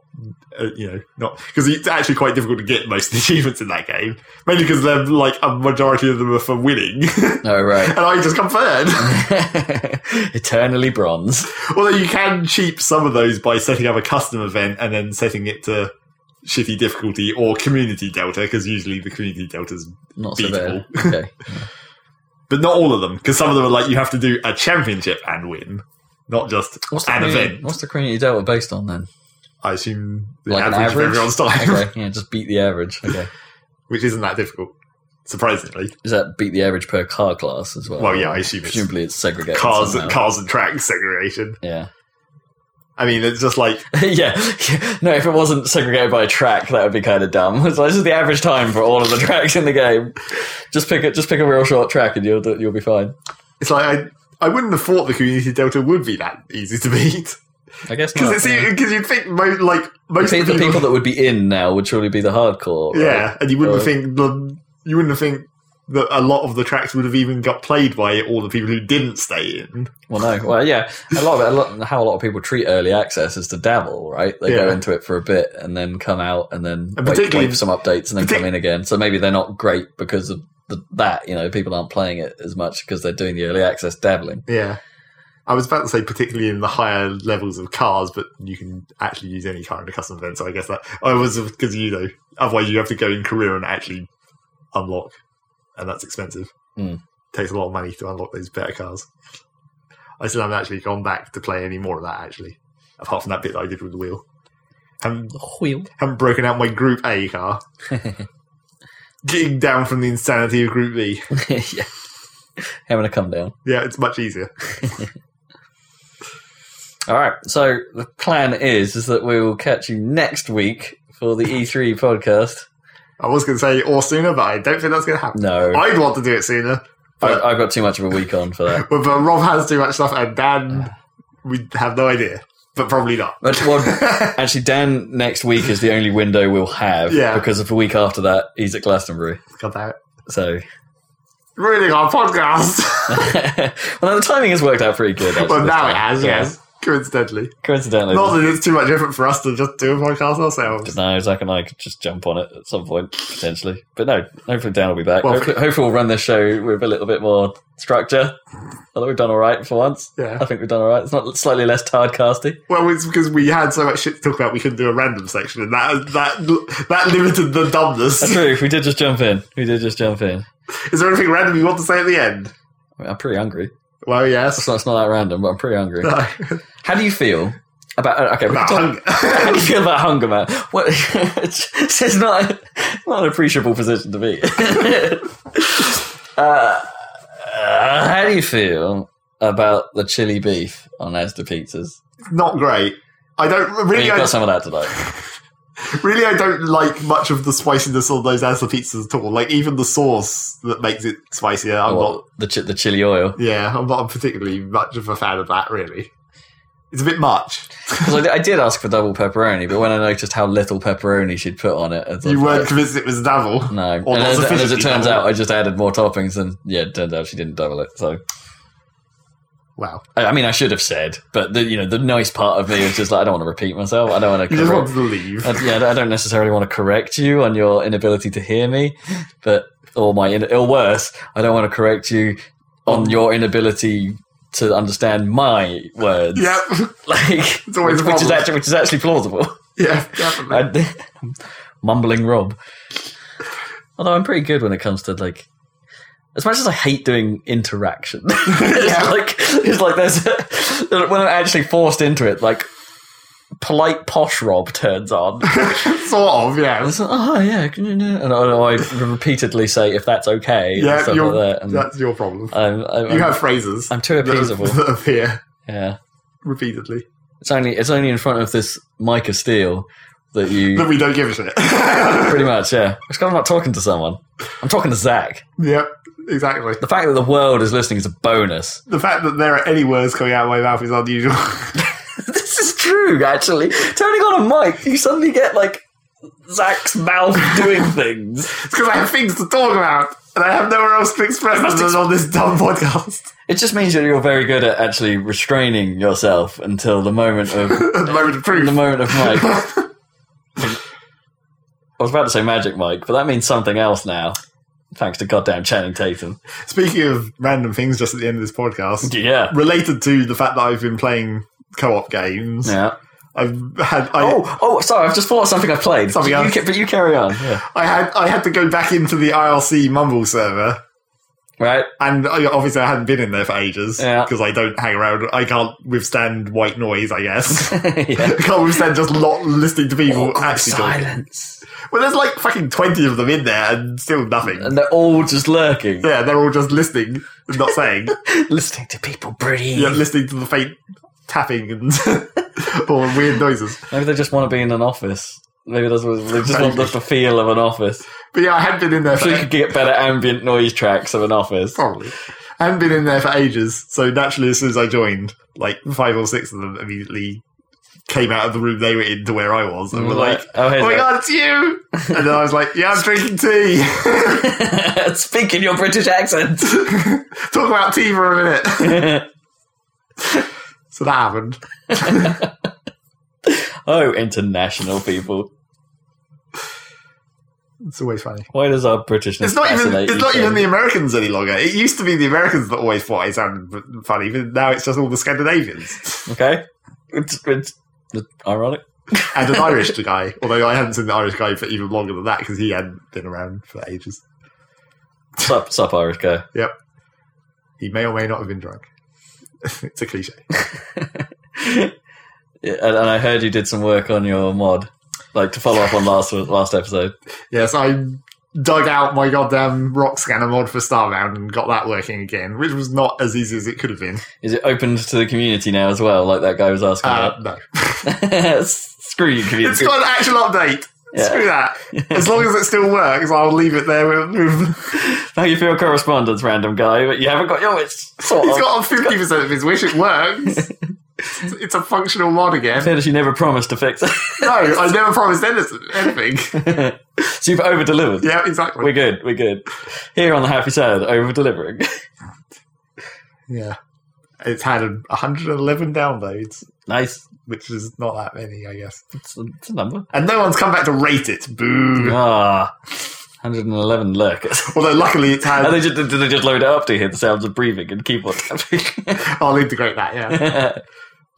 B: uh, you know, not because it's actually quite difficult to get most of the achievements in that game. Mainly because they're like a majority of them are for winning, and
C: Oh right.
B: I just come third.
C: Eternally bronze.
B: Although you can cheap some of those by setting up a custom event and then setting it to shitty difficulty or community delta because usually the community deltas
C: Not so
B: Beatable.
C: bad. Okay.
B: but not all of them because some of them are like you have to do a championship and win not just
C: What's the
B: an
C: community,
B: event
C: What's the community delta based on then?
B: I assume the
C: Like an
B: average,
C: average?
B: of everyone's time,
C: Okay. Yeah, just beat the average. Okay.
B: which isn't that difficult, surprisingly.
C: Is that beat the average per car class as well?
B: Well, yeah, I assume it's
C: Presumably, it's segregated.
B: cars,
C: somehow.
B: cars and track segregation.
C: Yeah.
B: I mean, it's just like
C: yeah. No, if it wasn't segregated by a track, that would be kind of dumb. So this is the average time for all of the tracks in the game. Just pick a just pick a real short track, and you'll do- you'll be fine.
B: it's like I I wouldn't have thought the community delta would be that easy to beat.
C: I guess not.
B: Because
C: yeah.
B: because you'd think mo- like most
C: think the people that would be in now would surely be the hardcore. right?
B: yeah, and you wouldn't
C: Right.
B: think the you wouldn't think that a lot of the tracks would have even got played by all the people who didn't stay in.
C: Well, no. Well, yeah. A lot of it, a lot, how a lot of people treat early access is to dabble, right? They go
B: Yeah.
C: into it for a bit and then come out and then
B: And
C: wait,
B: particularly-
C: wait for some updates and then
B: partic-
C: come in again. So maybe they're not great because of the, that. You know, people aren't playing it as much because they're doing the early access dabbling.
B: Yeah. I was about to say particularly in the higher levels of cars, but you can actually use any car in a custom event. So I guess that I was because you know otherwise you have to go in career and actually unlock, and that's expensive.
C: Hmm.
B: Takes a lot of money to unlock those better cars. I still haven't actually gone back to play any more of that actually, apart from that bit that I did with the wheel. Haven't
C: Wheel.
B: haven't broken out my Group A car. Getting down from the insanity of Group B.
C: yeah. Having a come down.
B: Yeah, it's much easier.
C: All right. So the plan is is that we will catch you next week for the E3 podcast.
B: I was going to say or sooner, but I don't think that's going to happen.
C: No, I,
B: I'd want to do it sooner, but,
C: I've got too much of a week on for that.
B: but, but Rob has too much stuff, and Dan, we have no idea, but probably not.
C: But well, actually, Dan next week is the only window we'll have.
B: Yeah.
C: Because of the week after that, he's at Glastonbury.
B: God damn it.
C: So,
B: Ruining our podcast.
C: well, the timing has worked out pretty good. Actually,
B: well,
C: this
B: now it
C: time.
B: has,
C: Yeah.
B: yes. Coincidentally.
C: Coincidentally,
B: Not that it's too much effort for us to just do a podcast ourselves.
C: no, Zach and I could just jump on it at some point potentially. But no, hopefully Dan will be back.
B: Well,
C: hopefully, hopefully, we'll run this show with a little bit more structure. I think we've done all right for once. I
B: Yeah.
C: think we've done all right. It's not slightly less tired casty.
B: Well, it's because we had so much shit to talk about, we couldn't do a random section, and that that that limited the dumbness.
C: That's true. We did just jump in. We did just jump in.
B: Is there anything random you want to say at the end?
C: I mean, I'm pretty hungry.
B: Well, yes.
C: It's not, it's not that random, but I'm pretty hungry.
B: No.
C: How do you feel about uh, okay? we can
B: About
C: talk- How
B: hunger.
C: do you feel about hunger, man? What? it's it's not not an appreciable position to be. uh, uh, how do you feel about the chili beef on Asda pizzas?
B: not great. I don't
C: Well,
B: really,
C: you've
B: I,
C: got some of that tonight.
B: really, I don't like much of the spiciness on those Asda pizzas at all. Like even the sauce that makes it spicier, I'm
C: What?
B: not.
C: the chi- the chili oil.
B: Yeah, I'm not particularly much of a fan of that. Really, it's a bit much.
C: 'Cause I, di- I did ask for double pepperoni, but when I noticed how little pepperoni she'd put on it, I thought,
B: you weren't convinced it was double.
C: No, and
B: Or not
C: as, and as it
B: sufficiently
C: turns
B: double.
C: out, I just added more toppings, and yeah, it turns out she didn't double it. So
B: Wow,
C: I I mean, I should have said, but the you know the nice part of me is just like I don't want to repeat myself. I don't want to.
B: you just
C: correct-
B: wanted to leave.
C: I, yeah, I don't necessarily want to correct you on your inability to hear me, but or my in- or worse, I don't want to correct you on your inability to understand my words.
B: yep,
C: like
B: It's always a
C: which, which is
B: problem.
C: actually which is actually plausible.
B: yeah, definitely.
C: I- mumbling Rob. Although I'm pretty good when it comes to like, as much as I hate doing interaction, it's
B: Yeah.
C: like it's like there's when I'm actually forced into it, like polite posh Rob turns on.
B: sort of, yeah.
C: It's like, oh yeah, can you do-" and I, I repeatedly say if that's okay, and
B: Yeah,
C: stuff
B: you're,
C: like that. And
B: that's your problem.
C: I'm, I'm,
B: you have phrases
C: I'm too
B: that,
C: appeasable.
B: that appear
C: yeah,
B: repeatedly
C: it's only it's only in front of this mic of steel that you
B: that we don't give a shit.
C: Pretty much, yeah. It's because I'm not talking to someone. I'm talking to Zach.
B: yep, exactly.
C: The fact that the world is listening is a bonus.
B: The fact that there are any words coming out of my mouth is unusual.
C: this is true, actually. Turning on a mic, you suddenly get like Zach's mouth doing things.
B: It's because I have things to talk about, and I have nowhere else to express them than on this dumb podcast.
C: It just means that you're very good at actually restraining yourself until the moment of
B: At the moment of
C: the
B: proof.
C: moment of Mike. I was about to say magic Mike, but that means something else now. Thanks to goddamn Channing Tatum.
B: Speaking of random things, just at the end of this podcast,
C: Yeah.
B: related to the fact that I've been playing co-op games,
C: Yeah.
B: I've had I,
C: Oh, oh, sorry. I've just thought of something I played.
B: Something
C: You
B: else.
C: ca- but you carry on. Yeah.
B: I had I had to go back into the IRC Mumble server,
C: Right.
B: and I, obviously I hadn't been in there for ages
C: Yeah.
B: because I don't hang around. I can't withstand white noise. I guess.
C: yeah.
B: I can't withstand just not listening to people actually talking.
C: Oh, silence.
B: Well, there's like fucking 20 of them in there and still nothing.
C: And they're all just lurking,
B: Yeah, they're all just listening and not saying.
C: listening to people breathe.
B: yeah, listening to the faint tapping and or weird noises.
C: Maybe they just want to be in an office. Maybe that's what they just want the,
B: Maybe.
C: the feel of an office.
B: But yeah, I hadn't been in there
C: So you
B: for
C: could get better ambient noise tracks of an office.
B: probably. I hadn't been in there for ages, so naturally as soon as I joined, like five or six of them immediately came out of the room they were in to where I was and were like,
C: oh, here's
B: "Oh my
C: that.
B: god, it's you!" And then I was like, "Yeah, I'm drinking tea."
C: Speak in your British accent.
B: Talk about tea for a minute.
C: oh,
B: so that happened.
C: Oh, international people.
B: It's always funny.
C: Why does our Britishness
B: It's not even.
C: fascinate
B: It's
C: you
B: not
C: so
B: even the Americans any longer. It used to be the Americans that always thought I sounded b- funny, but now it's just all the Scandinavians
C: Okay. It's, it's, it's ironic.
B: and an Irish guy. Although I hadn't seen the Irish guy for even longer than that because he hadn't been around for ages.
C: Sup, sup, Irish guy.
B: He may or may not have been drunk. it's a cliche.
C: Yeah, and, and I heard you did some work on your mod, like to follow up on last last episode.
B: Yes, I dug out my goddamn rock scanner mod for Starbound and got that working again, which was not as easy as it could have been.
C: Is it opened to the community now as well? Like that guy was asking.
B: Uh, no,
C: about? Screw you,
B: it's
C: community.
B: got an actual update. Screw that. As long as it still works, I'll leave it there. We'll move.
C: Thank you for your correspondence, random guy, but you haven't got your wish. Sort
B: He's
C: of.
B: got on fifty percent of his wish. It works. It's- It's a functional mod
C: I
B: again.
C: said that you never promised to fix
B: No, I never promised anything. anything.
C: it. so you've over delivered.
B: Yeah, exactly.
C: We're good, we're good. Here on the Happy Sad, over delivering.
B: yeah, it's had a 111 downloads,
C: nice.
B: which is not that many, I guess.
C: It's a, it's a number.
B: And no one's come back to rate it. Boo.
C: Ah. 111 lurkers.
B: Although luckily it's
C: And
B: had.
C: they just, did they just load it up to hear the sounds of breathing and keyboard tapping?
B: I'll integrate that. Yeah.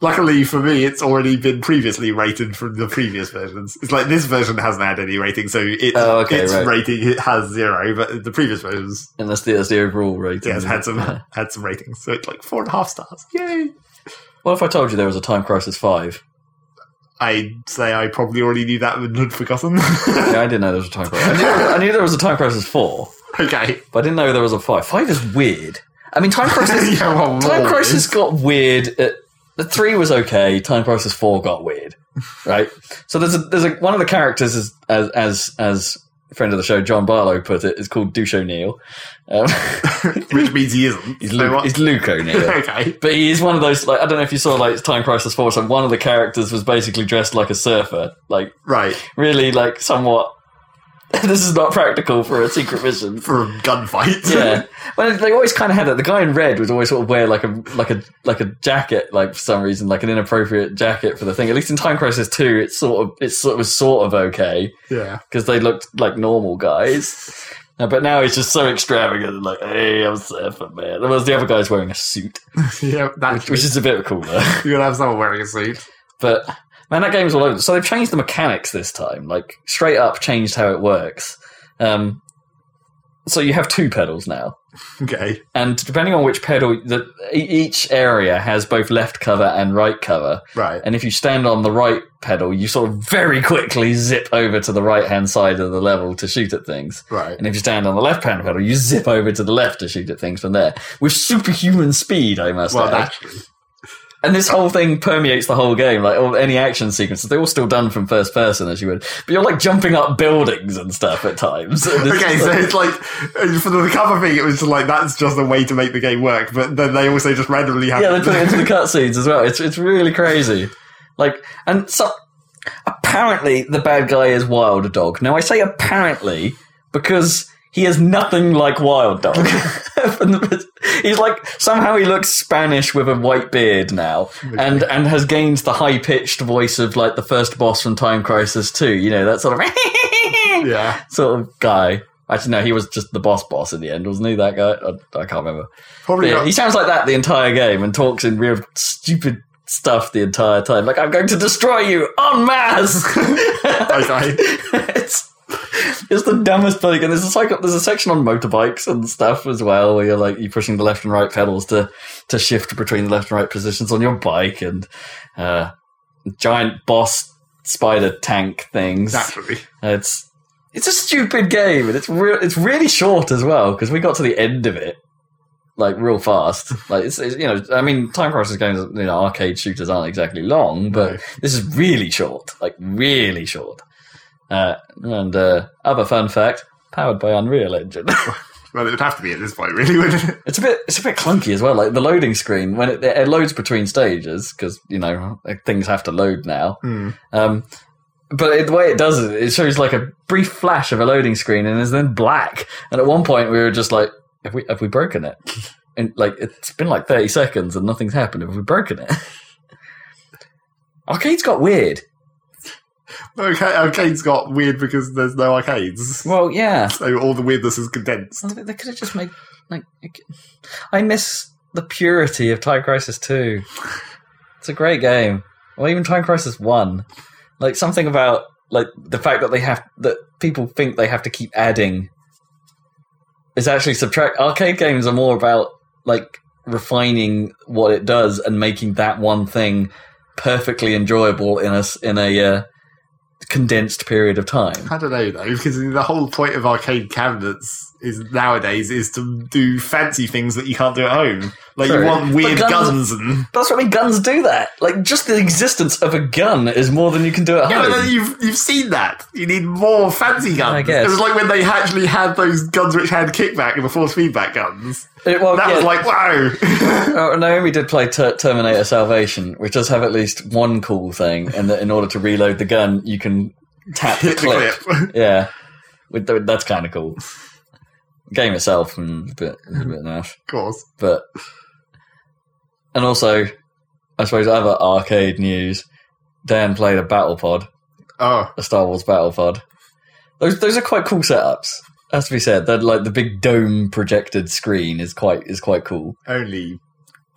B: Luckily for me, it's already been previously rated from the previous versions. It's like this version hasn't had any rating, so it,
C: Oh, okay,
B: its
C: right.
B: rating it has zero. But the previous versions
C: and that's the, that's the overall rating.
B: yeah, it's had some
C: Yeah.
B: had some ratings, so it's like four and a half stars. Yay!
C: What if I told you there was a Time Crisis 5?
B: I'd say I probably already knew that and had forgotten.
C: Yeah, I didn't know there was a Time Crisis. I knew, I knew there was a Time Crisis 4,
B: okay,
C: but I didn't know there was a 5. 5 is weird. I mean, Time Crisis
B: yeah, well,
C: Time
B: more
C: Crisis
B: is-
C: got weird. At, the three was okay. Time Crisis four got weird, right? so there's a there's a one of the characters is, as as as friend of the show John Barlow put it is called Douche O'Neill. Um,
B: which means he isn't.
C: he's,
B: So
C: Luke,
B: what-
C: he's Luke O'Neill.
B: okay,
C: But he is one of those. Like I don't know if you saw like Time Crisis Four. So one of the characters was basically dressed like a surfer. Like
B: right
C: really, like somewhat. this is not practical for a secret mission
B: for a gunfight.
C: yeah. Well, they always kind of had that. The guy in red would always sort of wear like a like a like a jacket, like for some reason, like an inappropriate jacket for the thing. At least in Time Crisis Two, it's sort of it's sort of was sort of okay
B: yeah.
C: because they looked like normal guys. Uh, But now he's just so extravagant, and like, hey, I'm surfing, man. Whereas the other guy's wearing a suit,
B: yeah,
C: which,
B: That
C: which is a bit cooler.
B: you're gonna have someone wearing a suit.
C: But man, that game's all over. So they've changed the mechanics this time, like straight up changed how it works. Um, so you have two pedals now.
B: Okay,
C: and depending on which pedal that each area has both left cover and right cover
B: right.
C: and if you stand on the right pedal you sort of very quickly zip over to the right hand side of the level to shoot at things
B: Right.
C: and if you stand on the left hand pedal you zip over to the left to shoot at things from there with superhuman speed i must
B: Well,
C: add
B: naturally.
C: and this whole thing permeates the whole game like all, any action sequences they're all still done from first person as you would but you're like jumping up buildings and stuff at times And it's
B: Okay,
C: just
B: so
C: like-
B: it's like uh, for the cover thing, it was just like that's just a way to make the game work. But then they also just randomly have
C: yeah, they put it into the cutscenes as well. It's it's really crazy. Like, and so apparently the bad guy is Wild Dog. Now I say apparently because he is nothing like Wild Dog. From the- He's like somehow he looks Spanish with a white beard now, and and has gained the high pitched voice of like the first boss from Time Crisis too. You know that sort of
B: yeah,
C: sort of guy. Actually, no, he was just the boss boss in the end, wasn't he? That guy, I, I can't remember.
B: probably
C: Yeah,
B: not.
C: he sounds like that the entire game and talks in real stupid stuff the entire time. Like, I'm going to destroy you en masse!
B: Okay.
C: it's, it's the dumbest thing. And there's a, cycle, there's a section on motorbikes and stuff as well where you're like, you're pushing the left and right pedals to, to shift between the left and right positions on your bike and uh, giant boss spider tank things.
B: Naturally.
C: It's it's a stupid game, and it's real. It's really short as well because we got to the end of it like real fast. Like it's, it's you know, I mean, Time Crisis games, you know, arcade shooters aren't exactly long, but
B: No.
C: this is really short, like really short. Uh, and uh, other fun fact: powered by Unreal Engine.
B: Well, it would have to be at this point, really, wouldn't it?
C: It's a bit it's a bit clunky as well. Like the loading screen when it, it loads between stages because you know like, things have to load now.
B: Hmm.
C: Um, but it, the way it does it, it shows like a brief flash of a loading screen and is then black. And at one point, we were just like, "Have we have we broken it?" And like it's been like thirty seconds and nothing's happened. Have we broken it? Arcade's got weird.
B: Okay, arcades uh, got weird because there's no arcades.
C: Well, yeah.
B: So all the weirdness is condensed.
C: Oh, They they could have just made like. it c- I miss the purity of Time Crisis Two. It's a great game, or even Time Crisis One. Like something about like the fact that they have that people think they have to keep adding is actually subtract. Arcade games are more about like refining what it does and making that one thing perfectly enjoyable in a s- in a uh, condensed period of time.
B: I don't know though, because the whole point of arcade cabinets is nowadays is to do fancy things that you can't do at home. Like
C: True.
B: you want
C: But
B: weird
C: guns-
B: guns, and
C: That's what I mean. Guns do that. Like, just the existence of a gun is more than you can do at
B: yeah, but
C: home.
B: then you've you've seen that. You need more fancy guns.
C: I guess.
B: It was like when they actually had those guns which had kickback and the force feedback guns.
C: It- well,
B: That
C: yeah.
B: was like wow.
C: Oh, Naomi did play Ter- Terminator Salvation, which does have at least one cool thing, and that in order to reload the gun, you can tap the
B: Hit the
C: clip.
B: clip.
C: Yeah, With the- that's kind of cool. Game itself, mm, a bit, a bit naff,
B: of course.
C: but and also, I suppose other arcade news. Dan played a battle pod.
B: Oh,
C: a Star Wars battle pod. Those those are quite cool setups. Has to be said. That like the big dome projected screen is quite is quite cool.
B: only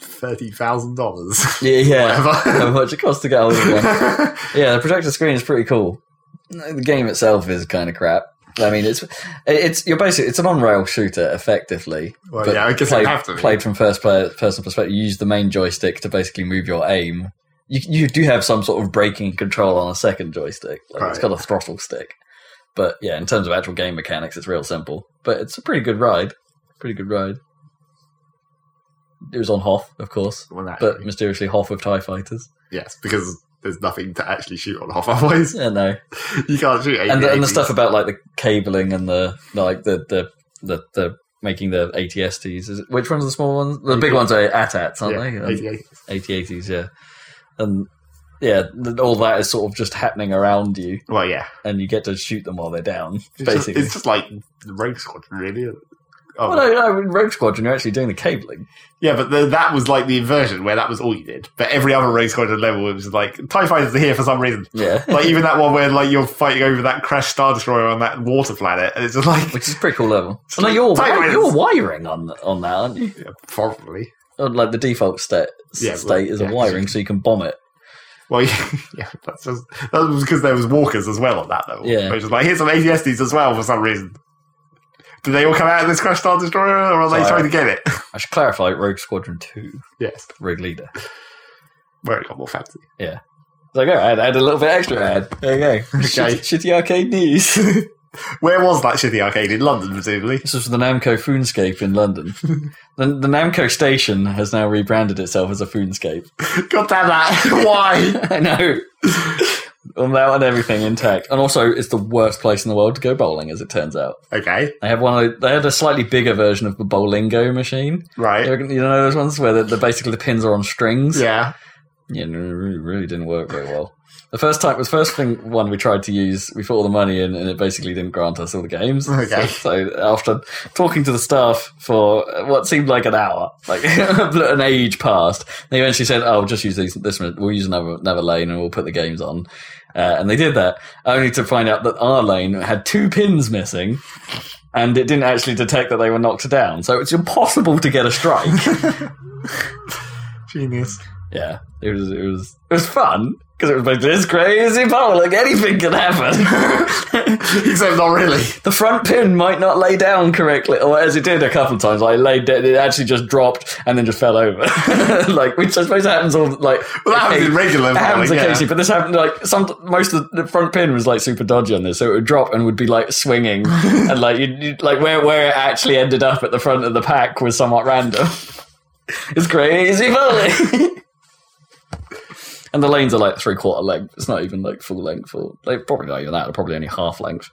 B: thirty thousand dollars.
C: Yeah, yeah. How
B: Whatever.
C: much it costs to get hold of one? Yeah, the projected screen is pretty cool. The game itself is kind of crap. I mean, it's it's you're basically it's an on rail shooter effectively.
B: well,
C: but
B: yeah, I guess
C: played,
B: I'd have to.
C: played from first player, person perspective. You use the main joystick to basically move your aim. You, you do have some sort of braking control on a second joystick. Like It's
B: Right.
C: got a throttle stick. But yeah, in terms of actual game mechanics, it's real simple. But it's a pretty good ride. Pretty good ride. It was on Hoth, of course,
B: Well, that-
C: but mysteriously Hoth with TIE fighters.
B: yes, because there's nothing to actually shoot on half otherwise.
C: Yeah, no.
B: You can't shoot.
C: and the, and the
B: AT-ATs.
C: stuff about like the cabling and the like the the the, the making the ATSTs. Is it, which ones are the small ones? The big ones are ATATs, aren't
B: Yeah,
C: they? Um,
B: AT-ATs.
C: AT-80s, yeah. And yeah, th- all that is sort of just happening around you,
B: Well, yeah.
C: and you get to shoot them while they're down,
B: It's just,
C: basically.
B: it's just like the Rogue Squadron, really. Oh,
C: well, no, no, in Rogue Squadron, you're actually doing the cabling.
B: Yeah, but the, that was like the inversion where that was all you did. But every other Rogue Squadron level it was like Tie Fighters are here for some reason.
C: Yeah.
B: Like even that one where like you're fighting over that crashed star destroyer on that water planet, and it's just like
C: Which is a pretty cool level. So no, you're,
B: Tight
C: wi-
B: winds.
C: you're wiring on on that, aren't you?
B: Yeah, probably.
C: Or, like the default state
B: Yeah, well,
C: state is
B: yeah,
C: a
B: 'cause
C: wiring,
B: you-
C: so you can bomb it.
B: Well, yeah, yeah, that's just that was because there was walkers as well on that level.
C: Yeah.
B: which is like here's some ATSDs as well for some reason. Did they all come out of this crashed star destroyer, or are they
C: Sorry.
B: trying to get it?
C: I should clarify Rogue Squadron 2,
B: yes,
C: Rogue Leader.
B: where it got more fancy.
C: There you go. I had, I had a little bit extra. Ad. There you go. Shitty, shitty arcade news. this
B: Where was that shitty arcade in London, presumably?
C: was the Namco Foonscape in London. the, the Namco station has now rebranded itself as a Foonscape.
B: God damn that! Why?
C: I know. On that and everything intact, and also it's the worst place in the world to go bowling, as it turns out.
B: okay,
C: They have one. Of the, they had a slightly bigger version of the Bowlingo machine. You
B: right,
C: reckon- you know those ones where the, the basically the pins are on strings.
B: yeah.
C: Yeah, no, it really, really didn't work very well. The first time, the first thing one we tried to use, we put all the money in, and it basically didn't grant us all the games.
B: Okay.
C: So, so after talking to the staff for what seemed like an hour, like an age passed, they eventually said, "Oh, we'll just use these, this one. We'll use another another lane, and we'll put the games on." Uh, and they did that, only to find out that our lane had two pins missing. And it didn't actually detect that they were knocked down, so it's impossible to get a strike.
B: Genius.
C: Yeah, it was it was it was fun because it was like this crazy bowl, like anything can happen.
B: Except not really.
C: the front pin might not lay down correctly, or as it did a couple of times, like laid down, it actually just dropped and then just fell over, like which I suppose happens all like
B: Well, that happens in
C: occasion-
B: regular.
C: it happens
B: bowling, yeah.
C: occasionally, but this happened like some most of the, the front pin was like super dodgy on this, so it would drop and would be like swinging, and like you would like where where it actually ended up at the front of the pack was somewhat random. it's crazy bowling. And the lanes are like three quarter length. It's not even like full length or like probably not even that. They're probably only half length,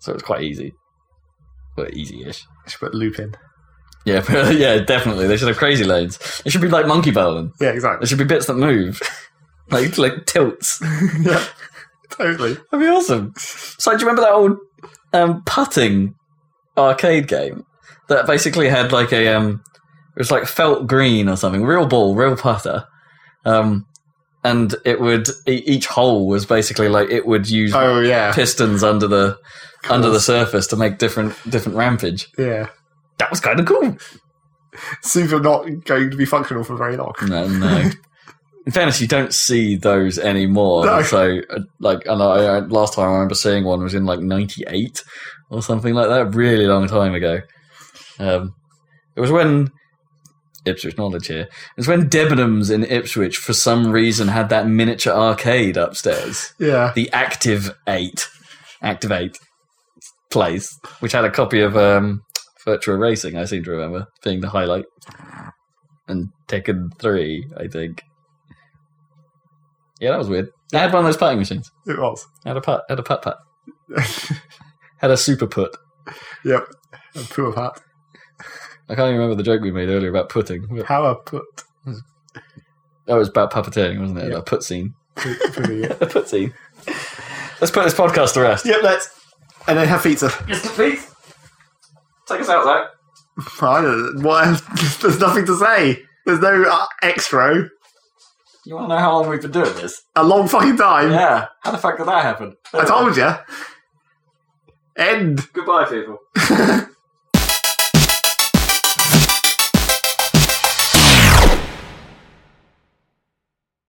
C: so it's quite easy. But Well, easy-ish.
B: Should put loop in.
C: Yeah, but- yeah, definitely. They should have crazy lanes. It should be like monkey bowling.
B: Yeah,
C: There
B: exactly.
C: should be bits that move, like like tilts.
B: yeah, totally.
C: That'd be awesome. So do you remember that old um, putting arcade game that basically had like a um, it was like felt green or something, real ball, real putter, um, and it would e- each hole was basically like it would use
B: Oh yeah,
C: pistons under the
B: Cool.
C: under the surface to make different different rampage.
B: yeah.
C: That was kind of cool.
B: Super not going to be functional for very long.
C: No, no. In fairness, you don't see those anymore.
B: No.
C: So, uh, like, and I, I, last time I remember seeing one was in like '98 or something like that, a really long time ago. Um, it was when Ipswich knowledge here. It was when Debenhams in Ipswich, for some reason, had that miniature arcade upstairs,
B: Yeah,
C: the Active Eight, Active Eight place, which had a copy of um, Virtua Racing. I seem to remember being the highlight, and Tekken Three, I think. Yeah, that was weird. I had one of those putting machines.
B: it was.
C: I had a putt. Had a putt putt. had a super put.
B: Yep. A poor hat.
C: I can't even remember the joke we made earlier about putting. but
B: How I put
C: That was about puppeteering, wasn't it?
B: Yeah.
C: That put scene.
B: put- putting it.
C: The put scene. Let's put this podcast to rest.
B: Yep, let's. And then have pizza.
C: Yes, please. Take us out, Zach.
B: I don't know. What else? There's nothing to say. There's no uh, extra.
C: You want to know how long we've been doing this?
B: A long fucking time.
C: Yeah. How the fuck did that happen?
B: I told you. End.
C: Goodbye, people.